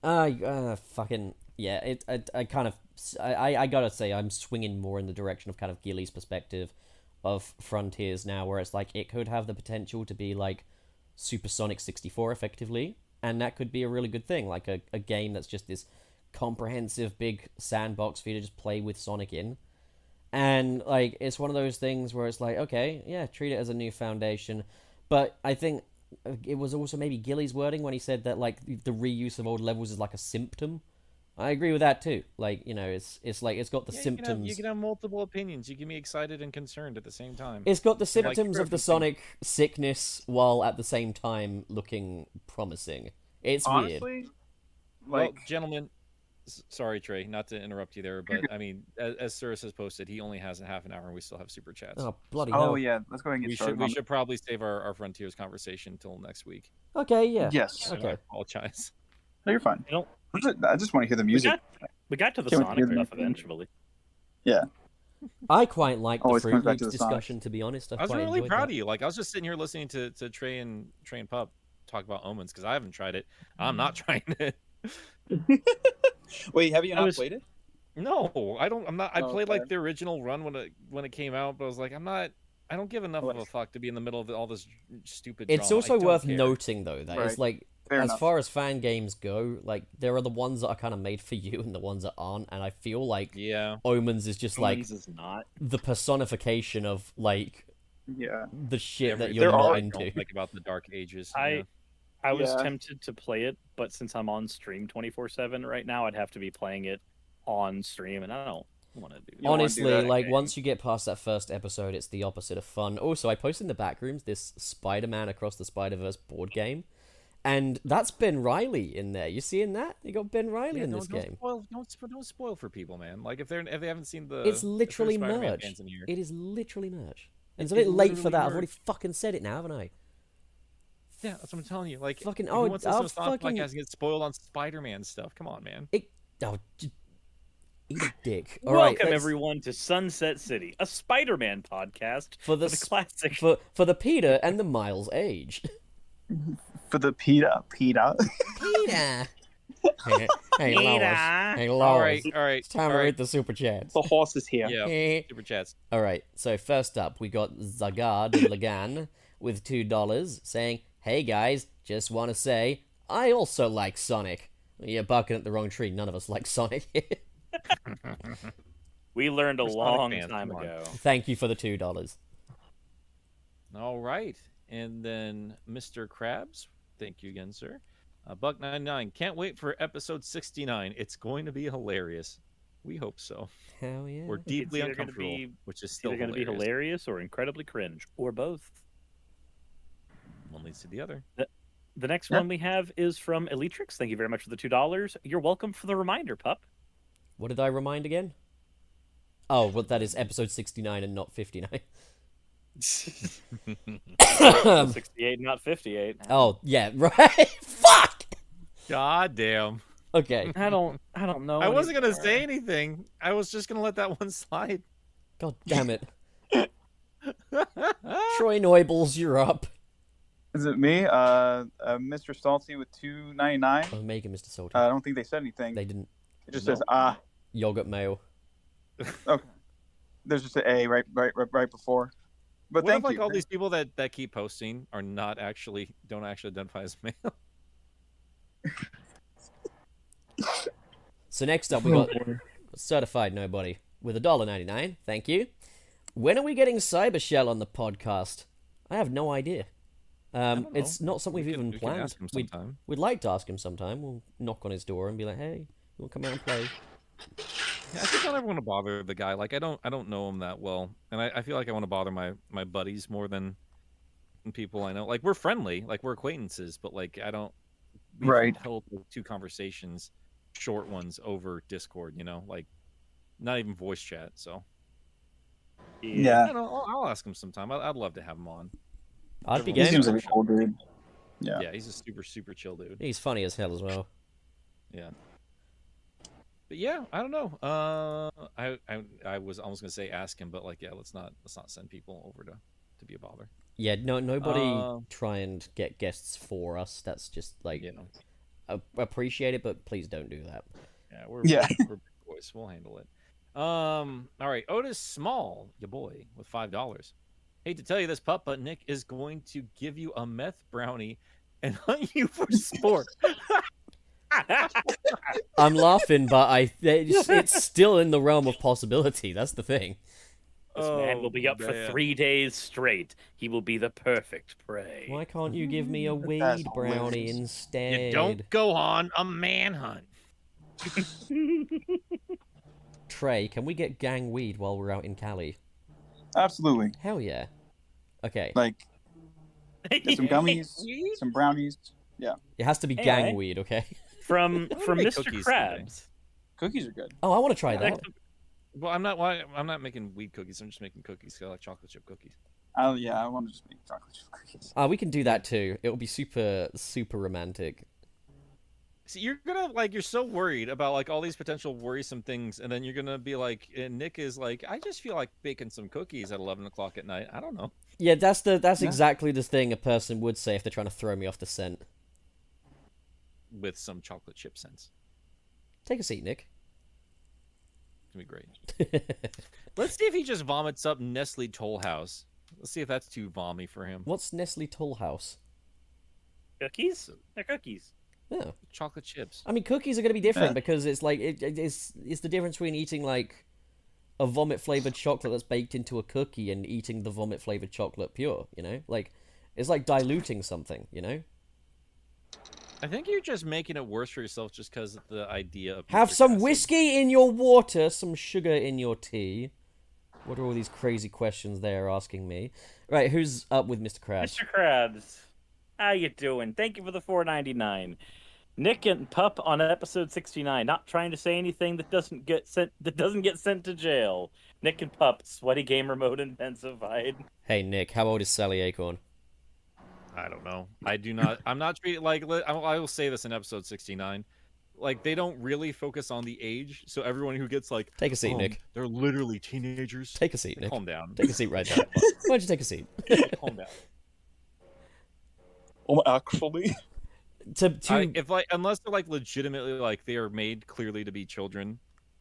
B: ah, uh, fucking yeah. It, I, I kind of, I, I- I gotta say, I'm swinging more in the direction of kind of Gilly's perspective of Frontiers now, where it's like it could have the potential to be like Supersonic 64, effectively, and that could be a really good thing, like a, a game that's just this comprehensive big sandbox for you to just play with Sonic in. And like it's one of those things where it's like, okay, yeah, treat it as a new foundation. But I think uh, it was also maybe Gilly's wording when he said that like the reuse of old levels is like a symptom. I agree with that too. Like you know, it's it's like it's got the
C: Yeah, you can have-
B: symptoms.
C: You can, have, multiple opinions. You can be excited and concerned at the same time.
B: It's got the
C: like
B: symptoms of the
C: everything.
B: Sonic sickness while at the same time looking promising. It's weird.
E: honestly like
C: well, gentlemen, s- sorry Trey, not to interrupt you there, but I mean, as, as Cyrus has posted, he only has a half an hour, and we still have super chats.
B: Oh bloody
E: oh
B: hell!
E: yeah let's go ahead and get
C: we
E: started
C: should we
E: on-
C: should probably save our, our frontiers conversation till next week.
B: Okay, yeah.
E: yes
C: So
B: Okay.
C: I apologize.
E: no, you're fine
D: You know,
E: I'm just- i just want to hear the music
D: got- we got to the
E: Can't we
D: Sonic
E: do
D: stuff
E: that?
D: eventually.
B: I quite like the
E: Always comes
B: Fruit
E: back
B: Loops
E: to the Sonic.
B: discussion. To be honest, I,
C: I was
B: quite
C: really
B: enjoyed
C: proud
B: that.
C: of you. Like I was just sitting here listening to to Trey and Trey and Pup talk about omens because I haven't tried it. I'm not
B: Mm.
C: trying it.
E: wait have you
D: I
E: not
D: was-
E: played it
C: No, I don't. I'm not. I
E: Oh,
C: played
E: okay.
C: like the original run when it when it came out, but I was like, I'm not. I don't give enough of a
E: Listen.
C: fuck to be in the middle of all this stupid.
B: It's
C: drama. I
B: also
C: don't
B: worth
C: care.
B: noting, though, that it's
E: Right.
B: like
E: fair
B: as
E: enough
B: far as fan games go, like there are the ones that are kind of made for you and the ones that aren't, and I feel like
C: Yeah.
B: Omens is just like
D: Omens is not.
B: the personification of like
E: yeah
B: the shit that
C: everything
B: you're
E: There
B: not
E: are-
C: I
B: into.
C: don't like about the Dark Ages.
D: I
C: yeah.
D: I was
E: Yeah.
D: tempted to play it, but since I'm on stream 24 seven right now, I'd have to be playing it on stream, and I don't want to do.
E: You
D: that.
E: don't wanna do
B: Honestly,
E: that
B: like
D: again.
B: once you get past that first episode, it's the opposite of fun. Also, I posted in the back rooms this Spider-Man Across the Spider-Verse board game, And that's Ben Riley in there. You seeing that? You got Ben Riley
C: Yeah,
B: in
C: don't,
B: this
C: don't
B: game.
C: Spoil, don't, sp- don't spoil for people, man. Like if they're if they haven't seen the if
B: It's
C: they're
B: literally
C: Spider-Man
B: merch.
C: fans in here.
B: It is literally merch. And it's a
C: is
B: bit late for
C: literally
B: that. I've already
C: merch.
B: fucking said it now, haven't I?
C: yeah, that's what I'm telling you. Like
B: Fucking-
C: everyone
B: oh,
C: wants us
B: I'll
C: to stop
B: fucking-
C: podcasting and get spoiled on Spider-Man stuff. Come on, man.
B: It. Oh, j- eat a dick. All right,
D: Welcome
B: let's-
D: everyone to Sunset City, a Spider-Man podcast
B: For the
D: the
B: s-
D: classic.
B: for for the Peter and the Miles age.
E: For the PETA, PETA.
B: Peter. hey, hey, Lois.
D: Peter.
B: Hey,
C: All
B: Lois.
C: right, all right,
B: It's time
C: all
B: to
C: right.
B: read the super chats.
E: the horse is here.
C: Yeah,
B: Eh.
C: super chats.
B: All right. So first up, we got Zagard Lagan with two dollars, saying, "Hey guys, just want to say I also like Sonic." You're barking at the wrong tree. None of us like Sonic.
D: We learned a
C: We're Sonic
D: long
C: fans,
D: time
C: come on.
D: ago.
B: Thank you for the two dollars.
C: All right. And then Mr. Krabs, thank you again, sir. Uh, Buck 99, can't wait for episode 69. It's going to be hilarious. We hope so.
B: Hell yeah.
C: We're deeply
D: either gonna
C: uncomfortable,
D: be-
C: which is
D: It's
C: still
D: either going to be
C: hilarious.
D: hilarious or incredibly cringe, or both.
C: One leads to the other.
D: The next
E: Yeah.
D: one we have is from Elytrix. Thank you very much for the two dollars. You're welcome for the reminder, pup.
B: What did I remind again? Oh, well, that is episode sixty-nine and not fifty-nine.
C: Um,
D: Sixty-eight, not fifty-eight.
B: oh yeah, right. Fuck.
C: God damn.
B: Okay.
D: I don't. I don't know.
C: I wasn't going to
D: anymore.
C: say anything. I was just going to let that one slide.
B: God damn it. Troy Noibles, you're up.
E: Is it me? Uh, uh, Mr. Stalty with two ninety nine.
B: Omega, Mr. Salty.
E: Uh, I don't think they said anything.
B: they didn't.
E: it just
C: no.
E: says ah.
B: Yogurt mayo.
E: There's just an A right, right, right, right before. But
C: what
E: thank
C: if, like
E: you.
C: all these people that, that keep posting are not actually don't actually identify as male?
B: So next up, we
C: Oh,
B: got Certified Nobody with a dollar ninety nine. Thank you. When are we getting Cyber Shell on the podcast? I have no idea. Um,
C: don't know.
B: it's not something
C: We
B: we've
C: can-
B: even
C: we can
B: planned.
C: ask him
B: We'd-
C: sometime.
B: We'd like to ask him sometime. We'll knock on his door and be like, "Hey, you want to come out and play?"
C: Yeah, I think I never want to bother the guy. Like I don't I don't know him that well, and I, I feel like I want to bother my my buddies more than people I know. Like we're friendly, like we're acquaintances, but like I don't we've
E: Right.
C: held like, two conversations, short ones over Discord. You know, like not even voice chat. So I
E: Yeah,
C: don't know, I'll, I'll ask him sometime. I, I'd love to have him on.
B: I'd be
E: he
C: Everyone
B: game.
E: seems like a cool dude. Yeah.
C: Yeah, he's a super super chill dude.
B: He's funny as hell as well.
C: But yeah, I don't know. Uh, I I, I was almost gonna say ask him, but like yeah, let's not let's not send people over to to be a bother.
B: Yeah, no, nobody
C: Uh,
B: try and get guests for us. That's just like
C: You know.
B: a- appreciate it, but please don't do that.
C: Yeah, we're
E: Yeah.
C: we're, we're big boys. We'll handle it. Um, all right, Otis Small, your boy, with five dollars. Hate to tell you this, pup, but Nick is going to give you a meth brownie and hunt you for sport.
B: I'm laughing, but I it's, it's still in the realm of possibility. That's the thing.
D: This man will
C: Oh,
D: be up for
C: man.
D: three days straight. He will be the perfect prey.
B: Why can't you give me a
E: Mm, That's
B: weed brownie
E: hilarious.
B: instead?
C: You don't go on a manhunt.
B: Trey, can we get gang weed while we're out in Cali?
E: Absolutely.
B: Hell yeah. Okay,
E: Like get some gummies,
C: Weed?
E: some brownies. Yeah,
B: it has to be
D: Hey,
B: gang
D: alright.
B: weed. Okay.
D: From
C: wanna
D: from
C: make
D: Mr.
C: cookies someday.
D: Krabs.
E: cookies are good.
B: Oh, I want to try that.
D: Next-
C: Well, I'm not. Why, I'm not making weed cookies. I'm just making cookies. 'cause I like chocolate chip cookies.
E: I, yeah, I want to just make chocolate chip cookies.
B: Ah, we can do that too. It'll be super, super romantic.
C: See, you're gonna like you're so worried about like all these potential worrisome things, and then you're gonna be like, and Nick is like, I just feel like baking some cookies at eleven o'clock at night. I don't know.
B: Yeah, that's the that's
E: Yeah.
B: exactly the thing a person would say if they're trying to throw me off the scent.
C: with some chocolate chip sense.
B: Take a seat, Nick.
C: It's gonna be great. Let's see if he just vomits up Nestle Tollhouse. Let's see if that's too vommy for him.
B: What's Nestle Tollhouse?
D: Cookies? They're cookies.
B: Oh.
C: Chocolate chips.
B: I mean, cookies are going to be different
E: Yeah.
B: because it's like it, it- it's it's the difference between eating like a vomit flavored chocolate that's baked into a cookie and eating the vomit flavored chocolate pure. You know, like it's like diluting something. You know,
C: I think you're just making it worse for yourself just because of the idea of.
B: have
C: nitric
B: some
C: acid.
B: whiskey in your water, some sugar in your tea. What are all these crazy questions they are asking me? Right, who's up with Mr. Krabs?
D: Mr. Krabs. How you doing? Thank you for the 4.99. Nick and Pup on episode 69. Not trying to say anything that doesn't get sent that doesn't get sent to jail. Nick and Pup, sweaty gamer mode intensified.
B: Hey Nick, how old is Sally Acorn?
C: I don't know. I do not. I'm not treated like. li- I will- I will say this in episode 69. Like they don't really focus on the age, so everyone who gets like,
B: Take a seat,
C: "Um,
B: Nick.
C: they're literally teenagers.
B: Take a seat, Nick.
C: Calm down.
B: Take a seat right now. Why don't you take a seat?
C: Calm down.
E: Oh, my- actually,
B: to to
C: I, if like unless they're like legitimately like they are made clearly to be children,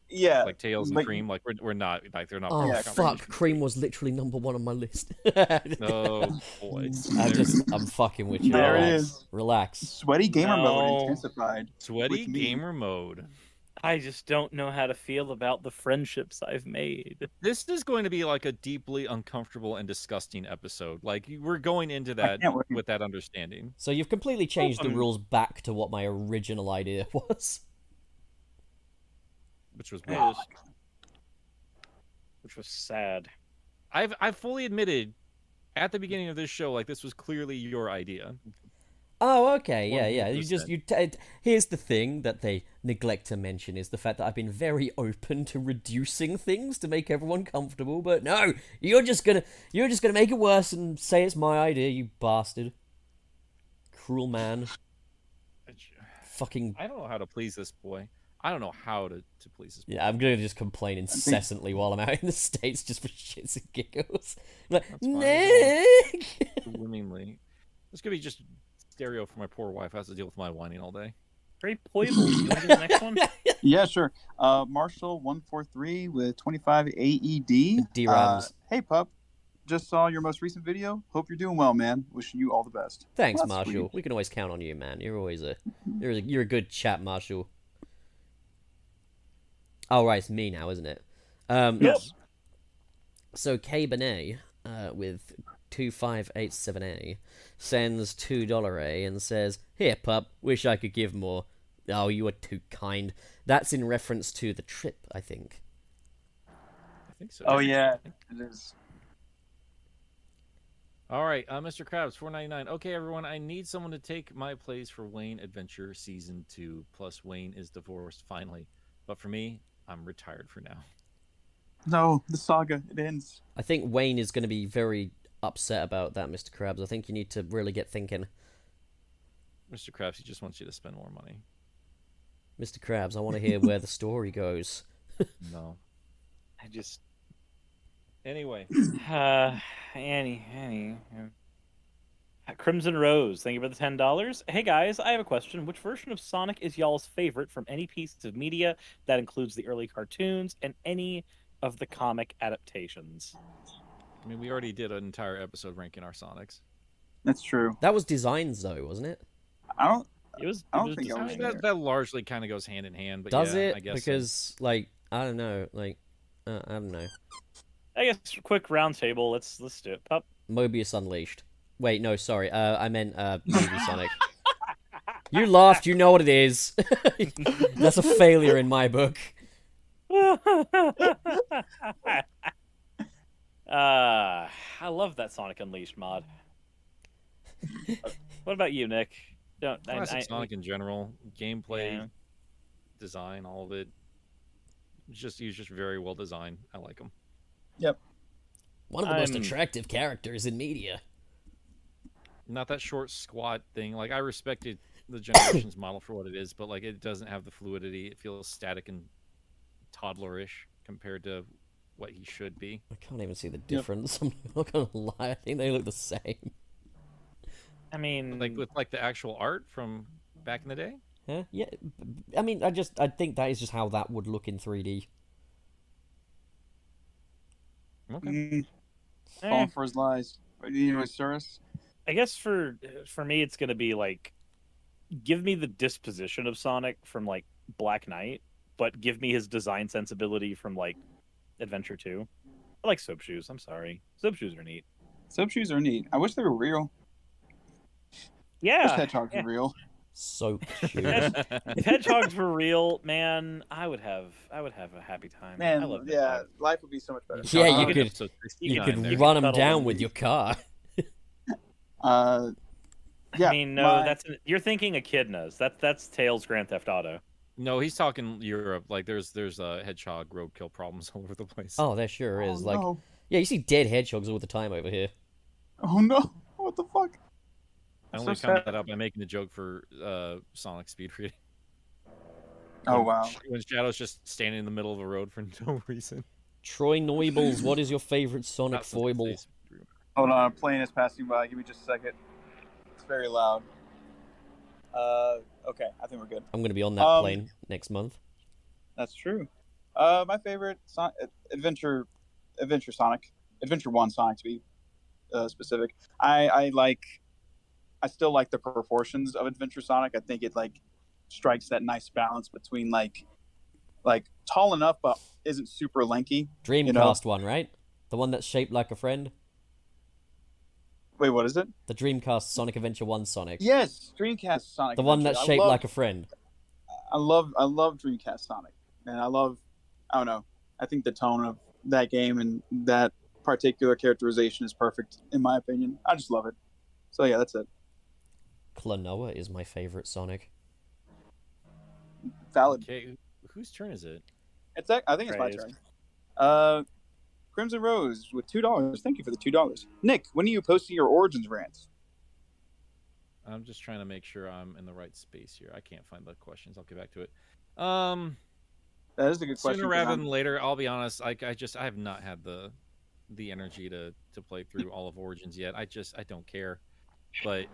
E: yeah.
C: like Tails and
E: like-
C: Cream, like we're, we're not like they're not.
B: oh
C: part of the
B: fuck, cream was literally number one on my list.
C: conversation. No, boy.
B: I
C: They're
B: just I'm fucking with you.
E: There it
B: Relax.
E: is.
B: Relax.
E: Sweaty gamer
D: No.
E: mode intensified.
C: sweaty
E: with me.
C: gamer mode.
D: I just don't know how to feel about the friendships I've made.
C: This is going to be like a deeply uncomfortable and disgusting episode. Like we're going into that
E: can't wait.
C: with that understanding.
B: So you've completely changed the
E: Um,
B: rules back to what my original idea was.
C: which was
E: Yeah.
C: worse.
D: Which was sad.
C: I've I've fully admitted at the beginning of this show, like this was clearly your idea.
B: Oh, okay, yeah, yeah. You just
C: 100%.
B: you. T- it- here's the thing that they neglect to mention is the fact that I've been very open to reducing things to make everyone comfortable, but no, you're just gonna you're just gonna make it worse and say it's my idea, you bastard. Cruel man, fucking.
C: I don't know how to please this boy. I don't know how to, to please this boy.
B: Yeah, I'm gonna just complain incessantly while I'm out in the states just for shits and giggles. Like,
C: fine.
B: Nick.
C: Swimmingly. This could be just stereo for my poor wife who has to deal with my whining all day.
D: Very playable. You want to do the next one?
E: Yeah, sure. Uh, Marshall one four three with twenty five AED.
B: DRAMs.
E: Uh, hey pup, just saw your most recent video. Hope you're doing well, man. Wishing you all the best.
B: Thanks,
E: Well, that's
B: Marshall. We can always count on you, man. You're always a you're a, you're a good chap, Marshall. Oh right, it's me now, isn't it? Um,
D: Yes.
B: So K Benet, uh, with two five eight seven A, sends two dollar A and says, "Here, pup. Wish I could give more. Oh, you are too kind." That's in reference to the trip, I think.
C: I think so.
E: Oh yeah, it is.
C: All right, uh, Mr. Krabs, four ninety nine. Okay, everyone, I need someone to take my place for Wayne Adventure Season Two. Plus, Wayne is divorced finally, but for me, I'm retired for now.
E: No, the saga it ends.
B: I think Wayne is going to be very upset about that, Mister Krabs. I think you need to really get thinking,
C: Mr. Krabs, he just wants you to spend more money.
B: Mister Krabs. I want to hear where the story goes.
C: No.
D: I just
C: Anyway,
D: Uh, Annie, Annie. um, Crimson Rose, thank you for the ten dollars. Hey guys, I have a question. Which version of Sonic is y'all's favorite from any piece of media that includes the early cartoons and any of the comic adaptations?
C: I mean, we already did an entire episode ranking our Sonics.
E: That's true.
B: That was designs, though, wasn't it?
E: I don't.
D: It was.
E: I
D: it
E: don't
D: was
E: think I
C: I
E: was
D: designed-
C: mean, Oh, that,
E: there.
C: that largely kind of goes hand in hand, but
B: Does
C: yeah,
B: it?
C: I guess so.
B: because, like, I don't know. Like, uh, I don't know.
D: I guess quick roundtable. Let's let's do it. Pup.
B: Mobius Unleashed. Wait, no, sorry. Uh, I meant uh, Movie Sonic. You laughed. You know what it is. That's a failure in my book.
D: Uh, I love that Sonic Unleashed mod. what about you, Nick? Don't I-
C: classic
D: I-
C: Sonic in general, gameplay,
D: Yeah.
C: design, all of it. It's Just he's just very well designed. I like him.
B: One of the most
D: I'm-
B: attractive characters in media.
C: Not that short, squat thing. Like I respected the generations model for what it is, but like it doesn't have the fluidity. It feels static and toddlerish compared to what he should be.
B: I can't even see the difference. I'm not gonna lie. I think they look the same.
D: I mean,
C: Like with like the actual art from back in the day.
B: Huh? Yeah. b- b- I mean, I just I think that is just how that would look in 3D.
C: Okay.
E: Mm,
D: eh,
E: falling for his lies. Anyway, Cyrus.
D: I guess for for me, it's gonna be like, give me the disposition of Sonic from like Black Knight, but give me his design sensibility from like Adventure Two. I like soap shoes. I'm sorry, soap shoes are neat.
E: Soap shoes are neat. I wish they were real. I wish
D: Yeah,
E: hedgehogs were real.
B: Soap shoes.
C: That's
D: if hedgehogs were real, man, I would have I would have a happy time. I
E: Man,
D: love
E: yeah,
D: hedgehogs.
E: life would be so much better.
B: Yeah, you
E: Uh,
B: could-
C: episode
D: you
B: You
C: 69
B: could
C: there.
B: run them
D: cuddle
B: down
D: them.
B: with your car.
E: Uh, Yeah,
D: I mean, no,
E: my-
D: that's you're thinking echidnas. That's that's Tails Grand Theft Auto.
C: No, he's talking Europe. Like there's there's uh, hedgehog roadkill problems all over the place.
B: Oh, there sure
E: Oh,
B: is. like,
E: no.
B: yeah, you see dead hedgehogs all the time over here.
E: oh no, what the fuck?
C: I
E: so
C: only found
E: sad.
C: that out by making a joke for uh, Sonic Speed Reading.
E: Oh wow.
C: When Shadow's just standing in the middle of a road for no reason.
B: Troy Noibles, what is your favorite Sonic
C: Not Sonic
B: foible?
C: Speed Reading.
E: Hold on, a plane is passing by. Give me just a second. It's very loud. Uh, okay, I think we're good.
B: I'm gonna be on that
E: Um,
B: plane next month.
E: That's true. Uh, my favorite son- adventure, adventure Sonic, adventure one Sonic to be uh, specific. I I like, I still like the proportions of Adventure Sonic. I think it like strikes that nice balance between like, like tall enough but isn't super lanky.
B: Dreamcast
E: know-
B: one, right? The one that's shaped like a friend.
E: Wait, what is it?
B: The Dreamcast Sonic Adventure One Sonic.
E: Yes, Dreamcast Sonic.
B: the one that's
E: Adventure.
B: shaped
E: I love,
B: like a friend.
E: I love I love Dreamcast Sonic, and I love I don't know. I think the tone of that game and that particular characterization is perfect in my opinion. I just love it. So yeah, that's it.
B: Klonoa is my favorite Sonic.
E: Valid.
C: Okay, who- whose turn is it?
E: It's ac- I think it's my
D: Praised.
E: turn. Uh, Crimson Rose with two dollars. Thank you for the two dollars. Nick, when are you posting your origins rants?
C: I'm just trying to make sure I'm in the right space here. I can't find the questions. I'll get back to it. Um,
E: That is a good question.
C: sooner
E: 'cause
C: rather
E: I'm-
C: than later. I'll be honest. I, I just I have not had the the energy to to play through all of Origins yet. I just I don't care. But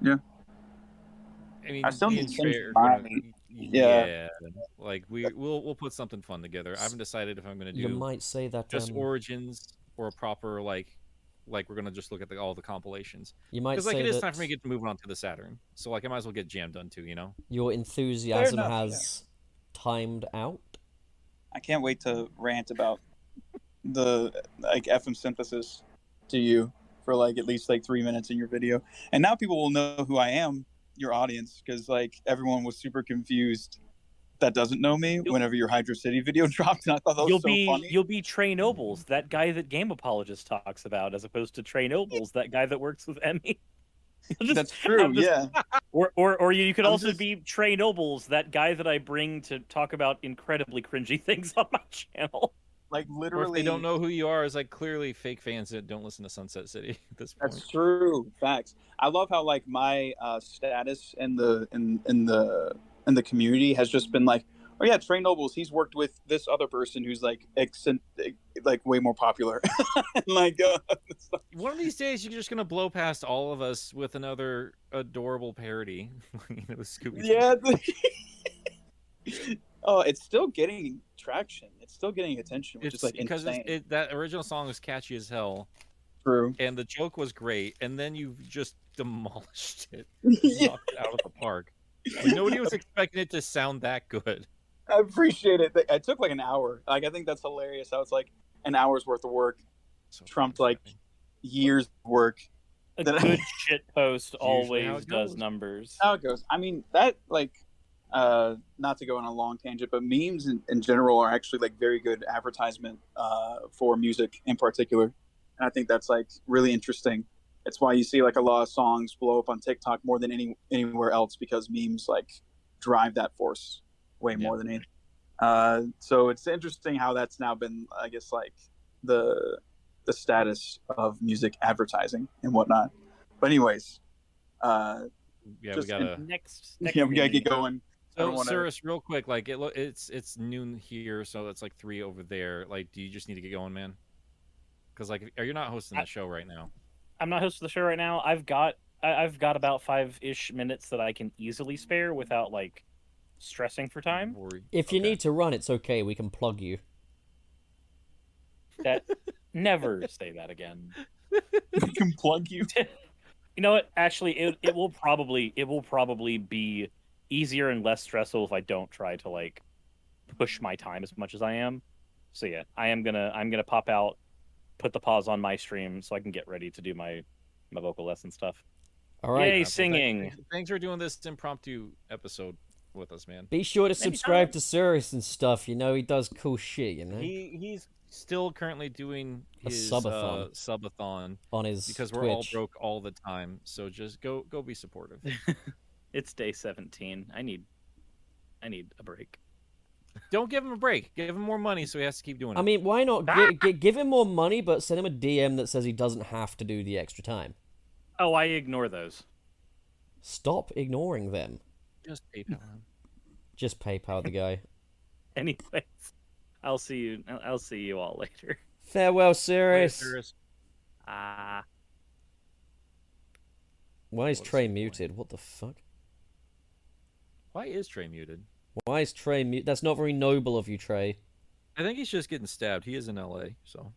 E: Yeah.
C: I mean,
E: I still
C: me
E: need
C: and
E: things
C: Trey
E: to
C: are
E: buy.
C: gonna-
E: Yeah.
C: yeah, Like we we'll we'll put something fun together. I haven't decided if I'm gonna
B: You
C: do
B: might say that.
C: just
B: um,
C: Origins or a proper like like we're gonna just look at the, all the compilations
B: you might
C: because like
B: say
C: it is
B: that
C: time for me to get moving on to the Saturn. So like I might as well get jam done too. You know.
B: your enthusiasm
E: enough,
B: has timed out.
E: I can't wait to rant about the like FM synthesis to you for like at least like three minutes in your video, and now people will know who I am, your audience, because like everyone was super confused that doesn't know me whenever your Hydro City video dropped, and I thought that was
D: you'll
E: so
D: be
E: funny.
D: you'll be Trey Nobles, that guy that Game Apologist talks about, as opposed to Trey Nobles, that guy that works with Emmy. You'll just-
E: That's true.
D: I'm just-
E: yeah,
D: or, or or you could
E: I'm
D: also
E: just-
D: be Trey Nobles, that guy that I bring to talk about incredibly cringy things on my channel.
E: like
C: Or if
E: literally.
C: they don't know who you are, is like clearly fake fans that don't listen to Sunset City at this point.
E: That's true. Facts. I love how like my uh, status in the in in the in the community has just been like, oh yeah, Trey Nobles. He's worked with this other person who's like accent, like way more popular. And, like, uh,
C: One of these days, you're just gonna blow past all of us with another adorable parody. you know, Scooby.
E: yeah. oh, it's still getting traction. It's still getting attention, which
C: it's
E: is like
C: because it's,
E: insane.
C: it, that original song was catchy as hell,
E: true.
C: and the joke was great, and then you just demolished it,
E: yeah,
C: knocked it out of the park. Like, nobody was expecting it to sound that good.
E: I appreciate it. It took like an hour. Like I think that's hilarious. How it's like an hour's worth of work,
C: So
E: Trumped,
C: funny.
E: like, years of work,
D: A
E: That- Uh,
D: good shit post
C: usually how
D: always
C: it
D: does
C: goes.
D: numbers.
E: how it goes. I mean, that like, uh, not to go on a long tangent, but memes in, in general are actually like very good advertisement uh, for music in particular, and I think that's like really interesting. It's why you see like a lot of songs blow up on TikTok more than any anywhere else because memes like drive that force way
C: Yeah.
E: more than anything. Uh, so it's interesting how that's now been, I guess, like the the status of music advertising and whatnot. But anyways, uh,
C: yeah, we
E: just
C: gotta.
D: Next, next
E: yeah, we gotta get
D: meme.
E: going. I
C: So,
E: don't wanna-
C: Cyrus, real quick, like it, lo- it's it's noon here, so it's like three over there. Like, do you just need to get going, man? Because like, are you not hosting
D: I-
C: the show right now?
D: I'm not hosting the show right now. I've got I- I've got about five ish minutes that I can easily spare without like stressing for time.
C: Worry.
B: If you
C: Okay.
B: need to run, it's okay. We can plug you.
D: That never say that again.
E: We can plug you.
D: You know what? Actually, it it will probably it will probably be easier and less stressful if I don't try to like push my time as much as I am. So yeah, I am gonna I'm gonna pop out, put the pause on my stream so I can get ready to do my my vocal lesson stuff.
B: All right.
D: Yay,
C: Yeah, but thank-
D: singing.
C: thanks- Thanks for doing this impromptu episode with us, man.
B: Be sure to subscribe to Sirius and stuff. You know he does cool shit. You know.
C: He he's still currently doing
B: A
C: his
B: subathon.
C: Uh, subathon
B: on his
C: because
B: Twitch.
C: we're all broke all the time. So just go go be supportive.
D: It's day 17. I need I need a break.
C: Don't give him a break. Give him more money so he has to keep doing it.
B: I mean, why not gi- gi- give him more money, but send him a DM that says he doesn't have to do the extra time.
D: Oh, I ignore those.
B: Stop ignoring them.
C: just PayPal him.
B: Just PayPal the guy.
D: Anyways, I'll see you I'll- I'll see you all later.
B: Farewell,
C: Later,
B: Sirius.
C: Cyrus.
D: Ah.
B: Why is
C: What's
B: Trey
C: the point?
B: muted? What the fuck?
C: Why is Trey muted?
B: Why is Trey mute? That's not very noble of you, Trey.
C: I think he's just getting stabbed. He is in LA, so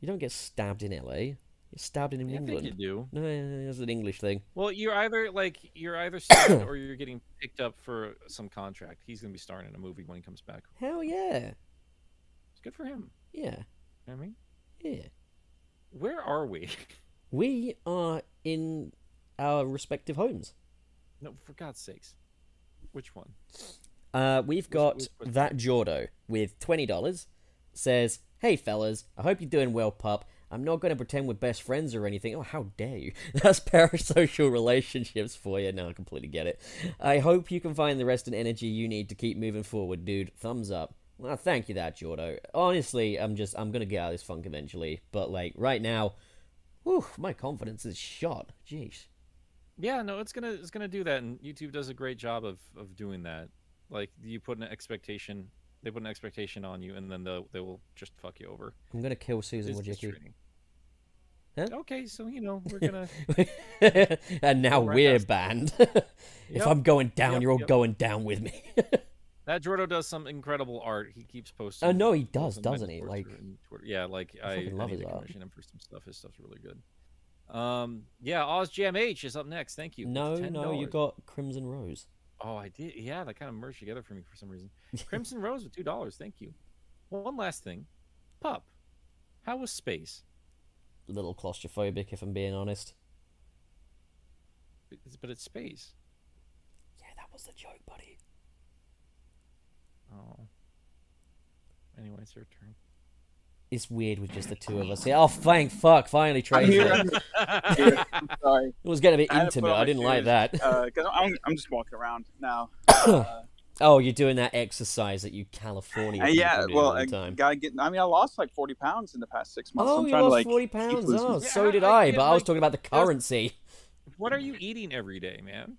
B: You don't get stabbed in LA. You're stabbed in
C: I think you
B: England.
C: do.
B: No, no, no, that's an English thing.
C: Well, you're either like you're either stabbed or you're getting picked up for some contract. He's gonna be starring in a movie when he comes back.
B: Hell yeah.
C: It's good for him.
B: Yeah.
C: You know what I mean,
B: Yeah.
C: where are we?
B: We are in our respective homes.
C: No, for God's sakes, which one?
B: Uh, we've got
C: which- which-
B: that Jordo with twenty dollars. Says, "Hey fellas, I hope you're doing well, pup. I'm not going to pretend we're best friends or anything. Oh, how dare you? That's parasocial relationships for you. No, I completely get it. I hope you can find the rest and energy you need to keep moving forward, dude. Thumbs up. Well, thank you, that Jordo. Honestly, I'm just I'm gonna get out of this funk eventually, but like right now, whew, my confidence is shot. Jeez.
C: Yeah, no, it's gonna it's gonna do that, and YouTube does a great job of of doing that. Like you put an expectation, they put an expectation on you, and then they they will just fuck you over.
B: I'm gonna kill Susan
C: It's
B: Wojcicki.
C: frustrating.
B: Huh?
C: Okay, so you know we're gonna
B: and now
C: Right,
B: we're
C: that's-
B: banned. if
C: Yep,
B: I'm going down,
C: yep,
B: you're all
C: yep.
B: going down with me.
C: That Jordo does some incredible art. He keeps posting.
B: Oh, no, he does,
C: those on
B: doesn't he?
C: Twitter
B: Like-
C: and Twitter. yeah, like I,
B: fucking
C: I
B: love
C: need
B: his
C: to
B: art.
C: commission him for some stuff. His stuff's really good. Um, yeah, Oz Jam H is up next. Thank you. with
B: no, no, you
C: $10.
B: got Crimson Rose.
C: Oh, I did. Yeah, that kind of merged together for me for some reason. Crimson Rose with two dollars. Thank you. One last thing, pup. How was space?
B: A little claustrophobic, if I'm being honest.
C: It's- But it's space.
B: Yeah, that was the joke, buddy.
C: Oh. Anyway, it's your turn.
B: It's weird with just the two of us here. Oh, thank fuck! Finally,
E: I'm
B: Trey's
E: here.
B: here.
E: I'm here. I'm sorry.
B: It was getting a bit
E: I had to put
B: intimate.
E: on
B: I
E: my
B: didn't like
E: shoes.
B: that.
E: Uh, 'cause I'm, I'm just walking around now.
B: Oh, you're doing that exercise that you California
E: And
B: people
E: yeah,
B: do all
E: well,
B: the
E: I
B: time.
E: gotta get. I mean, I lost like 40 pounds in the past six months. so
B: oh,
E: I'm
B: you
E: trying
B: lost
E: to like.
B: forty pounds.
E: losing-
B: Oh,
C: Yeah,
B: so did
C: I
B: I,
C: get,
B: but I was
C: like,
B: talking about the currency.
C: What are you eating every day, man?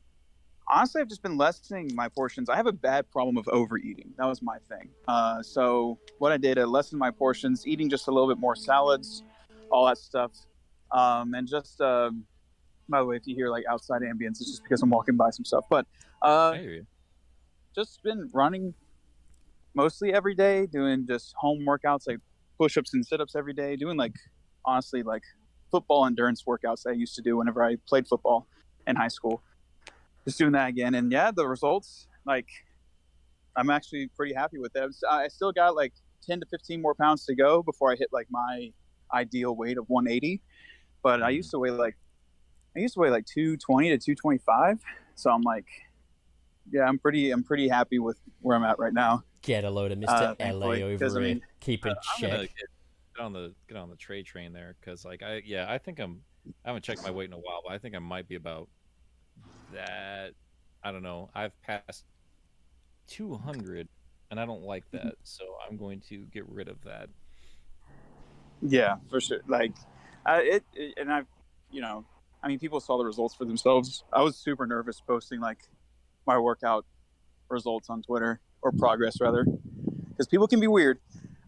E: Honestly, I've just been lessening my portions. I have a bad problem of overeating. That was my thing. Uh, so what I did, I lessened my portions, eating just a little bit more salads, all that stuff, um, and just. Um, by the way, if you hear like outside ambience, it's just because I'm walking by some stuff. But uh,
C: I hear you.
E: just been running mostly every day, doing just home workouts like push ups and sit ups every day, doing like honestly like football endurance workouts that I used to do whenever I played football in high school. Just doing that again. And yeah, the results, like I'm actually pretty happy with it. I'm s- I still got like 10 to 15 more pounds to go before I hit like my ideal weight of 180. But I used to weigh like, I used to weigh like 220 to 225. So I'm like, yeah, I'm pretty, I'm pretty happy with where I'm at right now.
B: Get a load of
E: Uh,
B: Mister LA
E: thankfully,
B: over here.
E: because, I mean,
B: Keep in
C: I'm
B: check.
C: gonna get, get on the get on the trade train there because like I yeah I think I'm I haven't checked my weight in a while but I think I might be about that I don't know I've passed 200 and I don't like
E: Mm-hmm.
C: that so I'm going to get rid of that
E: Yeah, for sure. Like, I it, it and I, you know, I mean, people saw the results for themselves. I was super nervous posting like my workout results on Twitter or progress rather, because people can be weird.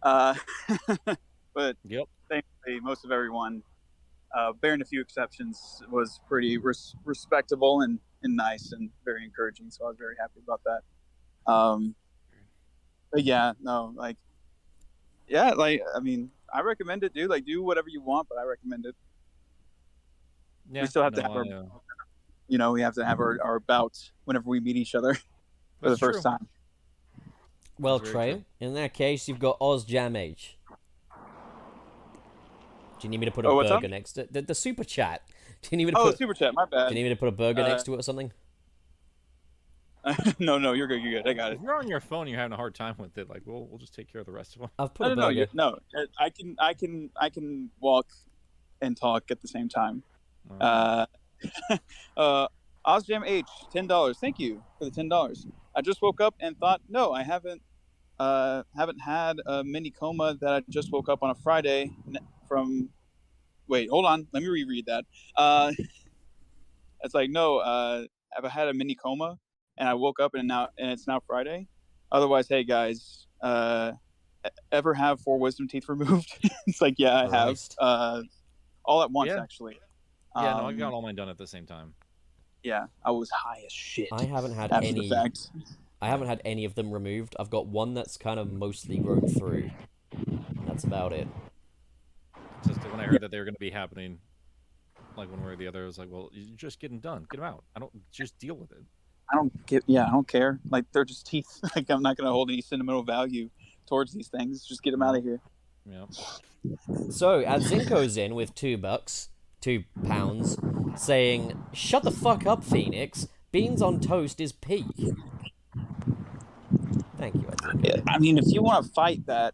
E: Uh, but
C: Yep.
E: thankfully, most of everyone, uh, barring a few exceptions, was pretty res- respectable and and nice and very encouraging. So I was very happy about that. Um, but yeah, no, like yeah like i mean i recommend it dude like do whatever you want but i recommend it
C: yeah
E: still have to have
C: I uh,
E: our-
C: know.
E: you know we have to have
B: Mm-hmm.
E: our, our bout whenever we meet each other for the
C: That's
E: first
C: true.
E: time
B: Well,
C: Very
B: Trey,
C: true.
B: in that case, you've got Oz Jam H. Do you need me to put a
E: Oh, what's
B: burger
E: up?
B: next to the, the super chat? Do you need me to
E: oh
B: put?
E: super chat my
B: Do you
E: bad
B: need me to put a burger
E: Uh,
B: next to it or something?
E: no, no, you're good. You're good. I got it.
C: If you're on your phone, and you're having a hard time with it. Like, we'll we'll just take care of the rest of them.
B: I've
E: No,
B: put
E: no,
B: a
E: no,
B: burger.
E: you- no. I can, I can, I can walk and talk at the same time. Uh, uh, Ozjam H, ten dollars. Thank you for the ten dollars. I just woke up and thought, no, I haven't, uh, haven't had a mini coma that I just woke up on a Friday n- from. Wait, hold on. Let me reread that. Uh, it's like no, uh, have I had a mini coma and I woke up and now and it's now Friday. Otherwise, hey guys, uh, e- ever have four wisdom teeth removed? it's like yeah, I have.
B: Christ.
E: Uh, all at once
C: Yeah.
E: actually.
C: yeah, no, I
E: Um,
C: got all mine done at the same time.
E: yeah, I was high as shit.
B: I haven't had
E: after
B: any.
E: the fact.
B: I haven't had any of them removed. I've got one that's kind of mostly grown through. That's about it.
C: Just when I heard that they were going to be happening, like one way or the other, I was like, well, you're just getting done. Get them out. I don't just deal with it.
E: I don't get. Yeah, I don't care. Like they're just teeth. Like I'm not gonna hold any sentimental value towards these things. Just get them out of here.
C: Yeah.
B: So as Zinko's in with two bucks, two pounds, saying, "Shut the fuck up, Phoenix. Beans on toast is pee." Thank you. Zinko.
E: Yeah, I mean, if you want to fight that,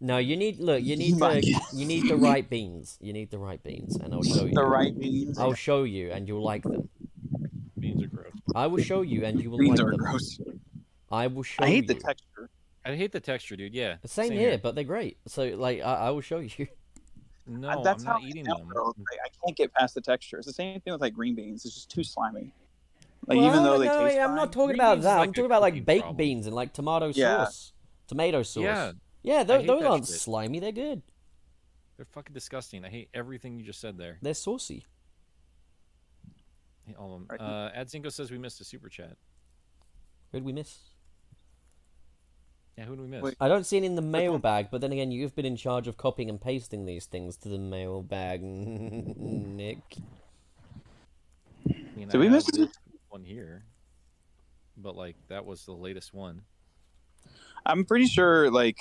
B: No, you need look. You need
E: My-
B: the you need the right beans. You need the right beans, and I'll show Oh, you.
E: the right beans.
B: I'll show you, and you'll like them.
C: Beans are gross.
B: I will show you, and you will
E: beans
B: like
E: are
B: them.
E: gross.
B: I will show
E: I hate the
B: you.
E: texture.
C: I hate the texture, dude. Yeah.
B: Same, here, but they're great. So like, I, I will show you.
C: No,
E: I- that's
C: I'm
E: how
C: not
E: I
C: eating
E: am,
C: them.
E: though. Like, I can't get past the texture. It's the same thing with like green beans. It's just too slimy. Like even though they
B: no,
E: taste
B: I'm
E: fine,
B: not talking
C: green
B: about
C: beans is
B: that.
C: like
B: I'm
C: a
B: talking about like
C: cooking
B: baked
C: problem.
B: beans and like tomato
E: Yeah.
B: sauce, tomato sauce.
C: Yeah.
B: yeah
C: I
B: tho-
C: hate
B: those
C: that
B: aren't
C: shit.
B: slimy. They're good.
C: They're fucking disgusting. I hate everything you just said there.
B: They're saucy.
C: I hate all of them.
E: Right.
C: Uh, Adzinko says we missed a super chat.
B: Who did we miss?
C: Yeah, who did we miss?
E: Wait.
B: I don't see it in the mailbag, but then again, you've been in charge of copying and pasting these things to the mailbag, Nick.
C: I mean,
E: Did
C: I
E: we
C: have
E: miss it?
C: one here? But like that was the latest one.
E: I'm pretty sure like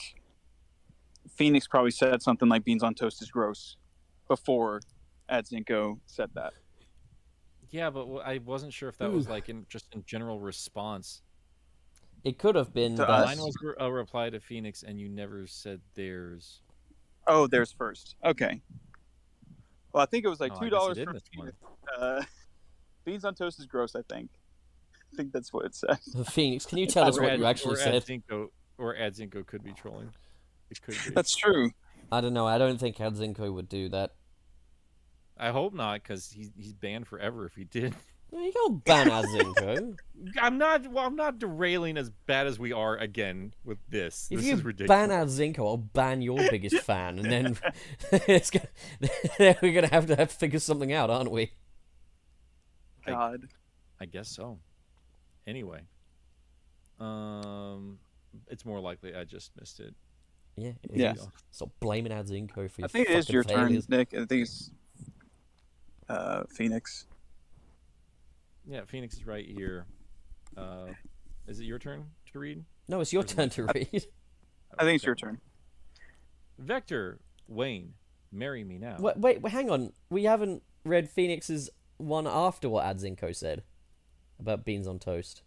E: Phoenix probably said something like beans on toast is gross before Adzinko said that.
C: Yeah, but w- I wasn't sure if that was like in just in general response.
B: It could have been
E: To
B: that.
E: us.
C: Mine was re- a reply to Phoenix, and you never said theirs.
E: Oh, there's first. Okay. Well, I think it was like
C: Oh, I
E: two
C: guess it
E: dollars
C: did
E: for
C: miss one.
E: uh, beans on toast is gross. I think. I think that's what it said.
B: Phoenix, can you tell us
C: Or
B: what
C: Ad-
B: you
C: or
B: actually said?
C: Adzinko, or Adzinko could be trolling. It could be.
E: That's true.
B: I don't know. I don't think Hadzinko would do that.
C: I hope not, because he's he's banned forever if he did.
B: No, You can't ban Hadzinko.
C: I'm not. Well, I'm not derailing as bad as we are again with this.
B: If
C: this
B: you
C: is ridiculous.
B: ban Hadzinko, I'll ban your biggest fan, and then it's gonna, we're gonna have to have to figure something out, aren't we?
C: I-
E: God.
C: I guess so. Anyway, um, it's more likely I just missed it.
B: Yeah. it
E: Yeah.
B: is. Stop blaming Hadzinko for your
E: I think it is
B: fucking
E: your turn,
B: failures.
E: Nick. I think it's uh, Phoenix.
C: Yeah, Phoenix is right here. Uh, is it your turn to read?
B: No, it's your turn to read.
E: I think it's your turn.
C: Vector Wayne, marry me now.
B: wait, wait, wait, hang on. We haven't read Phoenix's one after what Adzinko said about beans on toast.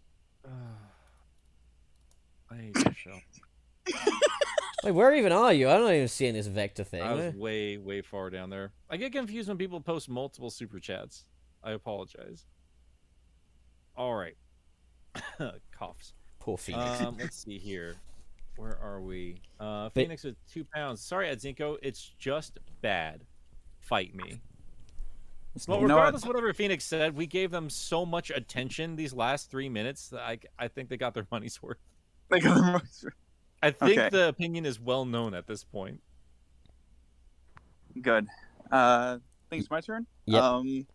C: I hate this show.
B: Wait, where even are you? I'm not even seeing this vector thing.
C: I was
B: Where-
C: way, way far down there. I get confused when people post multiple super chats. I apologize. All right. Coughs.
B: Poor Phoenix.
C: Um, let's see here. Where are we? Uh,
B: But-
C: Phoenix with two pounds. Sorry, Adzinko. It's just bad. Fight me. Well,
E: You know what?
C: regardless of whatever Phoenix said, we gave them so much attention these last three minutes that I, I think they got their money's worth.
E: Like,
C: I think
E: Okay.
C: the opinion is well known at this point.
E: Good. Uh, I think it's my turn.
B: Yep.
E: Um,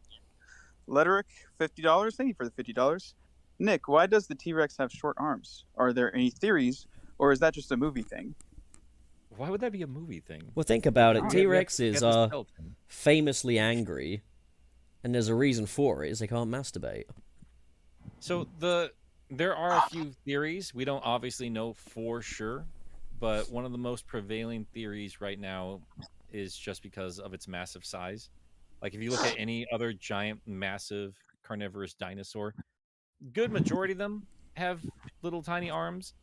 E: Letterick, fifty dollars. Thank you for the fifty dollars. Nick, why does the T Rex have short arms? Are there any theories, or is that just a movie thing?
C: Why would that be a movie thing?
B: well, think about it.
C: Get-
B: T Rexes
C: get this
E: uh,
B: are
C: belt in.
B: famously angry, and there's a reason for it. Is they can't masturbate.
C: So the there are a few theories. We don't obviously know for sure, but one of the most prevailing theories right now is just because of its massive size. Like if you look at any other giant massive carnivorous dinosaur, good majority of them have little tiny arms,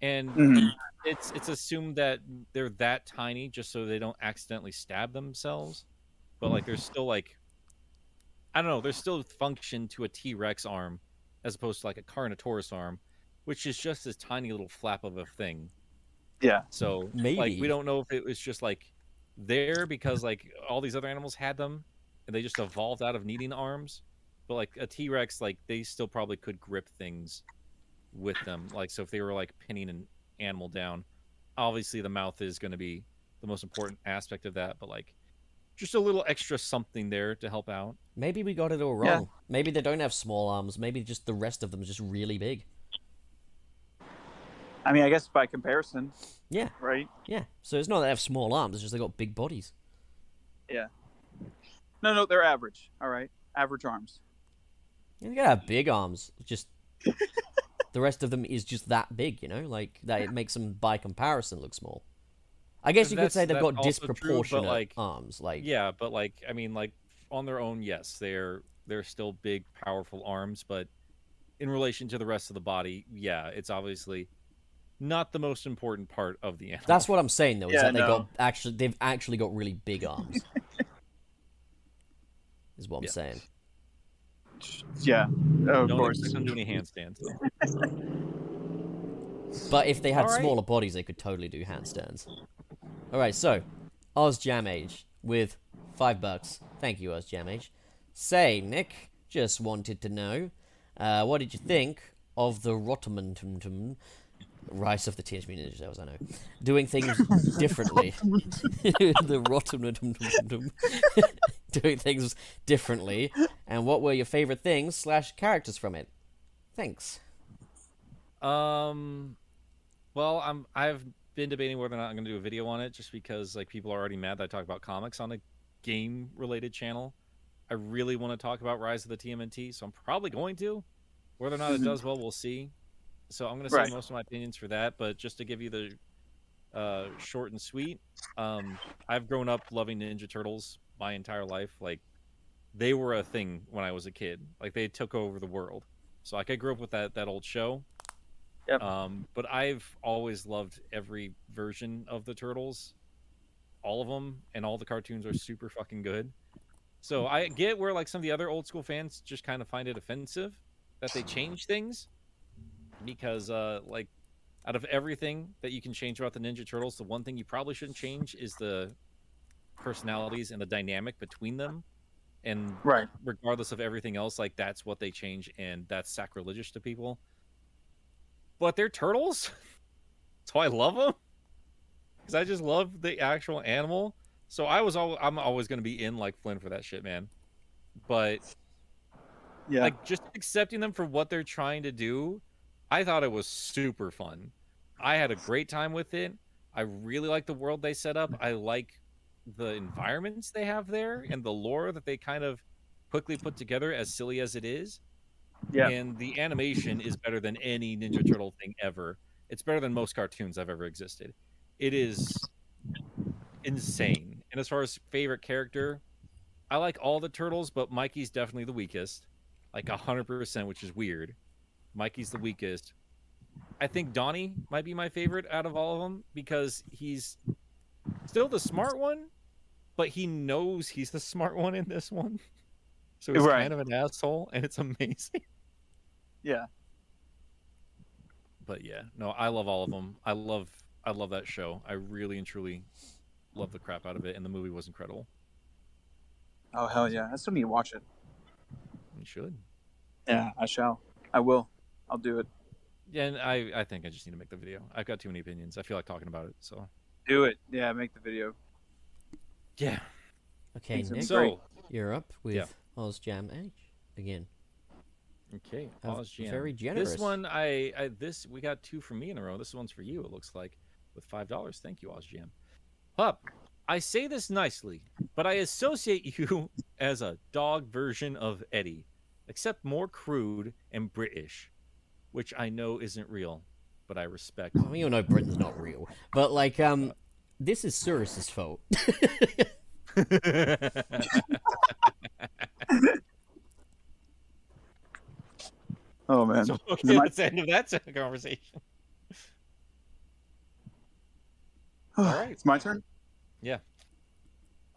C: and
E: Mhm.
C: it's it's assumed that they're that tiny just so they don't accidentally stab themselves. But like, there's still like, I don't know, there's still function to a T Rex arm as opposed to like a Carnotaurus arm, which is just this tiny little flap of a thing.
E: Yeah.
C: So
B: Maybe.
C: like we don't know if it was just like there because like all these other animals had them and they just evolved out of needing arms. But like a T Rex, like they still probably could grip things with them. Like so if they were like pinning an animal down, obviously the mouth is gonna be the most important aspect of that, but like just a little extra something there to help out.
B: Maybe we got it all wrong.
E: Yeah.
B: Maybe they don't have small arms. Maybe just the rest of them is just really big.
E: I mean, I guess by comparison,
B: Yeah,
E: right?
B: yeah. So it's not that they have small arms. It's just they got big bodies.
E: No, no, they're average. All right, average arms.
B: Yeah, they gotta have big arms. Just the rest of them is just that big. You know, like that. It makes them by comparison look small. I guess you could
C: That's-
B: say they've
C: that's
B: got
C: also true, but,
B: disproportionate
C: like,
B: arms. Like
C: Yeah, but like I mean, like on their own, yes, they're they're still big, powerful arms, but in relation to the rest of the body, yeah, it's obviously not the most important part of the animal.
B: that's what I'm saying though. Is
E: Yeah,
B: that they
E: no.
B: got actually they've actually got really big arms. is what I'm
C: Yeah.
B: saying.
E: Yeah, of
C: Don't
E: course.
C: expect them to do any handstands.
B: But if they had
C: Alright.
B: smaller bodies, they could totally do handstands. All right, so Oz Jam Age with five bucks. Thank you, Oz Jam Age. Say, Nick, just wanted to know, uh, what did you think of the Rotomantum Rise of the Teenage Mutant Ninja Turtles? I know, doing things differently. the Rotomantum doing things differently, and what were your favorite things slash characters from it? Thanks.
C: Um, well, I'm I've been debating whether or not I'm going to do a video on it, just because like people are already mad that I talk about comics on a game related channel. I really want to talk about Rise of the TMNT, so I'm probably going to. Whether or not it
E: Mhm.
C: does well, we'll see. So I'm going to say
E: Right.
C: most of my opinions for that, but just to give you the uh, short and sweet, um, I've grown up loving Ninja Turtles my entire life. Like they were a thing when I was a kid. Like they took over the world. So like I grew up with that that old show.
E: Yep.
C: Um, but I've always loved every version of the turtles, all of them, and all the cartoons are super fucking good. So I get where like some of the other old school fans just kind of find it offensive that they change things because uh like out of everything that you can change about the Ninja Turtles, the one thing you probably shouldn't change is the personalities and the dynamic between them and
E: Right.
C: regardless of everything else, like that's what they change, and that's sacrilegious to people. But they're turtles. That's why I love them. Because I just love the actual animal. So I was al- I'm always going to be in like Flynn for that shit, man. But
E: Yeah.
C: like just accepting them for what they're trying to do, I thought it was super fun. I had a great time with it. I really like the world they set up. I like the environments they have there and the lore that they kind of quickly put together, as silly as it is.
E: Yeah.
C: And the animation is better than any Ninja Turtle thing ever. It's better than most cartoons I've ever existed. It is insane. And as far as favorite character, I like all the turtles, but Mikey's definitely the weakest. Like 100%, which is weird. Mikey's the weakest. I think Donnie might be my favorite out of all of them because he's still the smart one, but he knows he's the smart one in this one. So he's
E: Right.
C: kind of an asshole, and it's amazing.
E: Yeah.
C: But yeah, no, I love all of them. I love, I love that show. I really and truly love the crap out of it, and the movie was incredible.
E: Oh hell yeah! I still need to watch it.
C: You should.
E: Yeah, I shall. I will. I'll do it.
C: Yeah, and I, I think I just need to make the video. I've got too many opinions. I feel like talking about it. So
E: Do it. Yeah, make the video.
C: yeah.
B: Okay,
E: Things are
B: Nick.
C: So
E: Great.
B: You're up with
C: Yeah.
B: Oz Jam H again.
C: okay,
B: Of
C: Oz Jam.
B: very generous.
C: This one, I, I this we got two from me in a row. This one's for you. It looks like with five dollars. Thank you, Oz Jam. Pup, I say this nicely, but I associate you as a dog version of Eddie, except more crude and British, which I know isn't real, but I respect.
B: Well, you know Britain's not real, but like, um, this is Cyrus's fault.
E: Oh man.
C: So, okay,
E: Is it my-
C: that's the end of that conversation. all right.
E: It's my turn?
C: Yeah.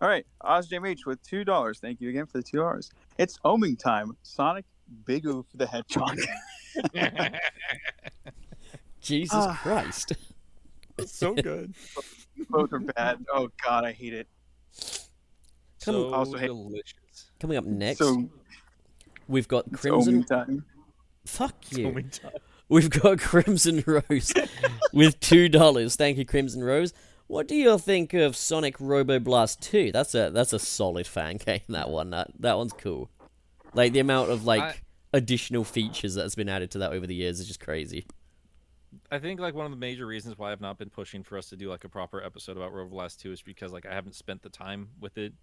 E: All right. OzJMH with $2. Thank you again for the $2. It's oming time. Sonic Big Oof the Hedgehog.
B: Jesus
E: Ah.
B: Christ.
C: it's so good.
E: Both are bad. Oh, God, I hate it.
B: Come-
C: so
E: Also hate-
C: delicious.
B: Coming up next,
E: So,
B: we've got
E: it's
B: Crimson.
E: oming time.
B: Fuck you.
C: Filming time.
B: We've got Crimson Rose with two dollars. Thank you, Crimson Rose. What do you think of Sonic Robo Blast Two? That's a that's a solid fan game. That one that that one's cool. Like the amount of like
C: I-
B: additional features that's been added to that over the years is just crazy.
C: I think like one of the major reasons why I've not been pushing for us to do like a proper episode about Rover Last Two is because like I haven't spent the time with it.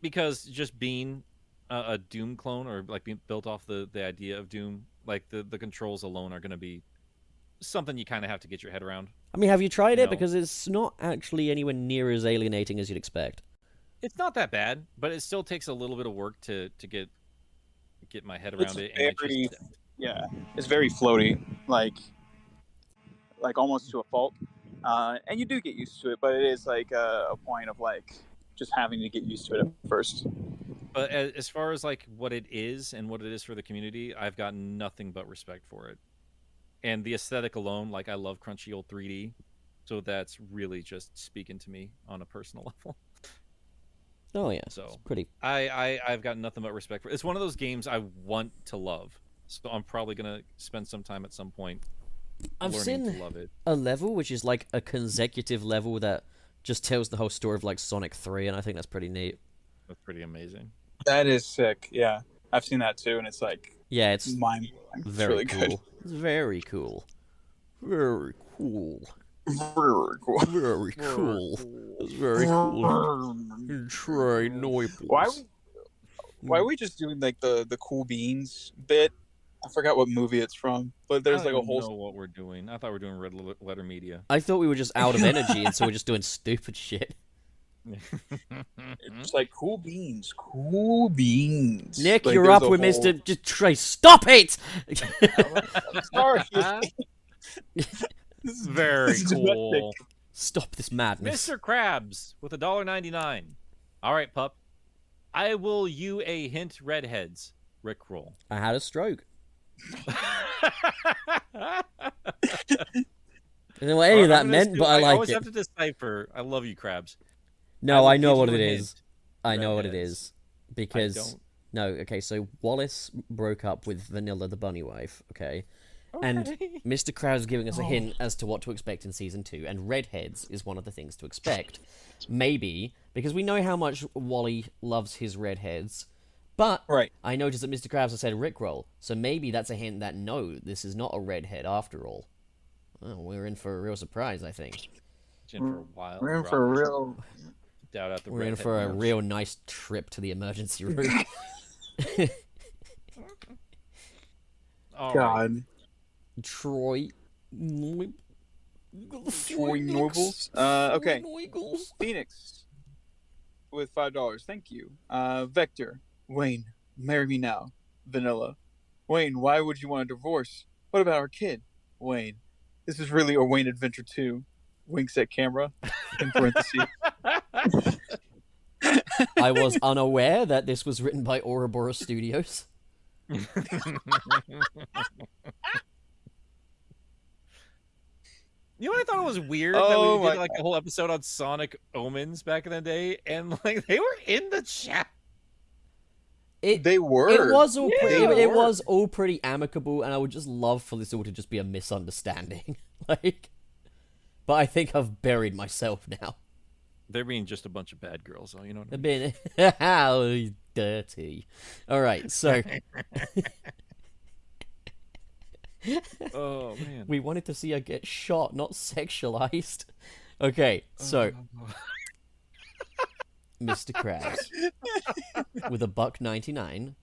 C: Because just being a, a Doom clone or like being built off the the idea of Doom, like the the controls alone are going to be something you kind of have to get your head around.
B: I mean, have you tried it?
C: No.
B: Because it's not actually anywhere near as alienating as you'd expect.
C: It's not that bad, but it still takes a little bit of work to to get get my head around
E: It's
C: it. And
E: very-
C: it just,
E: Yeah. It's very floaty. Like, like almost to a fault. Uh, and you do get used to it, but it is like a, a point of like just having to get used to it at first.
C: but a- as far as like what it is and what it is for the community i've got nothing but respect for it and the aesthetic alone like i love crunchy old 3d so that's really just speaking to me on a personal level
B: Oh yeah,
C: so
B: pretty.
C: I, I i've got nothing but respect for it's one of those games i want to love so i'm probably gonna spend some time at some point
B: I've
C: learning
B: seen
C: to love it
B: a level which is like a consecutive level that just tells the whole story of like Sonic Three, and I think that's pretty neat.
C: that's pretty amazing
E: That is sick. Yeah. I've seen that too, and it's like
B: Yeah, it's
E: mind blowing. It's
B: Very
E: really
B: cool.
E: good.
B: It's very cool. Very cool.
E: Very cool.
B: Very cool. It's very cool. Enjoyable.
E: Why? we- Why are we just doing like the the cool beans bit? I forgot what movie it's from, but there's
C: I
E: like
C: don't
E: a
C: even know
E: whole.
C: what we're doing i thought we were doing red Le- letter media
B: I thought we were just out of energy, and so we're just doing stupid shit.
E: It's like cool beans, cool beans.
B: Nick,
E: Like,
B: you're
E: there's
B: up.
E: a
B: We
E: whole-
B: missed it. Just try. Stop it.
E: Sorry.
C: this is very
E: this is
C: cool
B: Stop this madness.
C: Mr. Krabs with a dollar ninety nine. All right, pup. I will you a hint, redheads. Rickroll.
B: I had a stroke. I don't know what any of that meant, but I like
C: always
B: it.
C: have to decipher. I love you, Krabs.
B: No,
C: will
B: I know
C: give
B: what
C: you
B: it
C: a
B: is.
C: hint.
B: I know what it
C: Redheads.
B: is. Because
C: don't.
B: no, okay, so Wallace broke up with Vanilla the bunny wife, okay? And Mr. Krabs giving us a hint as to what to expect in season 2 and redheads is one of the things to expect. Maybe because we know how much Wally loves his redheads. But
E: Right.
B: I noticed that Mr. Krabs has said Rickroll, so maybe that's a hint that no, this is not a redhead after all. Oh, we're in for a real surprise, I think.
C: It's in for a while.
E: We're in for a real.
C: doubt out the
B: We're in
C: redhead
B: for a
C: marks.
B: real nice trip to the emergency room.
C: All right.
E: God.
B: Troy. Noi-
E: Troy Norvels. Uh, okay.
B: Troy Noigles.
E: Phoenix with five dollars. Thank you. Uh, Vector, Wayne, marry me now. Vanilla, Wayne, why would you want a divorce? What about our kid? Wayne, this is really a Wayne adventure too. Winks at camera. In parentheses.
B: I was unaware that this was written by Ouroboros Studios.
C: You know what I thought was weird that
E: Oh
C: we
E: my
C: did like a whole episode on Sonic Omens back in the day, and like they were in the chat.
B: It
E: they were.
B: it was all
E: Yeah,
B: pretty,
E: they
B: it
E: were.
B: was all pretty amicable, and I would just love for this all to just be a misunderstanding. like, but I think I've buried myself now.
C: They're being just a bunch of bad girls, though. You know what I
B: I've
C: mean?
B: been how dirty. All right, so
C: Oh man.
B: we wanted to see her get shot, not sexualized. Okay, so
C: Oh.
B: Mr. Krabs with a buck 99.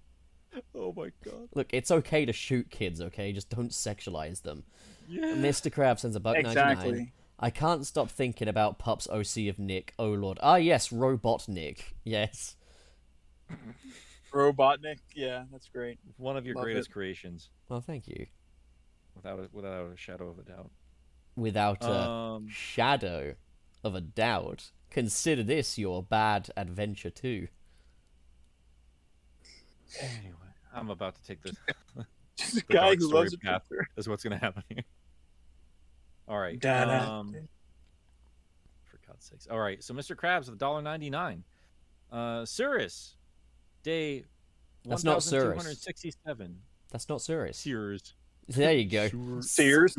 C: Oh my god.
B: Look, it's okay to shoot kids, okay? Just don't sexualize them.
C: Yeah.
B: Mr. Krabs sends a buck 99.
E: exactly.
B: I can't stop thinking about Pup's OC of Nick. Oh lord. Ah, yes, Robot Nick. Yes.
E: Robotnik. Yeah, that's great.
C: One of your
E: Love
C: greatest creations,
B: Well, thank you.
C: without a, without a shadow of a doubt.
B: Without a
C: Um,
B: shadow of a doubt, consider this your bad adventure too.
C: anyway, I'm about to take this.
E: Just a
C: The
E: guy
C: dark
E: who
C: story
E: loves a
C: path.
E: picture.
C: That's what's gonna happen here. All right.
E: Da-da.
C: Um, for God's sakes. All right. So Mr. Krabs with dollar ninety nine. Uh, Cirrus, day.
B: That's not Cirrus.
C: 1267.
B: That's not serious.
C: Sears.
B: There you go.
E: Sears.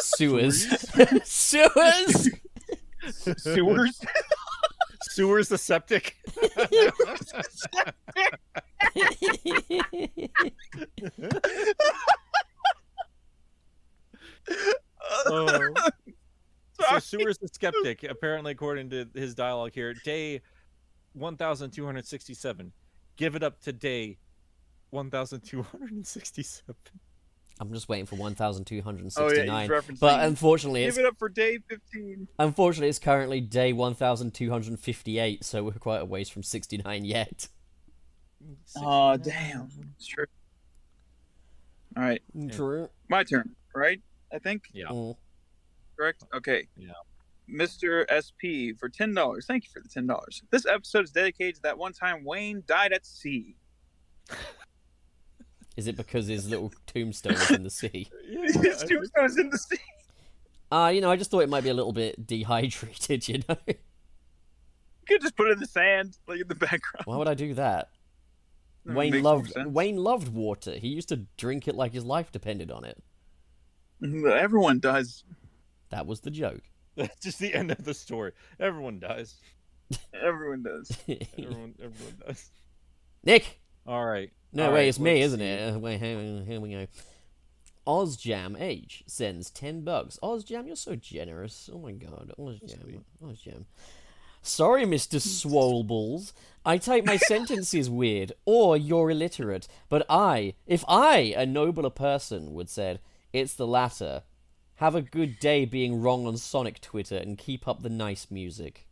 B: Sewers. Sewers.
E: Sewers.
C: Sewers the septic. Oh. so Sewers the skeptic, apparently according to his dialogue here, day 1267. Give it up to day 1267.
B: I'm just waiting for 1,269.
E: Oh, yeah, he's referencing-
B: but unfortunately,
E: Give
B: it's
E: it up for day 15.
B: unfortunately it's currently day 1,258, so we're quite a ways from 69 yet.
E: Oh, damn. It's true. All right.
B: True.
E: My turn, right? I think.
C: Yeah.
B: Mm.
E: correct? Okay.
C: Yeah.
E: Mr. SP for ten dollars. Thank you for the ten dollars. This episode is dedicated to that one time Wayne died at sea.
B: Is it because his little tombstone is in the sea?
E: His tombstone is in the sea.
B: Ah, you know, I just thought it might be a little bit dehydrated, you know?
E: You could just put it in the sand, like in the background.
B: Why would I do that?
E: That
B: Wayne
E: makes more
B: loved
E: sense.
B: Wayne loved water. He used to drink it like his life depended on it.
E: Everyone does.
B: That was the joke.
C: That's just the end of the story. Everyone dies.
E: Everyone does.
C: Everyone, everyone dies.
B: Nick,
C: All right.
B: No,
C: All
B: wait,
C: right,
B: it's me,
C: let's
B: isn't it? Uh, Wait, hang on, here we go. Ozjam H sends 10 bucks. Ozjam, you're so generous. Oh my god. Ozjam. Ozjam. Sorry, Mr. Swoleballs. I type my sentences weird, or you're illiterate. But I, if I, a nobler person, would said, it's the latter. Have a good day being wrong on Sonic Twitter and keep up the nice music.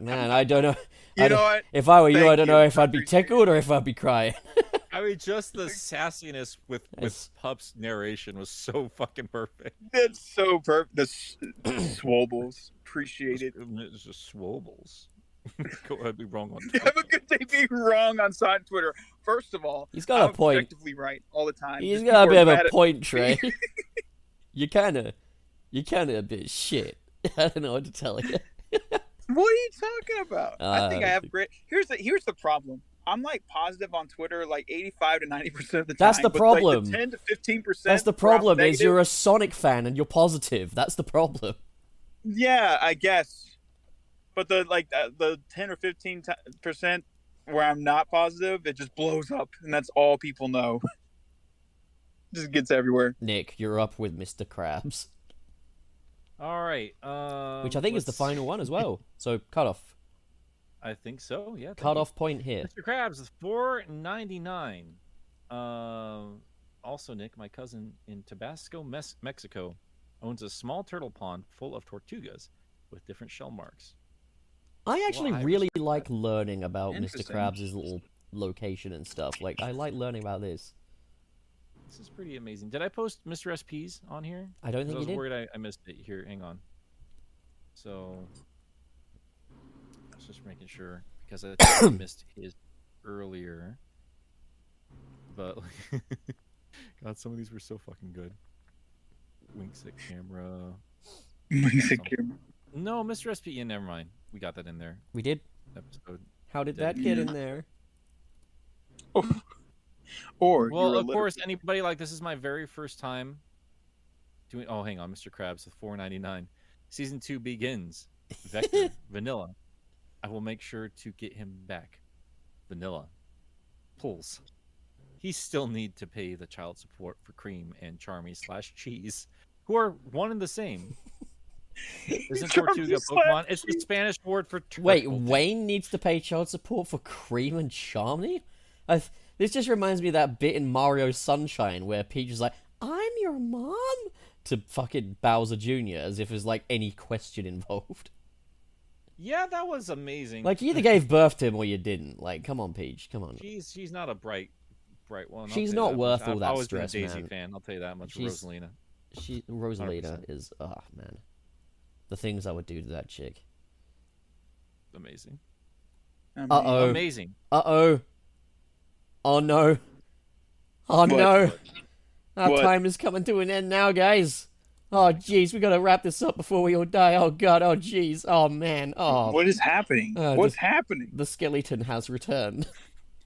B: Man, I don't know.
E: You
B: I
E: know
B: don't-
E: what?
B: If I were you, I
E: Thank
B: don't
E: you.
B: know if
E: I
B: I'd be
E: appreciate it.
B: tickled or if I'd be crying.
C: I mean, just the sassiness with with
B: Yes.
C: Pup's narration was so fucking perfect.
E: That's so perfect. The s- swobbles appreciate it.
C: It's just swobles. Go ahead, be wrong on.
E: Have a good day being wrong on side Twitter. First of all,
B: He's got
E: I'm
B: a point.
E: Objectively right all the time.
B: He's
E: Just
B: got a
E: people
B: bit
E: are
B: of
E: mad
B: a
E: at-
B: point, Trey. you kind of, you kind of a bit shit. I don't know what to tell you.
E: What are you talking about? I think
B: Uh,
E: I have great. Here's the here's the problem. I'm like positive on Twitter like 85 to 90 percent of the time.
B: That's the
E: but, like,
B: problem.
E: 10 to 15 percent.
B: That's the problem. Is you're a Sonic fan and you're positive. That's the problem.
E: yeah, I guess. But the like uh, the 10 or 15 percent where I'm not positive, it just blows up, and that's all people know. just gets everywhere.
B: Nick, you're up with Mr. Krabs,
C: All right. Um,
B: which I think is the
C: let's-
B: final one as well. So cut off,
C: I think so. Yeah.
B: cut
C: thank you.
B: off point here.
C: Mr. Krabs is four ninety nine. Um, also, Nick, my cousin in Tabasco, Mes- Mexico, owns a small turtle pond full of tortugas with different shell marks.
B: I actually
C: Well, I
B: really like learning about Mr.
E: Interesting.
B: Krabs' little location and stuff. Like I like learning about this.
C: This is pretty amazing. Did I post Mr. SP's on here?
B: I don't
C: 'Cause I
B: think
C: was
B: you did.
C: worried I, I missed it. Here, hang on. So, I was just making sure because I, think I missed his earlier. But God, some of these were so fucking good. Winks at camera. No, Mr. SP. Yeah, never mind. We got that in there.
B: We did.
C: Episode.
B: How did
C: Yeah.
B: that get in there?
C: Well,
E: or you're
C: of
E: illiterate.
C: course, anybody like this is my very first time doing. Oh, hang on, Mr. Krabs with 4.99. Season two begins. Vector Vanilla. I will make sure to get him back. Vanilla pulls. He still need to pay the child support for Cream and Charmy slash Cheese, who are one and the same. Isn't
E: Charmy
C: Tortuga
E: slash
C: Pokemon? It's the Spanish word for turtle.
B: Wait, Wayne needs to pay child support for Cream and Charmony? I th- this just reminds me of that bit in Mario Sunshine where Peach is like, I'm your mom? To fucking Bowser Jr., as if there's like any question involved.
C: Yeah, that was amazing.
B: Like you either gave birth to him or you didn't. Like, come on, Peach, come on.
C: she's she's not a bright bright one. I'll
B: She's
C: tell you
B: not
C: that
B: worth
C: much.
B: all
C: I've
B: that
C: always
B: stress,
C: been a Daisy
B: man.
C: fan. I'll tell you that much.
B: She's-
C: Rosalina.
B: She Rosalita
C: 100%.
B: is ah man, the things I would do to that chick.
C: Amazing.
E: I mean,
B: Uh oh.
C: Amazing.
B: Uh oh. Oh no. Oh no. Our
E: What?
B: time is coming to an end now, guys. Oh jeez, we gotta wrap this up before we all die. Oh god. Oh jeez. Oh man. Oh.
E: What is happening?
B: Uh,
E: What's
B: just-
E: happening?
B: The skeleton has returned.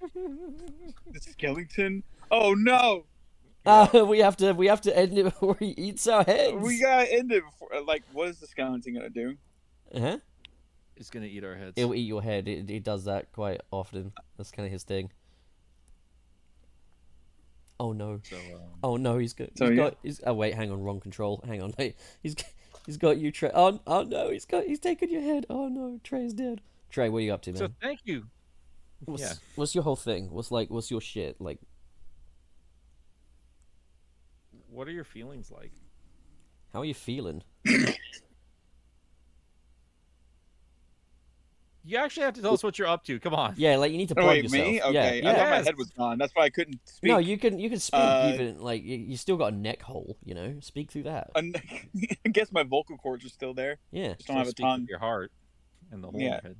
E: The skeleton. Oh no!
B: Uh, we have to. We have to end it before he eats our heads.
E: We gotta end it before. uh, Like, what is the skeleton gonna do?
B: huh?
C: It's gonna eat our heads.
B: It'll eat your head. It, it does that quite often. That's kind of his thing. Oh no.
C: So um,
B: Oh no, he's got.
E: So,
B: he's
E: yeah.
B: got he's, oh wait, hang on, wrong control. Hang on, wait. He's g- he's got you, Trey. Oh, oh no, he's got he's taken your head. Oh no, Trey's dead. Trey, what are you up to, man?
C: so thank you.
B: what's,
C: yeah.
B: what's your whole thing? What's like? What's your shit? Like,
C: What are your feelings like?
B: how are you feeling?
C: You actually have to tell us what you're up to. Come on.
B: Yeah, like you need to plug
E: Oh, wait,
B: yourself.
E: me?
B: Yeah,
E: Okay,
B: yeah.
E: I thought my
C: Yes.
E: head was gone. That's why I couldn't speak.
B: No, you can you can speak
E: Uh,
B: even like you, you still got a neck hole. You know, speak through that.
E: Un- I guess my vocal cords are still there.
B: yeah.
E: Just
C: So
E: don't have a
C: speak with
E: tongue.
C: Your heart and the whole
E: Yeah.
C: head.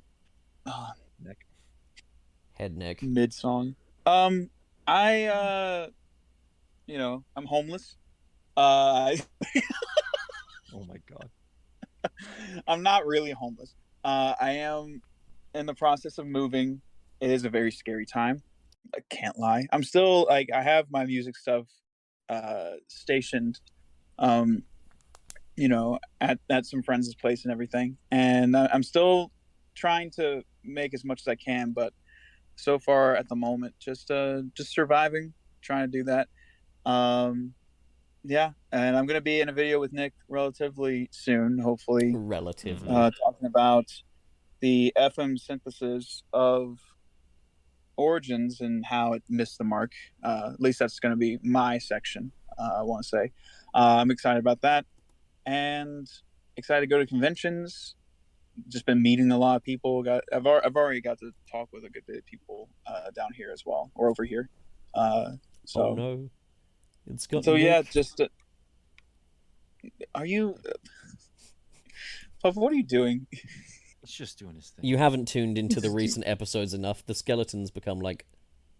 E: Ah,
C: Neck.
B: Head neck.
E: Mid song. Um, I uh, you know, I'm homeless. Uh,
C: Oh my god.
E: I'm not really homeless. Uh, I am in the process of moving. It is a very scary time. I can't lie. I'm still like I have my music stuff uh, stationed, um, you know, at at some friends' place and everything. And I, I'm still trying to make as much as I can, but so far at the moment, just uh, just surviving, trying to do that. Um, yeah, and I'm gonna be in a video with Nick relatively soon, hopefully
B: Relatively.
E: uh, talking about the FM synthesis of origins and how it missed the mark. Uh, at least that's going to be my section. Uh, I want to say uh, I'm excited about that, and excited to go to conventions. Just been meeting a lot of people. Got I've, al- I've already got to talk with a good bit of people uh, down here as well, or over here. Uh, so
B: oh no. It's got.
E: so
B: neck.
E: yeah, just uh, are you, Puff? What are you doing?
C: It's just doing his thing.
B: You haven't tuned into the recent episodes enough. The skeleton's become like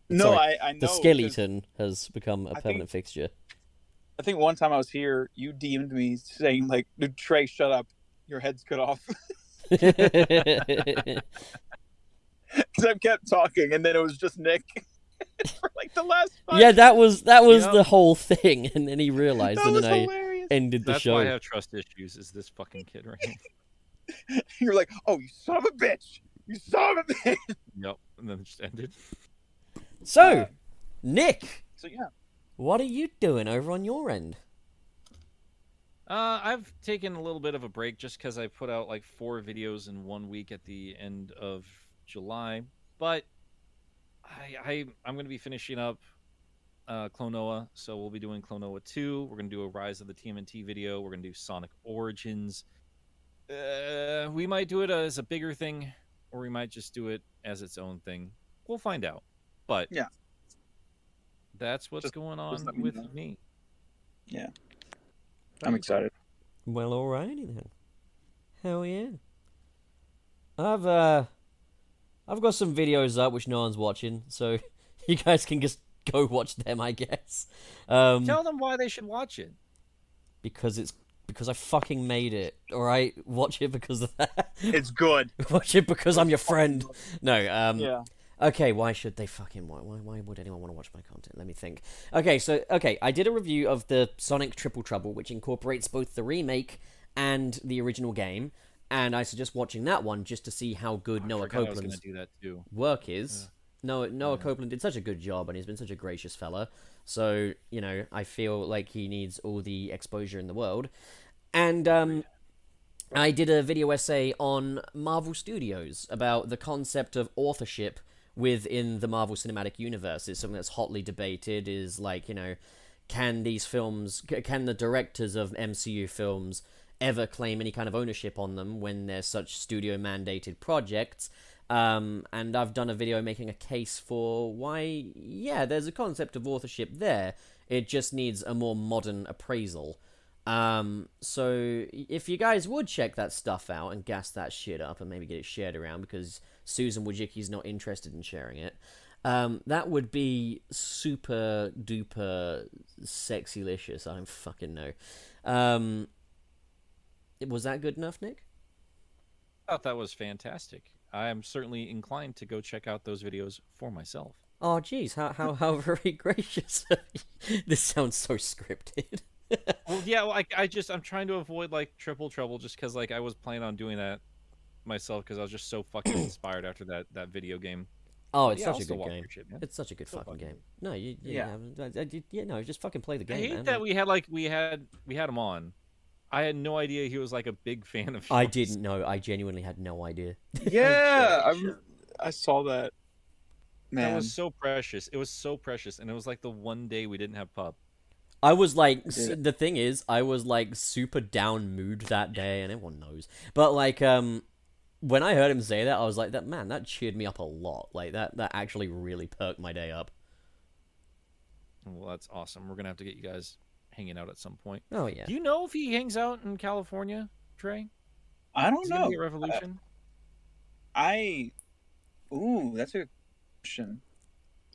E: No,
B: Sorry,
E: I, I know.
B: the
E: 'cause
B: skeleton has become a
E: think-
B: permanent fixture.
E: I think one time I was here, you DM'd me saying like, "Dude, "Trey, shut up, your head's cut off."
B: yeah,
E: 'Cause I kept talking, and then it was just Nick for like the last. Five
B: that was that was
C: Yep.
B: the whole thing, and then he
E: minutes.
B: realized,
E: That
B: and
E: was
B: then I
E: hilarious.
B: ended the
C: That's
B: show.
C: why I have trust issues. Is this fucking kid right here?
E: You're like, "Oh, you son of a bitch! You son of a bitch!"
C: Yep. And then it just ended.
B: So, Nick,
E: So yeah,
B: what are you doing over on your end?
C: Uh, I've taken a little bit of a break just because I put out like four videos in one week at the end of July, but I, I I'm gonna be finishing up uh, Clonoa, so we'll be doing Clonoa two. We're gonna do a Rise of the TMNT video. We're gonna do Sonic Origins. Uh, we might do it as a bigger thing, or we might just do it as its own thing. We'll find out. But
E: Yeah.
C: that's what's
E: Just-
C: going on
E: let me
C: with
E: know.
C: me.
E: Yeah. I'm excited.
B: Well, alrighty then. Hell yeah. I've uh, I've got some videos up which no one's watching, so you guys can just go watch them, I guess. Um,
C: Tell them why they should watch it.
B: because it's because I fucking made it. All right, watch it because of that.
E: It's good.
B: watch it because I'm your friend. No, um,
E: Yeah.
B: Okay, why should they fucking why, why why would anyone want to watch my content? Let me think. Okay, so okay, I did a review of the Sonic Triple Trouble, which incorporates both the remake and the original game, and I suggest watching that one just to see how good
C: I
B: Noah
C: forgot I was gonna
B: Copeland's
C: do that too.
B: work is. Noah, Noah Copeland did such a good job, and he's been such a gracious fella. So you know, I feel like he needs all the exposure in the world. And um, I did a video essay on Marvel Studios about the concept of authorship within the Marvel Cinematic Universe. It's something that's hotly debated. Is like you know, can these films, c- can the directors of MCU films ever claim any kind of ownership on them when they're such studio mandated projects. Um, and I've done a video making a case for why, yeah, there's a concept of authorship there. It just needs a more modern appraisal. Um, so if you guys would check that stuff out and gas that shit up and maybe get it shared around because Susan Wojcicki's not interested in sharing it, um, that would be super duper sexy licious. I don't fucking know. Um, was that good enough, Nick?
C: I thought that was fantastic. I am certainly inclined to go check out those videos for myself.
B: Oh, jeez, how how how very gracious. of you. this sounds so scripted.
C: Well, yeah, like I just I'm trying to avoid like triple trouble just because like I was planning on doing that myself because I was just so fucking inspired after that that video game.
B: Oh,
C: But
B: it's
C: yeah, I'll
B: such a
C: still
B: good
C: walk
B: game.
C: your shit, man.
B: It's such a good
C: Still
B: fucking
C: fucking
B: game. No, you, you
E: Yeah.
B: yeah, I, I, you- yeah, no, just fucking play the game.
C: I hate
B: man.
C: that
B: Like,
C: we had like we had we had him on. I had no idea he was like a big fan of.
B: I
C: yours.
B: didn't know. I genuinely had no idea.
E: Yeah, I, I saw that. Man,
C: That was so precious. It was so precious, and it was like the one day we didn't have pub.
B: I was like, s
E: Yeah.
B: the thing is, I was like super down mood that day, and everyone knows. But like, um, when I heard him say that, I was like, that man, that cheered me up a lot. Like that, that actually really perked my day up.
C: Well, that's awesome. We're gonna have to get you guys hanging out at some point.
B: Oh yeah.
C: Do you know if he hangs out in California, Trey?
E: I don't
C: Is he gonna
E: know.
C: be at Revolution?
E: I, ooh, that's a good question.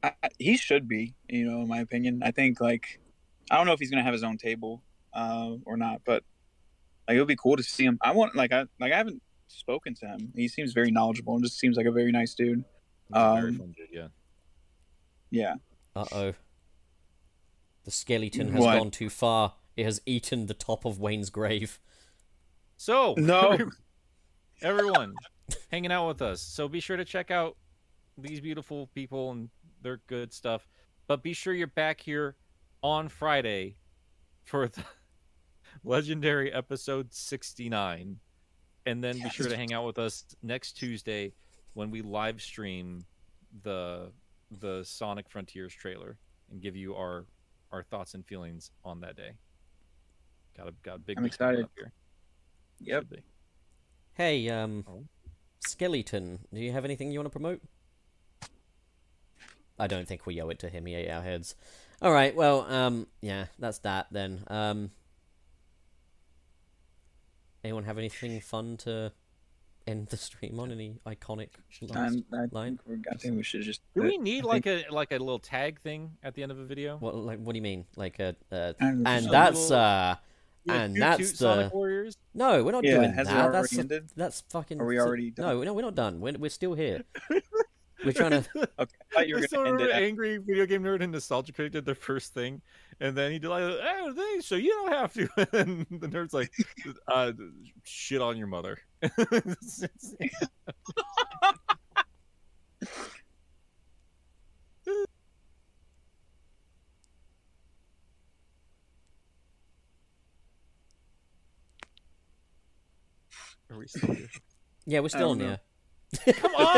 E: I, I- he should be, you know, in my opinion. I think like, I don't know if he's gonna have his own table uh, or not, but like it'll be cool to see him. I want like I like I haven't spoken to him. He seems very knowledgeable and just seems like a very nice dude.
C: He's a very
E: Um,
C: fun dude, yeah.
E: Yeah.
B: Uh oh. The skeleton has
E: What?
B: gone too far. It has eaten the top of Wayne's grave.
C: So
E: No.
C: everyone hanging out with us. So be sure to check out these beautiful people and their good stuff. But be sure you're back here on Friday for the legendary episode 69. And then be sure to hang out with us next Tuesday when we live stream the the Sonic Frontiers trailer and give you our our thoughts and feelings on that day. Got a got a big
E: I'm
C: week coming
E: excited.
C: up here.
E: Yep.
C: Should be.
B: Hey, um,
C: Oh.
B: skeleton, do you have anything you want to promote? I don't think we owe it to him. He ate our heads. All right. Well, um, yeah, that's that then. Um, anyone have anything fun to end the stream on? Any iconic lines?
E: I'm, I,
B: line.
E: think we're, I think we should just.
C: Do we need like a like a little tag thing at the end of a video?
B: What like? What do you mean? Like uh, uh
E: And
B: and
C: a
B: that's
C: little-
B: uh,
C: You
B: and
C: toot
B: that's
C: toot
B: the-
C: Sonic Warriors.
B: no, we're not
E: Yeah,
B: doing
E: has it
B: that.
E: already
B: That's
E: ended?
B: that's fucking.
E: Are we
B: so-
E: already done?
B: No, no, we're not done. We're we're still here. we're trying to.
E: Okay, I thought you were
C: I still
E: gonna
C: remember
E: end it. at-
C: angry video game nerd and nostalgia critic did their first thing, and then he did like, "Oh, they, so you don't have to." And the nerd's like, uh, "Shit on your mother." Are we still here?
B: Yeah, we're still
E: don't
B: on
E: know.
B: here.
C: Come on!